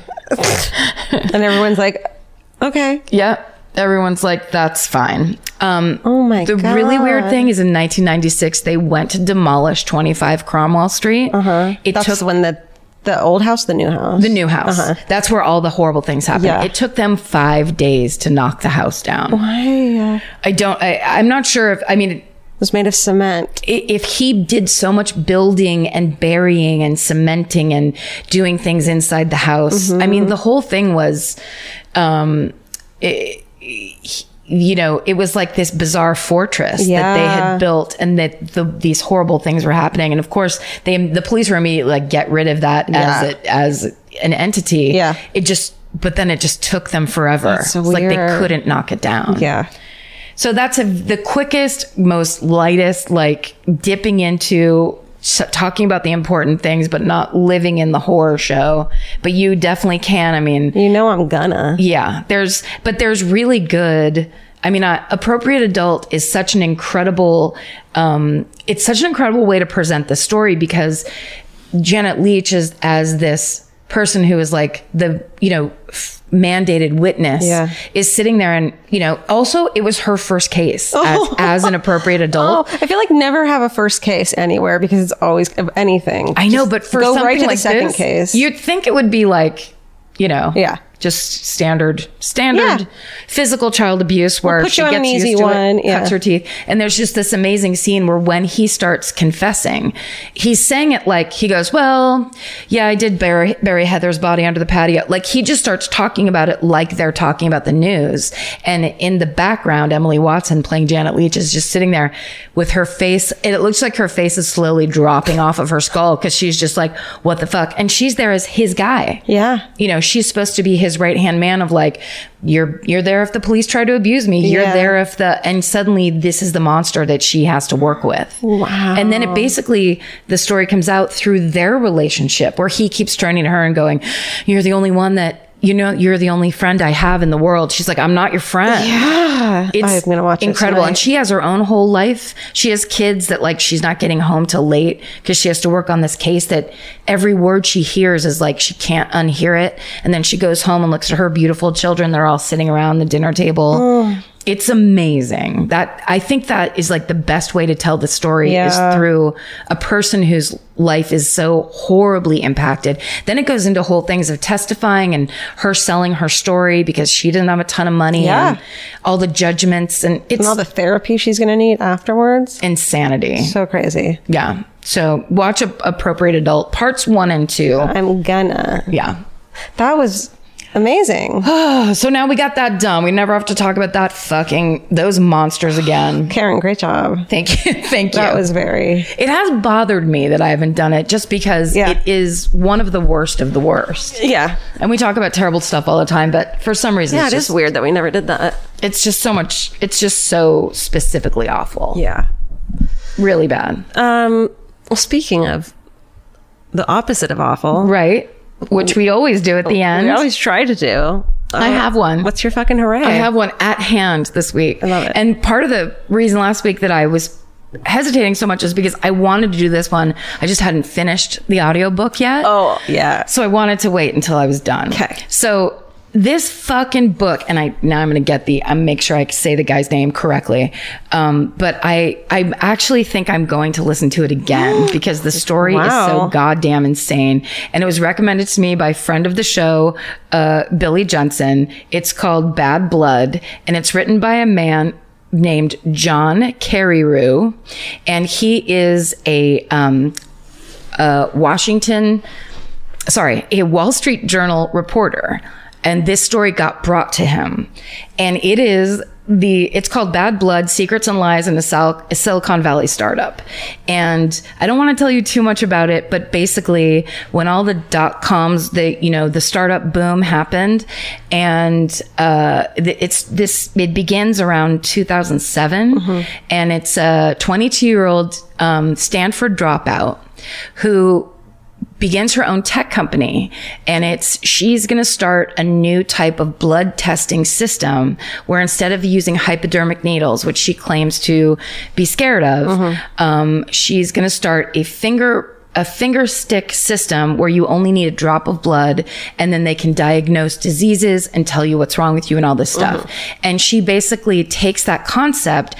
[SPEAKER 1] And everyone's like, okay.
[SPEAKER 2] Yep. Everyone's like, that's fine. Um,
[SPEAKER 1] Oh my
[SPEAKER 2] the
[SPEAKER 1] God.
[SPEAKER 2] really weird thing is in 1996, they went to demolish 25 Cromwell Street. Uh-huh. It
[SPEAKER 1] That's
[SPEAKER 2] took
[SPEAKER 1] when the the old house, the new house,
[SPEAKER 2] the new house. That's where all the horrible things happened.
[SPEAKER 1] Yeah.
[SPEAKER 2] It took them five days to knock the house down.
[SPEAKER 1] Why?
[SPEAKER 2] I don't, I, I'm not sure if, I mean,
[SPEAKER 1] It uh, was made of cement.
[SPEAKER 2] i- if he did so much building and burying and cementing and doing things inside the house.
[SPEAKER 1] Mm-hmm.
[SPEAKER 2] I mean, the whole thing was, um, i- he- you know, it was like this bizarre fortress that they had built, and that the, these horrible things were happening. And of course, they the police were immediately like, get rid of that as a, as an entity.
[SPEAKER 1] Yeah.
[SPEAKER 2] it just. But then it just took them forever.
[SPEAKER 1] so
[SPEAKER 2] it's like they
[SPEAKER 1] weird.
[SPEAKER 2] couldn't knock it down.
[SPEAKER 1] Yeah.
[SPEAKER 2] So that's a, the quickest, most lightest, like dipping into s- talking about the important things, but not living in the horror show. But you definitely can. I mean,
[SPEAKER 1] You know I'm gonna.
[SPEAKER 2] yeah, there's, but there's really good. I mean, uh, appropriate adult is such an incredible, um, it's such an incredible way to present the story because Janet Leach is as this person who is like the, you know, f- mandated witness
[SPEAKER 1] Yeah.
[SPEAKER 2] is sitting there and, you know, also it was her first case
[SPEAKER 1] [laughs]
[SPEAKER 2] as, as an appropriate
[SPEAKER 1] Oh,
[SPEAKER 2] adult.
[SPEAKER 1] I feel like never have a first case anywhere because it's always of anything.
[SPEAKER 2] I know, but for
[SPEAKER 1] go
[SPEAKER 2] something
[SPEAKER 1] right to the
[SPEAKER 2] like
[SPEAKER 1] second
[SPEAKER 2] this,
[SPEAKER 1] case.
[SPEAKER 2] you'd think it would be like, you know,
[SPEAKER 1] Yeah.
[SPEAKER 2] just standard, standard
[SPEAKER 1] Yeah.
[SPEAKER 2] physical child abuse where
[SPEAKER 1] put
[SPEAKER 2] she
[SPEAKER 1] you on
[SPEAKER 2] gets
[SPEAKER 1] an easy
[SPEAKER 2] used to
[SPEAKER 1] one,
[SPEAKER 2] it,
[SPEAKER 1] yeah.
[SPEAKER 2] cuts her teeth, and there's just this amazing scene where when he starts confessing, he's saying it like he goes, "Well, yeah, I did bury, bury Heather's body under the patio." Like he just starts talking about it like they're talking about the news, and in the background, Emily Watson playing Janet Leach is just sitting there with her face, and it looks like her face is slowly dropping off of her skull because she's just like, "What the fuck?" And she's there as his guy
[SPEAKER 1] yeah.
[SPEAKER 2] you know she's supposed to be his right hand man of like you're you're there if the police try to abuse me you're
[SPEAKER 1] Yeah.
[SPEAKER 2] there if the and suddenly this is the monster that she has to work with wow and then it basically the story comes out through their relationship where he keeps turning to her and going you're the only one that you know you're the only friend i have in the world she's like i'm not your friend
[SPEAKER 1] Yeah.
[SPEAKER 2] it's
[SPEAKER 1] I'm gonna watch it
[SPEAKER 2] incredible
[SPEAKER 1] tonight.
[SPEAKER 2] and she has her own whole life she has kids that like she's not getting home till late because she has to work on this case that every word she hears is like she can't unhear it and then she goes home and looks at her beautiful children they're all sitting around the dinner table It's amazing. That I think that is like the best way to tell the story is through a person whose life is so horribly impacted. Then it goes into whole things of testifying and her selling her story because she didn't have a ton of money
[SPEAKER 1] Yeah.
[SPEAKER 2] and all the judgments and it's
[SPEAKER 1] and all the therapy she's gonna need afterwards.
[SPEAKER 2] insanity.
[SPEAKER 1] So crazy.
[SPEAKER 2] Yeah. So watch a, appropriate adult parts 1 and 2.
[SPEAKER 1] I'm gonna.
[SPEAKER 2] Yeah.
[SPEAKER 1] That was amazing. [gasps]
[SPEAKER 2] So now we got that done. We never have to talk about that fucking those monsters again.
[SPEAKER 1] Karen, great job.
[SPEAKER 2] Thank you. [laughs] Thank you.
[SPEAKER 1] That was very.
[SPEAKER 2] It has bothered me that I haven't done it just because
[SPEAKER 1] Yeah.
[SPEAKER 2] it is one of the worst of the worst.
[SPEAKER 1] Yeah.
[SPEAKER 2] And we talk about terrible stuff all the time, but for some reason
[SPEAKER 1] Yeah,
[SPEAKER 2] it's,
[SPEAKER 1] it
[SPEAKER 2] just,
[SPEAKER 1] is weird that we never did that.
[SPEAKER 2] it's just so much it's just so specifically awful.
[SPEAKER 1] Yeah.
[SPEAKER 2] Really bad.
[SPEAKER 1] Um. Well, speaking of the opposite of awful,
[SPEAKER 2] right? Which we always do at the end.
[SPEAKER 1] we always try to do.
[SPEAKER 2] I have one.
[SPEAKER 1] What's your fucking hooray?
[SPEAKER 2] I have one at hand this week. I
[SPEAKER 1] love it.
[SPEAKER 2] And part of the reason last week that I was hesitating so much is because I wanted to do this one. I just hadn't finished the audiobook yet.
[SPEAKER 1] Oh yeah.
[SPEAKER 2] So I wanted to wait until I was done.
[SPEAKER 1] Okay.
[SPEAKER 2] So this fucking book, and I now I'm gonna get the I make sure I say the guy's name correctly. Um, but I I actually think I'm going to listen to it
[SPEAKER 1] [gasps]
[SPEAKER 2] again because the story is so
[SPEAKER 1] Wow.
[SPEAKER 2] goddamn insane. And it was recommended to me by friend of the show, uh, Billy Johnson. It's called Bad Blood, and it's written by a man named John Carreyrou, and he is a um, uh, Washington sorry, a Wall Street Journal reporter. And this story got brought to him. And it is the it's called Bad Blood: Secrets and Lies in a, Sil- a Silicon Valley Startup, and I don't want to tell you too much about it, but basically, when all the dot coms, the you know the startup boom happened, and uh, th- it's this it begins around 2007, and it's a 22 year old um, Stanford dropout who begins her own tech company and it's she's going to start a new type of blood testing system where instead of using hypodermic needles which she claims to be scared of um, she's going to start a finger a finger stick system where you only need a drop of blood and then they can diagnose diseases and tell you what's wrong with you and all this stuff and she basically takes that concept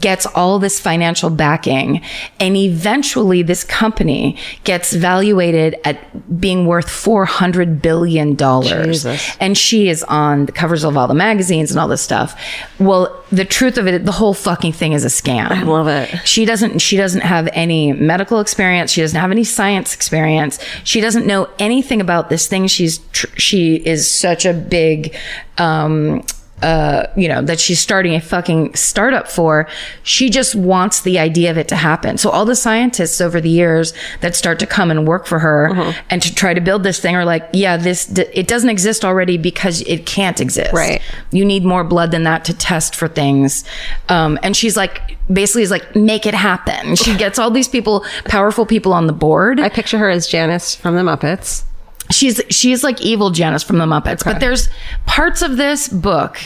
[SPEAKER 2] gets all this financial backing and eventually this company gets valuated at being worth 400 billion dollars and she is on the covers of all the magazines and all this stuff well the truth of it the whole fucking thing is a scam i
[SPEAKER 1] love it.
[SPEAKER 2] she doesn't she doesn't have any medical experience she doesn't have any science experience she doesn't know anything about this thing she's tr- she is such a big um uh, you know, that she's starting a fucking startup for. She just wants the idea of it to happen. So all the scientists over the years that start to come and work for her
[SPEAKER 1] Uh-huh.
[SPEAKER 2] and to try to build this thing are like, yeah, this, d- it doesn't exist already because it can't exist.
[SPEAKER 1] Right.
[SPEAKER 2] You need more blood than that to test for things. Um, and she's like, basically is like, make it happen.
[SPEAKER 1] [laughs]
[SPEAKER 2] She gets all these people, powerful people on the board
[SPEAKER 1] I picture her as Janice from the Muppets.
[SPEAKER 2] she's she's like evil Janice from the Muppets. But there's parts of this book.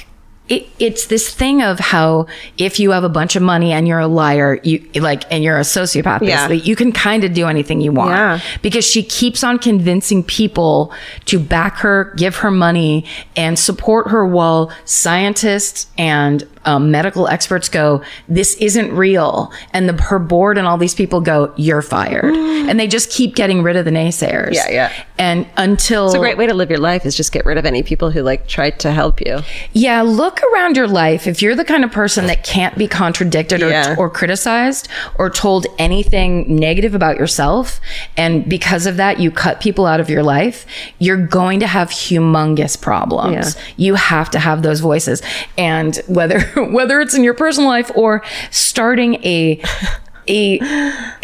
[SPEAKER 2] It, it's this thing of how if you have a bunch of money and you're a liar, you like, and you're a sociopath, basically, you can kind of do anything you want
[SPEAKER 1] Yeah.
[SPEAKER 2] because she keeps on convincing people to back her, give her money, and support her while scientists and um, medical experts go, This isn't real. And the, her board and all these people go, You're
[SPEAKER 1] [gasps]
[SPEAKER 2] fired. and they just keep getting rid of the naysayers.
[SPEAKER 1] Yeah, yeah.
[SPEAKER 2] And until.
[SPEAKER 1] It's a great way to live your life is just get rid of any people who like tried to help you.
[SPEAKER 2] Yeah, look around your life. If you're the kind of person that can't be contradicted or,
[SPEAKER 1] Yeah.
[SPEAKER 2] or criticized or told anything negative about yourself, and because of that, you cut people out of your life, you're going to have humongous problems. You have to have those voices. And whether, [laughs] whether it's in your personal life or starting a, a,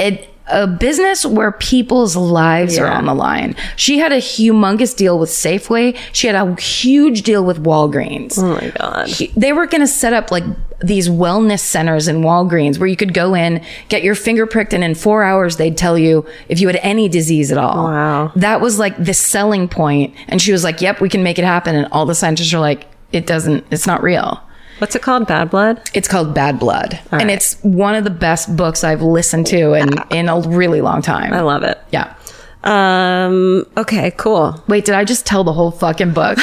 [SPEAKER 2] a, a business where people's lives are on the line. She had a humongous deal with Safeway. She had a huge deal with Walgreens.
[SPEAKER 1] Oh my god.
[SPEAKER 2] He- they were going to set up like these wellness centers in Walgreens where you could go in, get your finger pricked, and in four hours they'd tell you if you had any disease at all. Wow. That was like the selling point. And she was like, yep, we can make it happen. And all the scientists are like, it doesn't, it's not real.
[SPEAKER 1] What's it called? Bad blood?
[SPEAKER 2] It's called Bad Blood. And it's one of the best books I've listened to in, in a really long time.
[SPEAKER 1] I love it.
[SPEAKER 2] Yeah.
[SPEAKER 1] Um okay, cool.
[SPEAKER 2] Wait, did I just tell the whole
[SPEAKER 1] [laughs]
[SPEAKER 2] fucking book?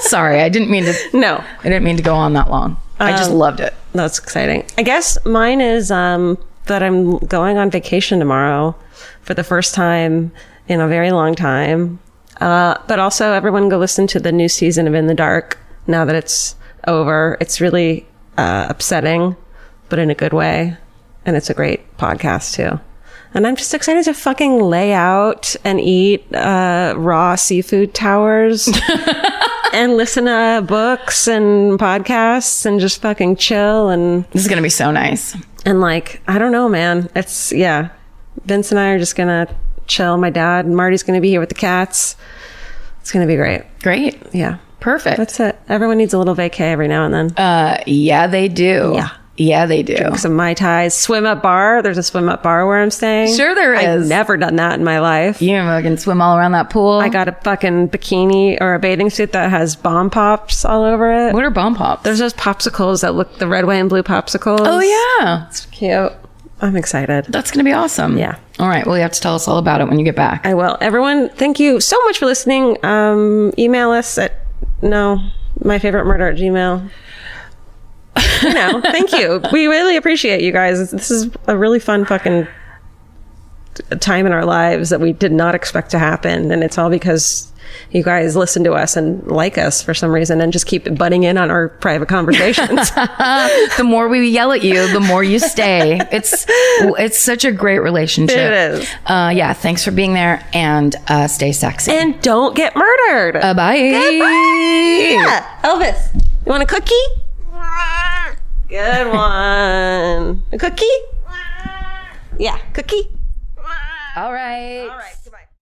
[SPEAKER 2] Sorry, I didn't mean to.
[SPEAKER 1] No.
[SPEAKER 2] I didn't mean to go on that long. I just
[SPEAKER 1] Um,
[SPEAKER 2] loved it.
[SPEAKER 1] That's exciting. I guess mine is um that I'm going on vacation tomorrow for the first time in a very long time. Uh but also everyone go listen to the new season of In the Dark now that it's over. It's really uh upsetting, but in a good way. And it's a great podcast too. And I'm just excited to fucking lay out and eat uh, raw seafood towers [laughs] and listen to books and podcasts and just fucking chill and
[SPEAKER 2] This is gonna be so nice.
[SPEAKER 1] and like I don't know, man. It's yeah. Vince and I are just gonna chill. My dad and Marty's gonna be here with the cats. It's gonna be great.
[SPEAKER 2] Great.
[SPEAKER 1] Yeah,
[SPEAKER 2] Perfect. Uh,
[SPEAKER 1] that's it. Everyone needs a little vacay every now and then.
[SPEAKER 2] yeah, they do.
[SPEAKER 1] Yeah.
[SPEAKER 2] Yeah, they do.
[SPEAKER 1] Some mai tais, swim up bar. There's a swim up bar where I'm staying.
[SPEAKER 2] Sure there
[SPEAKER 1] I've
[SPEAKER 2] is.
[SPEAKER 1] never done that in my life.
[SPEAKER 2] You can swim all around that pool.
[SPEAKER 1] I got a fucking bikini or a bathing suit that has bomb pops all over it.
[SPEAKER 2] What are bomb pops?
[SPEAKER 1] There's those popsicles that look the red, white, and blue popsicles.
[SPEAKER 2] oh yeah,
[SPEAKER 1] it's cute. I'm excited.
[SPEAKER 2] that's gonna be awesome.
[SPEAKER 1] Yeah.
[SPEAKER 2] All right. Well, you have to tell us all about it when you get
[SPEAKER 1] [laughs]
[SPEAKER 2] back.
[SPEAKER 1] I will. Everyone, thank you so much for listening. Um, email us at no, my favorite murder at Gmail. you know, thank you. We really appreciate you guys. This is a really fun fucking time in our lives that we did not expect to happen, and it's all because you guys listen to us and like us for some reason, and just keep butting in on our private conversations.
[SPEAKER 2] the more we yell at you, the more you stay. it's it's such a great relationship.
[SPEAKER 1] It is.
[SPEAKER 2] Uh, yeah. Thanks for being there, and uh, stay sexy.
[SPEAKER 1] and don't get murdered.
[SPEAKER 2] Uh, bye.
[SPEAKER 1] Yeah. Elvis, you want a cookie? Good one. A cookie? Yeah, cookie.
[SPEAKER 2] All right. All right.